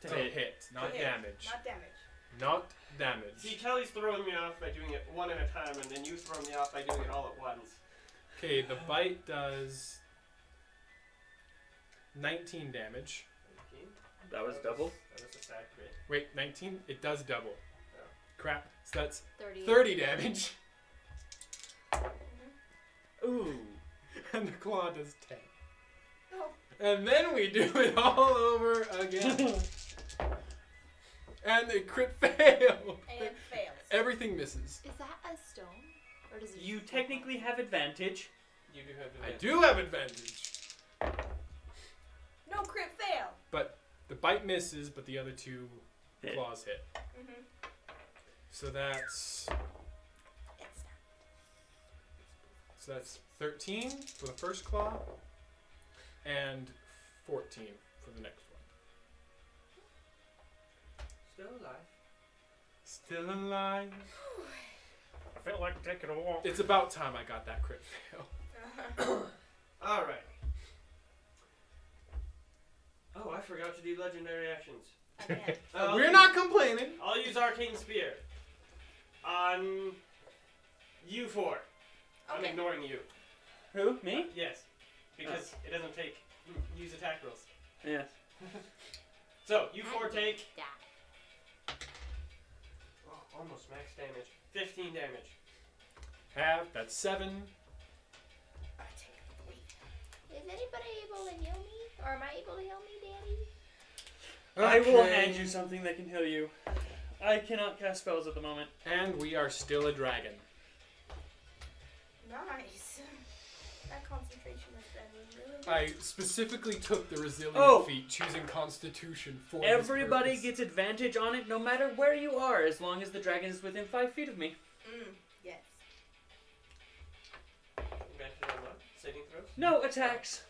Speaker 1: To
Speaker 4: To
Speaker 1: hit.
Speaker 4: hit, not
Speaker 5: hit,
Speaker 4: damage.
Speaker 5: Not damage.
Speaker 4: Not
Speaker 6: See,
Speaker 4: damage.
Speaker 6: Kelly's throwing me off by doing it one at a time, and then you throw me off by doing it all at once.
Speaker 4: Okay, the bite does nineteen damage.
Speaker 6: 19.
Speaker 1: Oh, That was double.
Speaker 6: That was a sad crit.
Speaker 4: Wait, 19? It does double. Crap. So that's
Speaker 2: Thirty.
Speaker 4: 30 damage. [laughs]
Speaker 1: Ooh.
Speaker 4: And the claw does 10.
Speaker 5: Oh.
Speaker 4: And then we do it all over again. and the crit [laughs] fail.
Speaker 5: And fails.
Speaker 4: Everything misses.
Speaker 2: Is that a stone, or does it?
Speaker 1: you
Speaker 2: just-
Speaker 1: technically have advantage.
Speaker 6: You do have
Speaker 4: I
Speaker 6: advantage.
Speaker 4: do have advantage.
Speaker 5: No crit fail.
Speaker 4: The bite misses, but the other two
Speaker 1: Hit.
Speaker 4: claws hit.
Speaker 5: Mhm.
Speaker 4: So that's. So that's 13 for the first claw and 14 for the next one.
Speaker 6: Still alive.
Speaker 4: Still alive.
Speaker 7: I feel like taking a walk.
Speaker 4: It's about time I got that crit fail. [laughs]
Speaker 6: Alright. Oh, I forgot to do legendary actions.
Speaker 5: Again. [laughs]
Speaker 6: Uh,
Speaker 4: We're not complaining.
Speaker 6: I'll use Arcane Spear. On you four. I'm
Speaker 5: Okay.
Speaker 6: ignoring you.
Speaker 1: Who? Me?
Speaker 6: Yes. Because it doesn't take use attack rolls.
Speaker 1: Yes.
Speaker 6: So, you
Speaker 2: I
Speaker 6: four
Speaker 2: did
Speaker 6: take
Speaker 2: that.
Speaker 6: oh, almost max damage. 15 damage.
Speaker 4: Half, that's seven.
Speaker 5: I take a break.
Speaker 2: Is anybody able to heal me, or am I able to heal me, Daddy?
Speaker 1: I will
Speaker 4: Okay.
Speaker 1: hand you something that can heal you. I cannot cast spells at the moment.
Speaker 4: And we are still a dragon.
Speaker 5: Nice. That concentration has been really good.
Speaker 4: I specifically took the resilient
Speaker 1: Oh.
Speaker 4: feat, choosing Constitution for this
Speaker 1: Everybody
Speaker 4: purpose.
Speaker 1: gets advantage on it no matter where you are, as long as the dragon is within five feet of me.
Speaker 5: Mm, yes.
Speaker 6: Advantage on what? Saving throws?
Speaker 1: No attacks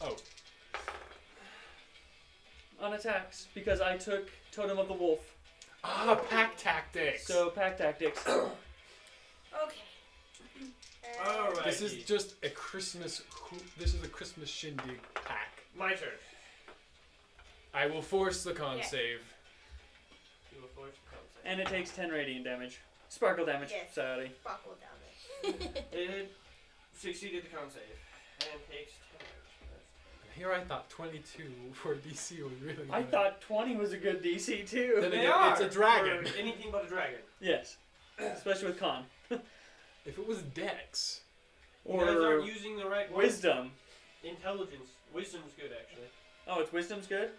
Speaker 6: Oh.
Speaker 1: on attacks because I took Totem of the Wolf.
Speaker 4: ah pack tactics.
Speaker 1: So pack tactics.
Speaker 5: [laughs] Okay. Uh,
Speaker 6: Alright.
Speaker 4: This is just a Christmas. hoo- This is a Christmas shindig pack.
Speaker 6: my turn.
Speaker 4: I will force the con
Speaker 5: Yeah.
Speaker 4: save.
Speaker 6: You will force a con
Speaker 1: [coughs]
Speaker 6: save.
Speaker 1: And it takes 10 radiant damage. Sparkle damage,
Speaker 5: Yes.
Speaker 1: sorry.
Speaker 5: Buckle down there.
Speaker 6: It succeeded the con save and takes damage.
Speaker 4: Here I thought 22 for DC was really.
Speaker 6: Mm-hmm.
Speaker 1: I
Speaker 4: good.
Speaker 1: thought 20 was a good DC too.
Speaker 6: [laughs]
Speaker 4: Then
Speaker 6: They
Speaker 4: again, it's
Speaker 6: are
Speaker 4: a dragon.
Speaker 6: for anything but a dragon.
Speaker 1: Yes. Especially with con.
Speaker 4: If it was Dex,
Speaker 6: you guys
Speaker 1: Or
Speaker 6: aren't using the right word.
Speaker 1: wisdom.
Speaker 6: Intelligence. Wisdom's good actually.
Speaker 1: Oh, it's wisdom's good?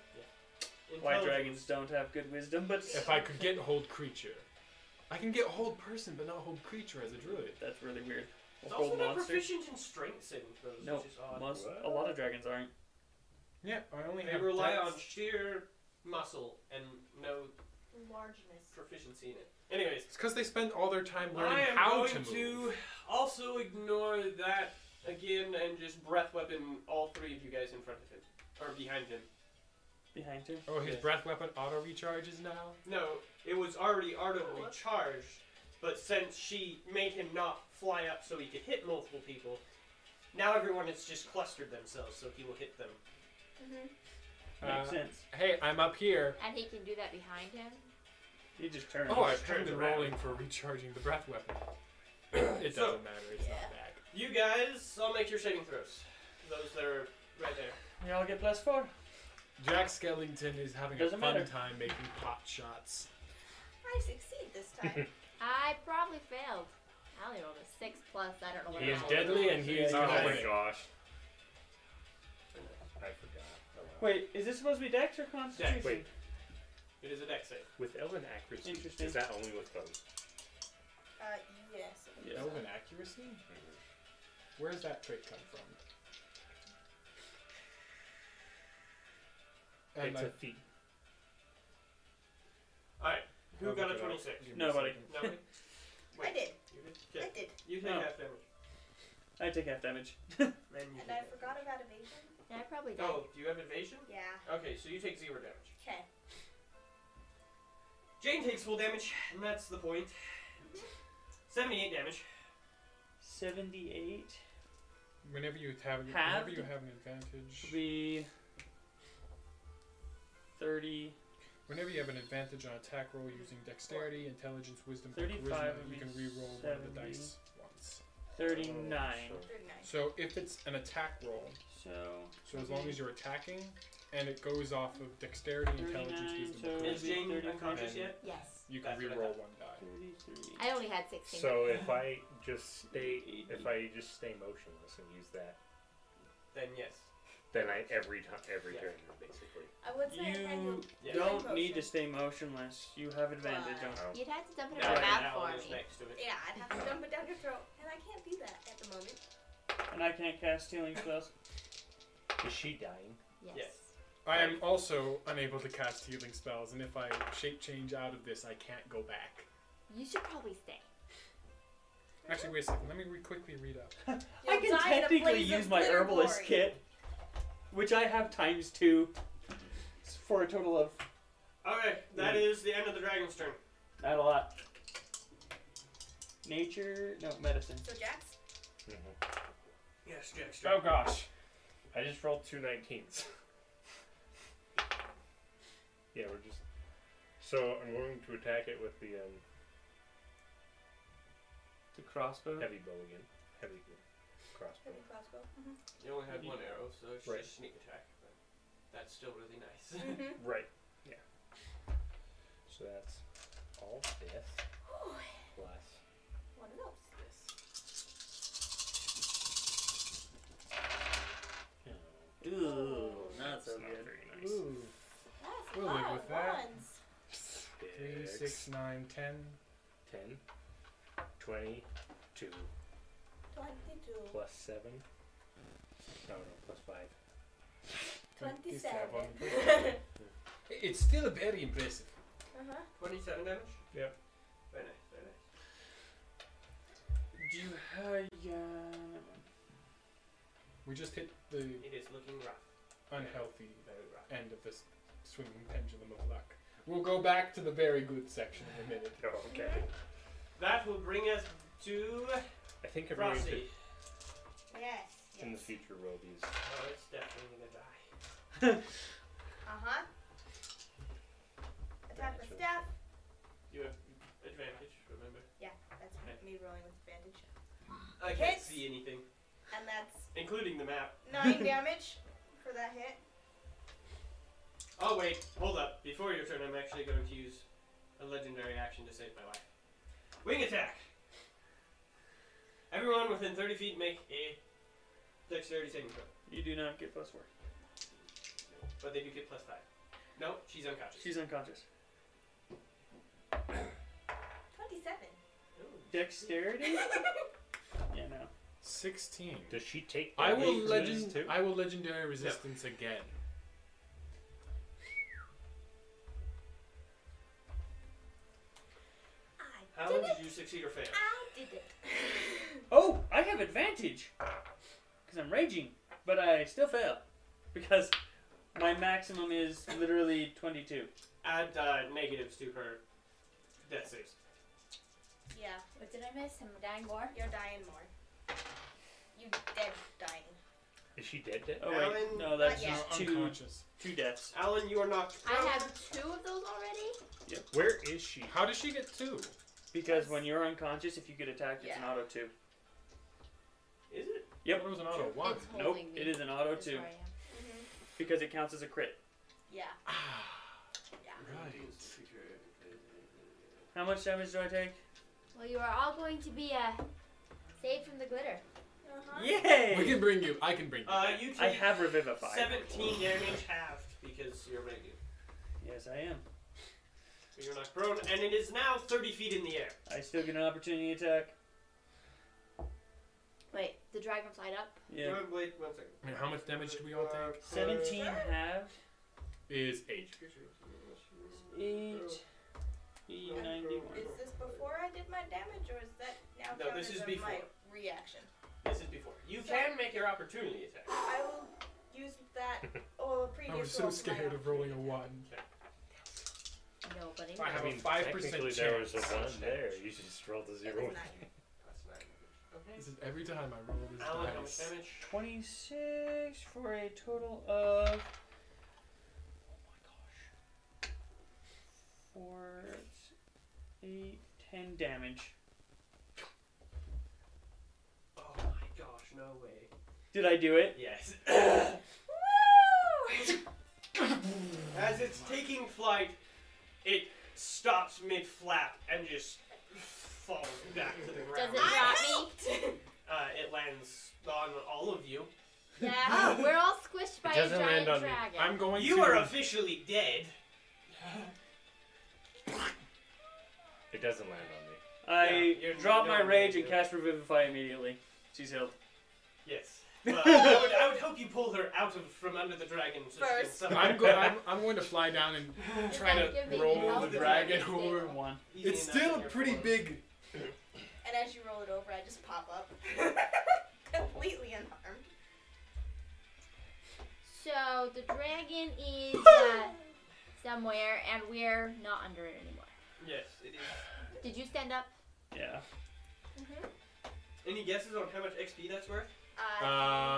Speaker 1: Why
Speaker 6: Intelligence.
Speaker 1: dragons don't have good wisdom, but
Speaker 4: if I could get hold creature, I can get hold person, but not hold creature as a druid.
Speaker 1: that's really weird.
Speaker 6: It's
Speaker 1: Or
Speaker 6: also
Speaker 1: gold
Speaker 6: not
Speaker 1: monsters.
Speaker 6: proficient in strength saving throws,
Speaker 1: No,
Speaker 6: which is odd.
Speaker 1: Most, a lot of dragons aren't.
Speaker 4: Yeah, I only
Speaker 6: They rely on sheer muscle and no
Speaker 5: Largeness.
Speaker 6: proficiency in it. Anyways,
Speaker 4: It's because they spend all their time learning
Speaker 6: I am
Speaker 4: how
Speaker 6: going
Speaker 4: to move.
Speaker 6: also ignore that again and just breath weapon all three of you guys in front of him or behind him.
Speaker 1: Behind you.
Speaker 4: Oh, his
Speaker 6: Yeah.
Speaker 4: breath weapon auto recharges now.
Speaker 6: No, it was already ardently charged, but since she made him not fly up so he could hit multiple people, now everyone has just clustered themselves so he will hit them.
Speaker 1: Makes
Speaker 4: Uh,
Speaker 1: sense.
Speaker 4: Hey, I'm up here.
Speaker 2: And he can do that behind him.
Speaker 1: You just turn.
Speaker 4: Oh, I've
Speaker 6: just
Speaker 4: been
Speaker 6: turns around.
Speaker 4: rolling for recharging the breath weapon. it doesn't
Speaker 6: So-
Speaker 4: matter. It's
Speaker 5: Yeah.
Speaker 4: not bad.
Speaker 6: You guys, I'll make your saving throws. Those that are right there.
Speaker 1: We all get plus four.
Speaker 4: Jack Skellington is having
Speaker 1: Doesn't
Speaker 4: a fun
Speaker 1: matter.
Speaker 4: time making pot shots.
Speaker 5: I succeed this [laughs] time.
Speaker 2: I probably failed. I only rolled a six plus. I don't know what
Speaker 4: He
Speaker 2: I
Speaker 4: is
Speaker 2: rolled.
Speaker 4: deadly and he is
Speaker 1: Yeah,
Speaker 7: Oh
Speaker 1: yeah.
Speaker 4: gonna
Speaker 7: my
Speaker 4: win.
Speaker 7: gosh. I forgot. Oh, wow.
Speaker 1: Wait, is this supposed to be Dex or Constitution?
Speaker 7: wait.
Speaker 6: It is a dex save.
Speaker 7: With Ellen accuracy,
Speaker 1: Interesting.
Speaker 7: is that only with both?
Speaker 5: uh, yes.
Speaker 1: Yeah.
Speaker 4: Elven accuracy? Where's that trait come from? And
Speaker 7: it's
Speaker 4: I-
Speaker 7: a feat.
Speaker 6: Alright, who
Speaker 4: I'll
Speaker 6: got a
Speaker 4: look it up.
Speaker 6: 26?
Speaker 4: Give me a
Speaker 1: Nobody.
Speaker 4: second.
Speaker 6: Nobody?
Speaker 5: I did.
Speaker 6: You did?
Speaker 5: I
Speaker 6: Okay,
Speaker 5: did.
Speaker 6: you take
Speaker 1: Oh.
Speaker 6: half damage.
Speaker 1: I take half damage. [laughs]
Speaker 6: Then you
Speaker 5: And
Speaker 6: take
Speaker 5: I
Speaker 6: half
Speaker 5: forgot about evasion.
Speaker 2: Yeah, I probably
Speaker 6: damage.
Speaker 2: did.
Speaker 6: Oh, do you have evasion?
Speaker 5: Yeah.
Speaker 6: Okay, so you take zero damage.
Speaker 5: Okay.
Speaker 6: Jane takes full damage, and that's the point. 78 damage.
Speaker 1: Seventy-eight
Speaker 4: Whenever you have,
Speaker 1: Halved?
Speaker 4: whenever you have an advantage,
Speaker 1: would be thirty.
Speaker 4: whenever you have an advantage on attack roll using dexterity, intelligence, wisdom, or
Speaker 1: 35
Speaker 4: charisma,
Speaker 1: would
Speaker 4: you
Speaker 1: be
Speaker 4: can re-roll one of the
Speaker 1: 70.
Speaker 4: dice once.
Speaker 1: 39.
Speaker 7: Oh, so-
Speaker 5: 39.
Speaker 4: So if it's an attack roll,
Speaker 1: So,
Speaker 4: so as long as you're attacking, and it goes off of dexterity, intelligence,
Speaker 1: 39,
Speaker 4: wisdom,
Speaker 1: so-
Speaker 4: or
Speaker 6: Is
Speaker 1: Is
Speaker 4: charisma,
Speaker 6: Jane
Speaker 1: Jane
Speaker 6: unconscious
Speaker 1: unconscious
Speaker 6: yet?
Speaker 2: Yes.
Speaker 4: you can
Speaker 6: That's what I
Speaker 4: re-roll
Speaker 6: thought.
Speaker 4: one die.
Speaker 1: 33.
Speaker 2: I only had 16.
Speaker 7: So if I just stay, if I just stay motionless and use that,
Speaker 6: Then yes.
Speaker 7: then I every time, every
Speaker 6: Yeah.
Speaker 7: turn, basically.
Speaker 5: I would say I had
Speaker 1: You
Speaker 5: to-
Speaker 6: Yeah.
Speaker 1: don't
Speaker 5: Motion.
Speaker 1: need to stay motionless. You have advantage on
Speaker 7: Oh.
Speaker 2: You'd have to dump it in
Speaker 6: Now
Speaker 2: my
Speaker 6: that
Speaker 2: mouth
Speaker 6: Alan is
Speaker 2: for me.
Speaker 6: next to it.
Speaker 5: Yeah, I'd have to dump it down your throat. And I can't do that at the moment.
Speaker 1: And I can't cast healing spells.
Speaker 7: Is she dying?
Speaker 2: Yes.
Speaker 6: Yes.
Speaker 4: I am also unable to cast healing spells, and if I shape change out of this, I can't go back.
Speaker 2: You should probably stay.
Speaker 4: Actually, wait a second. Let me re- quickly read up.
Speaker 1: I
Speaker 5: You'll
Speaker 1: can
Speaker 5: die in a
Speaker 1: technically
Speaker 5: blaze of
Speaker 1: use my
Speaker 5: glitter
Speaker 1: herbalist
Speaker 5: glory.
Speaker 1: kit, which I have times two, for a total of
Speaker 6: Alright, that
Speaker 1: Yeah.
Speaker 6: is the end of the dragon's turn.
Speaker 1: not a lot. Nature, no medicine.
Speaker 5: So Jax,
Speaker 6: Yes, Jack's
Speaker 4: Oh
Speaker 6: turn.
Speaker 4: gosh.
Speaker 7: I just rolled two 19s. [laughs] yeah, we're just. So I'm going to attack it with the um,
Speaker 1: The crossbow.
Speaker 7: heavy bow again. Heavy crossbow.
Speaker 5: heavy crossbow.
Speaker 6: You only had one arrow, so it's
Speaker 7: Right.
Speaker 6: just sneak attack. But that's still really nice.
Speaker 5: Mm-hmm.
Speaker 7: Right. Yeah. So that's all this plus.
Speaker 5: One of those.
Speaker 6: [laughs]
Speaker 7: No,
Speaker 1: Ooh, not
Speaker 7: it's not very nice.
Speaker 4: Ooh.
Speaker 5: That's
Speaker 4: We'll
Speaker 5: a
Speaker 4: live
Speaker 5: lot
Speaker 4: with
Speaker 5: of
Speaker 4: that.
Speaker 5: ones.
Speaker 4: Three,
Speaker 7: Six,
Speaker 4: six, nine, ten.
Speaker 7: 10, 22,
Speaker 5: 22.
Speaker 7: plus 7. No, no, plus 5.
Speaker 5: 27.
Speaker 4: It's still very impressive.
Speaker 5: [laughs] uh-huh.
Speaker 6: 27 damage?
Speaker 4: Yep.
Speaker 6: Very nice, very nice.
Speaker 1: Do you have? Yeah. never mind.
Speaker 4: We just hit the
Speaker 6: It is looking rough.
Speaker 4: unhealthy
Speaker 6: Very rough.
Speaker 4: end of this swinging pendulum of luck. We'll go back to
Speaker 5: Mm-hmm.
Speaker 4: the very good section in a minute.
Speaker 7: Oh, okay.
Speaker 6: That will bring us to
Speaker 3: I think everyone
Speaker 6: Frosty.
Speaker 5: Yes.
Speaker 3: in the
Speaker 5: yes.
Speaker 3: future roll these.
Speaker 6: Oh, it's definitely gonna die.
Speaker 5: Uh huh. Attack with
Speaker 3: Natural.
Speaker 5: staff.
Speaker 6: You have advantage, remember?
Speaker 5: That's
Speaker 6: Okay.
Speaker 5: me rolling with advantage.
Speaker 6: I can't
Speaker 5: Hits.
Speaker 6: see anything,
Speaker 5: And that's
Speaker 6: including the map. [laughs]
Speaker 5: nine damage for that hit.
Speaker 6: Oh wait, hold up. Before your turn, I'm actually going to use a legendary action to save my life. Wing attack. Everyone within 30 feet make a dexterity saving throw,
Speaker 1: You do not get plus four.
Speaker 6: but they do get plus five. No, she's unconscious.
Speaker 1: She's unconscious.
Speaker 5: 27.
Speaker 2: [laughs]
Speaker 1: Dexterity? yeah, no.
Speaker 4: 16.
Speaker 7: Does she take?
Speaker 4: I
Speaker 7: damage
Speaker 4: will
Speaker 7: from this
Speaker 4: legend.
Speaker 7: too?
Speaker 4: I will legendary resistance again.
Speaker 6: How
Speaker 5: did
Speaker 6: did you succeed or fail?
Speaker 5: I did it. [laughs]
Speaker 1: Oh, I have advantage because I'm raging, but I still fail because my maximum is literally 22.
Speaker 6: Add uh, negatives to her death saves.
Speaker 5: Yeah,
Speaker 2: What did I miss? I'm dying more.
Speaker 5: you're dying more. You dead dying.
Speaker 7: Is she dead? Dead?
Speaker 1: Oh wait,
Speaker 6: Alan,
Speaker 1: no, that's
Speaker 5: not
Speaker 1: just
Speaker 4: No,
Speaker 1: two
Speaker 4: unconscious.
Speaker 1: two deaths.
Speaker 6: Alan, you are knocked.
Speaker 2: I
Speaker 6: prone.
Speaker 2: have two of those already.
Speaker 4: Oh.
Speaker 7: Where is she?
Speaker 4: How does she get two?
Speaker 1: Because when you're unconscious, if you get attacked, it's an
Speaker 2: Yeah.
Speaker 1: auto two.
Speaker 6: Is it?
Speaker 1: Yep.
Speaker 4: It was an auto one.
Speaker 2: It's
Speaker 1: Nope,
Speaker 2: holding me.
Speaker 1: it is an auto
Speaker 2: That's
Speaker 1: two
Speaker 2: where I am.
Speaker 1: because it counts as a crit.
Speaker 5: Yeah.
Speaker 1: How much damage do I take?
Speaker 2: Well, you are all going to be uh, saved from the glitter.
Speaker 5: Uh-huh.
Speaker 4: We
Speaker 1: Yay!
Speaker 4: can bring you. I can bring you.
Speaker 6: Uh, you take
Speaker 1: I have revivify.
Speaker 6: 17 damage halved because you're negative.
Speaker 1: Yes, I am.
Speaker 6: You're knocked prone, and it is now 30 feet in the air.
Speaker 1: I still get an opportunity attack.
Speaker 2: Wait, the dragon flight up.
Speaker 1: Yeah.
Speaker 6: Uh, Wait one second.
Speaker 4: I mean, how much damage do we all take?
Speaker 1: 17 halved
Speaker 4: Is eight.
Speaker 1: is 8 91.
Speaker 5: Is this before I did my damage, or is that now
Speaker 6: No,
Speaker 5: counted
Speaker 6: this is
Speaker 5: as
Speaker 6: before.
Speaker 5: my reaction?
Speaker 6: This is before. You can make your opportunity attack.
Speaker 5: I will use
Speaker 6: [laughs]
Speaker 5: that or previous
Speaker 4: I was so
Speaker 5: roll for my
Speaker 4: scared of rolling a one.
Speaker 2: Nobody.
Speaker 4: I have
Speaker 7: I
Speaker 4: a
Speaker 7: mean,
Speaker 4: five percent
Speaker 7: technically
Speaker 4: chance.
Speaker 7: there was a one there. You just rolled a
Speaker 5: It was
Speaker 7: zero.
Speaker 5: nine.
Speaker 6: That's nine damage.
Speaker 4: This is every time I roll this
Speaker 6: Okay. Alan, how much
Speaker 4: dice.
Speaker 6: damage?
Speaker 1: 26 for a total of. oh Four, eight, ten damage.
Speaker 6: Oh my gosh, no way.
Speaker 1: Did I do it?
Speaker 6: [coughs] Yes.
Speaker 5: Woo!
Speaker 6: As it's taking flight, it stops mid flap and just falls back to the
Speaker 2: Does it
Speaker 6: ground.
Speaker 2: drop me?
Speaker 5: [laughs]
Speaker 6: Uh, it lands on all of you.
Speaker 2: Yeah, we're all squished by a
Speaker 7: doesn't
Speaker 2: giant
Speaker 7: land on me.
Speaker 2: dragon.
Speaker 4: I'm going
Speaker 6: You
Speaker 4: to.
Speaker 6: are officially dead.
Speaker 7: It doesn't land on me.
Speaker 1: I
Speaker 6: Yeah, you're-
Speaker 1: drop
Speaker 6: no,
Speaker 1: my
Speaker 6: you
Speaker 1: rage
Speaker 6: didn't
Speaker 1: and
Speaker 6: do it.
Speaker 1: cast Revivify immediately. She's healed.
Speaker 6: [laughs] Yes. Well, I, would, I would hope you pull her out of from under the dragon. So she can
Speaker 5: First.
Speaker 6: summon-
Speaker 4: [laughs] I'm, go- I'm, I'm going to fly down and try
Speaker 2: Does that give me
Speaker 4: to roll
Speaker 2: health?
Speaker 4: the dragon
Speaker 2: Is it
Speaker 4: over.
Speaker 2: stable?
Speaker 1: One.
Speaker 6: Easy
Speaker 4: It's
Speaker 6: enough
Speaker 4: still
Speaker 6: in your
Speaker 4: pretty
Speaker 6: form.
Speaker 4: big.
Speaker 5: And as you roll it over, I just pop up. Completely unharmed.
Speaker 2: So the dragon is uh, somewhere, and we're not under it anymore.
Speaker 6: Yes, it is.
Speaker 2: Did you stand up?
Speaker 1: Yeah. Mm-hmm.
Speaker 6: Any guesses on how much XP that's worth?
Speaker 5: Uh,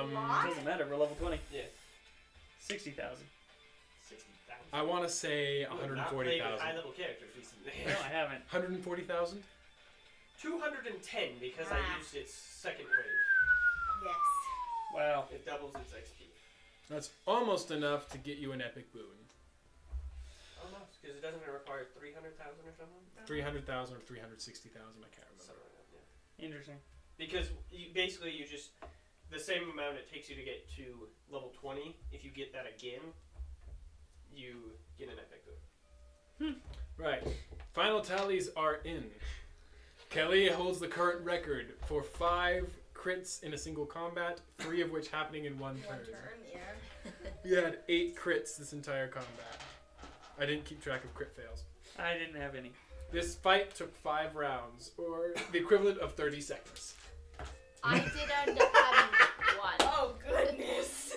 Speaker 4: Um,
Speaker 5: lot?
Speaker 1: Doesn't matter. We're level 20.
Speaker 6: Yeah.
Speaker 1: 60,000.
Speaker 6: Sixty thousand.
Speaker 4: I want to say
Speaker 6: You have not played with
Speaker 4: 140,000.
Speaker 6: High level characters recently. [laughs]
Speaker 1: No, I haven't.
Speaker 4: 140,000?
Speaker 6: Two hundred and ten because
Speaker 5: Ah.
Speaker 6: I used its second wave.
Speaker 5: yes.
Speaker 1: Wow.
Speaker 6: It doubles its XP.
Speaker 4: That's almost enough to get you an epic boon.
Speaker 6: Almost, because Oh, it doesn't require three hundred thousand or something.
Speaker 4: 300,000 or 360,000, I can't remember.
Speaker 6: Something like that, yeah.
Speaker 1: Interesting.
Speaker 6: Because you, basically you just the same amount it takes you to get to level twenty. If you get that again, you get an epic boon.
Speaker 4: Right. Final tallies are in. Kelly holds the current record for five crits in a single combat, three of which happening in one
Speaker 5: One
Speaker 4: turn.
Speaker 5: turn, yeah.
Speaker 4: You had eight crits this entire combat. I didn't keep track of crit fails.
Speaker 1: I didn't have any.
Speaker 4: This fight took five rounds, or the equivalent of 30 seconds.
Speaker 2: I did end up having one.
Speaker 5: Oh, goodness.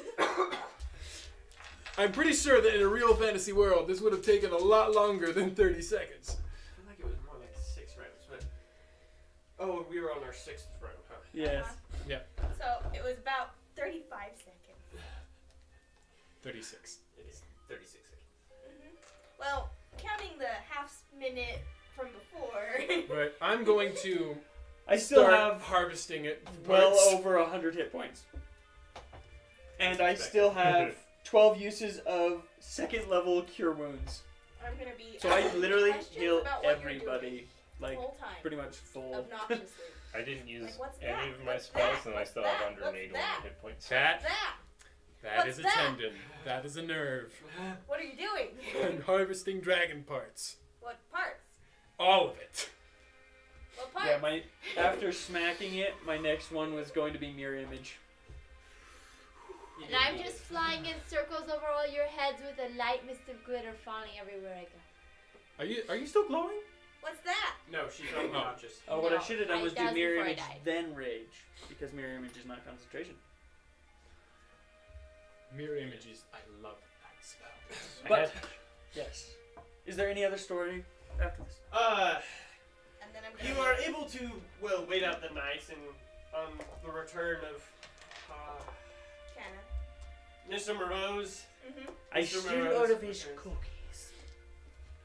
Speaker 4: I'm pretty sure that in a real fantasy world, this would have taken a lot longer than 30 seconds.
Speaker 6: I feel like it was more like six rounds, but oh, we were on our sixth round, huh?
Speaker 1: Yes.
Speaker 5: Uh-huh. So it was about 35 seconds.
Speaker 4: 36.
Speaker 6: It is 36 seconds. [laughs]
Speaker 5: Mm-hmm. Well, counting the half minute from before. [laughs]
Speaker 4: Right, I'm going to
Speaker 1: I still
Speaker 4: start
Speaker 1: have
Speaker 4: harvesting it.
Speaker 1: well
Speaker 4: Parts.
Speaker 1: over 100 hit points. And I
Speaker 6: Expected.
Speaker 1: still
Speaker 4: [laughs]
Speaker 1: have 12 uses of second level cure wounds.
Speaker 5: I'm gonna be.
Speaker 1: So I
Speaker 5: asking
Speaker 1: literally
Speaker 5: questions
Speaker 1: heal
Speaker 5: about what you're doing
Speaker 1: everybody,
Speaker 5: the
Speaker 1: like
Speaker 5: whole time,
Speaker 1: pretty much full.
Speaker 5: obnoxiously.
Speaker 7: I didn't use
Speaker 5: Like, what's
Speaker 7: any
Speaker 5: that?
Speaker 7: of my
Speaker 5: What's
Speaker 7: spells,
Speaker 5: that?
Speaker 7: and I
Speaker 5: What's
Speaker 7: still
Speaker 5: that?
Speaker 7: have 181
Speaker 5: What's that?
Speaker 7: hit points.
Speaker 4: That
Speaker 5: that.
Speaker 4: that is a
Speaker 5: What's that?
Speaker 4: tendon. That is a nerve.
Speaker 5: What are you doing?
Speaker 4: I'm harvesting dragon parts.
Speaker 5: what parts?
Speaker 4: All of it.
Speaker 5: What
Speaker 1: [laughs]
Speaker 5: parts?
Speaker 1: Yeah, my after smacking it, my next one was going to be mirror image.
Speaker 6: You
Speaker 2: And
Speaker 6: didn't
Speaker 2: I'm
Speaker 6: need
Speaker 2: just
Speaker 6: it.
Speaker 2: flying in circles over all your heads with a light mist of glitter falling everywhere I go.
Speaker 4: Are you are you still glowing?
Speaker 5: What's that?
Speaker 6: No, she's unconscious.
Speaker 1: Oh, what I
Speaker 2: No,
Speaker 1: should have done
Speaker 2: I-
Speaker 1: was
Speaker 2: that
Speaker 1: do
Speaker 2: was
Speaker 1: mirror
Speaker 2: before I
Speaker 1: image
Speaker 2: died.
Speaker 1: then rage because mirror image is not concentration.
Speaker 4: Mirror images. I love that [laughs] spell.
Speaker 1: But yes, is there any other story after this?
Speaker 6: Uh,
Speaker 5: And then I'm
Speaker 6: you
Speaker 5: gonna.
Speaker 6: are able to, well, wait out the night and on the return of uh,
Speaker 5: Canna.
Speaker 6: Mr. Morose.
Speaker 5: Mm-hmm.
Speaker 1: I
Speaker 6: Mr.
Speaker 1: still
Speaker 6: Morose
Speaker 1: out of his
Speaker 6: returns.
Speaker 1: cookies.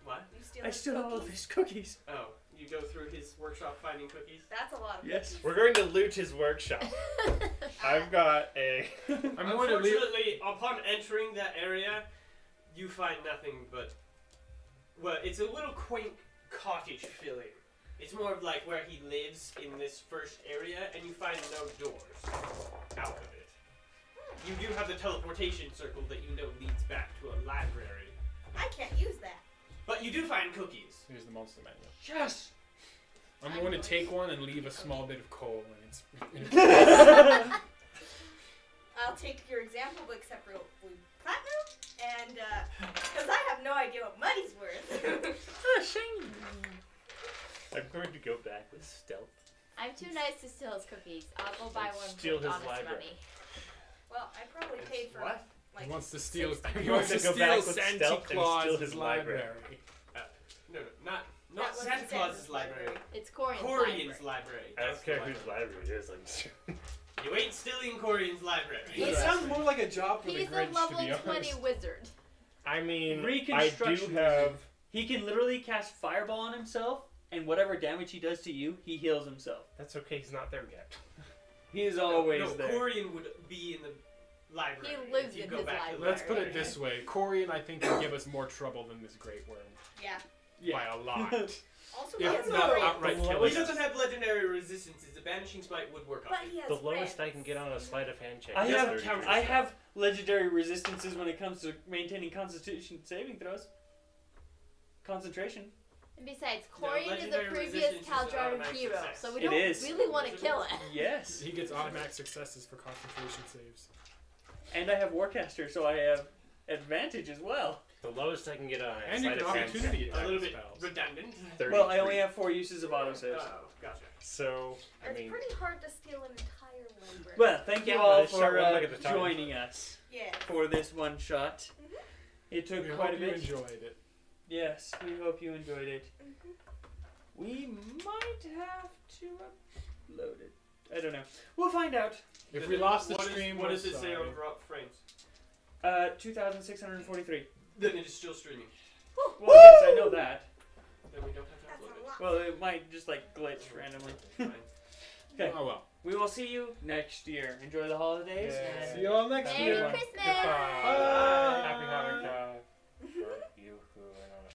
Speaker 6: What?
Speaker 5: You steal
Speaker 1: I
Speaker 5: his
Speaker 1: still all of
Speaker 5: cookies.
Speaker 1: his cookies.
Speaker 6: Oh, you go through his workshop finding cookies?
Speaker 5: That's a lot of
Speaker 1: Yes.
Speaker 5: cookies.
Speaker 7: We're going to loot his
Speaker 5: [laughs]
Speaker 7: workshop. I've got a.
Speaker 4: I'm going to leave.
Speaker 6: Unfortunately, upon entering that area, you find nothing but. Well, it's a little quaint cottage feeling. It's more of like where he lives in this first area, and you find no doors out of it. You do have the teleportation circle that you know leads back to a library,
Speaker 5: I can't use that.
Speaker 6: but you do find cookies.
Speaker 4: Here's the monster manual.
Speaker 1: Yes.
Speaker 4: I'm
Speaker 5: I'm
Speaker 4: going to
Speaker 5: going
Speaker 4: take
Speaker 5: to-
Speaker 4: one and leave a small bit of coal in [laughs] its. in its-
Speaker 5: I'll take your example, but except for blue platinum, and because I have no idea what money's worth. [laughs]
Speaker 1: Ah,
Speaker 7: I'm going to go back with stealth.
Speaker 2: I'm too nice to steal his cookies. I'll go buy
Speaker 7: Don't
Speaker 2: one
Speaker 7: steal
Speaker 2: for
Speaker 7: his
Speaker 2: honest
Speaker 7: library.
Speaker 2: money.
Speaker 5: well, I probably paid for
Speaker 6: What?
Speaker 4: he
Speaker 5: like.
Speaker 4: wants to steal.
Speaker 5: sixty
Speaker 4: He
Speaker 7: want
Speaker 4: wants to
Speaker 7: to go
Speaker 4: steal
Speaker 7: back with stealth
Speaker 4: Santa
Speaker 7: and steal his
Speaker 4: Claus's
Speaker 7: library.
Speaker 4: library.
Speaker 6: No, no, not
Speaker 5: That
Speaker 6: not
Speaker 5: wasn't
Speaker 6: Santa Claus's
Speaker 5: Santa's
Speaker 6: library.
Speaker 2: It's Corian's
Speaker 6: Corian's
Speaker 2: library.
Speaker 6: library.
Speaker 7: I
Speaker 6: That's
Speaker 7: don't
Speaker 6: the
Speaker 7: care whose library it is, I'm sure.
Speaker 6: You ain't stealing Corian's library.
Speaker 4: That sounds more like a job for
Speaker 2: He's
Speaker 4: the Grinch,
Speaker 2: a level
Speaker 4: to be honest.
Speaker 2: 20 wizard.
Speaker 7: I mean, I do
Speaker 1: Reconstruction
Speaker 7: have.
Speaker 1: He can literally cast fireball on himself, and whatever damage he does to you, he heals himself.
Speaker 7: That's okay, he's not there yet.
Speaker 1: He is always
Speaker 6: no,
Speaker 1: there.
Speaker 6: Corian would be in the library.
Speaker 2: He
Speaker 6: if
Speaker 2: lives
Speaker 6: you
Speaker 2: in
Speaker 6: go
Speaker 2: his
Speaker 6: back to the
Speaker 4: Let's put
Speaker 6: library.
Speaker 4: it this way: Corey and I think can give us more trouble than this great worm
Speaker 5: Yeah.
Speaker 4: by a [laughs] lot.
Speaker 5: Also,
Speaker 4: Yeah,
Speaker 5: he
Speaker 4: it's
Speaker 5: has
Speaker 4: not
Speaker 5: no rate,
Speaker 4: outright
Speaker 7: The
Speaker 6: Well,
Speaker 4: killing
Speaker 6: he
Speaker 4: us.
Speaker 6: doesn't have legendary resistances. The banishing smite would work
Speaker 5: but
Speaker 6: on. him.
Speaker 5: he has
Speaker 7: The lowest I
Speaker 5: friends.
Speaker 7: can get on a sleight of hand check
Speaker 1: I
Speaker 7: is
Speaker 6: Yes,
Speaker 1: have
Speaker 7: 33.
Speaker 6: count-
Speaker 1: I have legendary resistances when it comes to maintaining Constitution saving throws. Concentration.
Speaker 2: And besides, Corian is
Speaker 6: legendary
Speaker 2: a previous
Speaker 6: resistance is
Speaker 2: Caldron
Speaker 6: automatic
Speaker 2: hero,
Speaker 6: success.
Speaker 2: so we
Speaker 1: It
Speaker 2: don't
Speaker 1: is.
Speaker 2: really want to kill him.
Speaker 1: Yes.
Speaker 4: He gets automatic successes for concentration saves.
Speaker 1: And I have Warcaster, so I have advantage as well.
Speaker 7: The lowest I can get on a
Speaker 4: And you
Speaker 7: sleight
Speaker 4: can
Speaker 7: of hand
Speaker 4: opportunity
Speaker 7: check.
Speaker 6: A
Speaker 4: attack
Speaker 6: little
Speaker 4: with
Speaker 6: bit
Speaker 4: spells.
Speaker 6: redundant.
Speaker 7: 33.
Speaker 1: Well, I only have four uses of auto
Speaker 6: Oh,
Speaker 7: Ah.
Speaker 1: saves.
Speaker 6: gotcha.
Speaker 7: So, I
Speaker 5: It's
Speaker 7: mean,
Speaker 5: pretty hard to steal an entire library.
Speaker 1: Well, thank you
Speaker 7: Yeah,
Speaker 1: all
Speaker 7: let's shut
Speaker 1: for
Speaker 7: one
Speaker 1: uh,
Speaker 7: leg at a time.
Speaker 1: joining us
Speaker 5: yeah.
Speaker 1: for this one shot. It took
Speaker 4: We
Speaker 1: quite a
Speaker 4: hope you
Speaker 1: bit.
Speaker 4: enjoyed it.
Speaker 1: Yes, we hope you enjoyed it. We might have to upload it. I don't know. We'll find out.
Speaker 4: If
Speaker 6: Does
Speaker 4: we
Speaker 6: it-
Speaker 4: lost the
Speaker 6: what is-
Speaker 4: stream,
Speaker 6: what
Speaker 4: we're
Speaker 6: does it say
Speaker 4: sorry.
Speaker 6: on drop frames?
Speaker 1: Uh, 2,643.
Speaker 6: Then it is still streaming.
Speaker 1: Well, yes, I know that.
Speaker 6: Then we don't have
Speaker 5: That's
Speaker 6: to upload
Speaker 5: a
Speaker 6: it.
Speaker 5: lot.
Speaker 1: Well, it might just like glitch randomly.
Speaker 6: Fine.
Speaker 1: Okay.
Speaker 4: Oh well.
Speaker 1: We will see you next year. Enjoy the holidays.
Speaker 4: Yeah.
Speaker 1: and-
Speaker 4: See you all next
Speaker 2: Merry
Speaker 4: year.
Speaker 2: Christmas!
Speaker 3: Ah.
Speaker 7: Goodbye.
Speaker 1: Bye.
Speaker 7: Happy Hanukkah.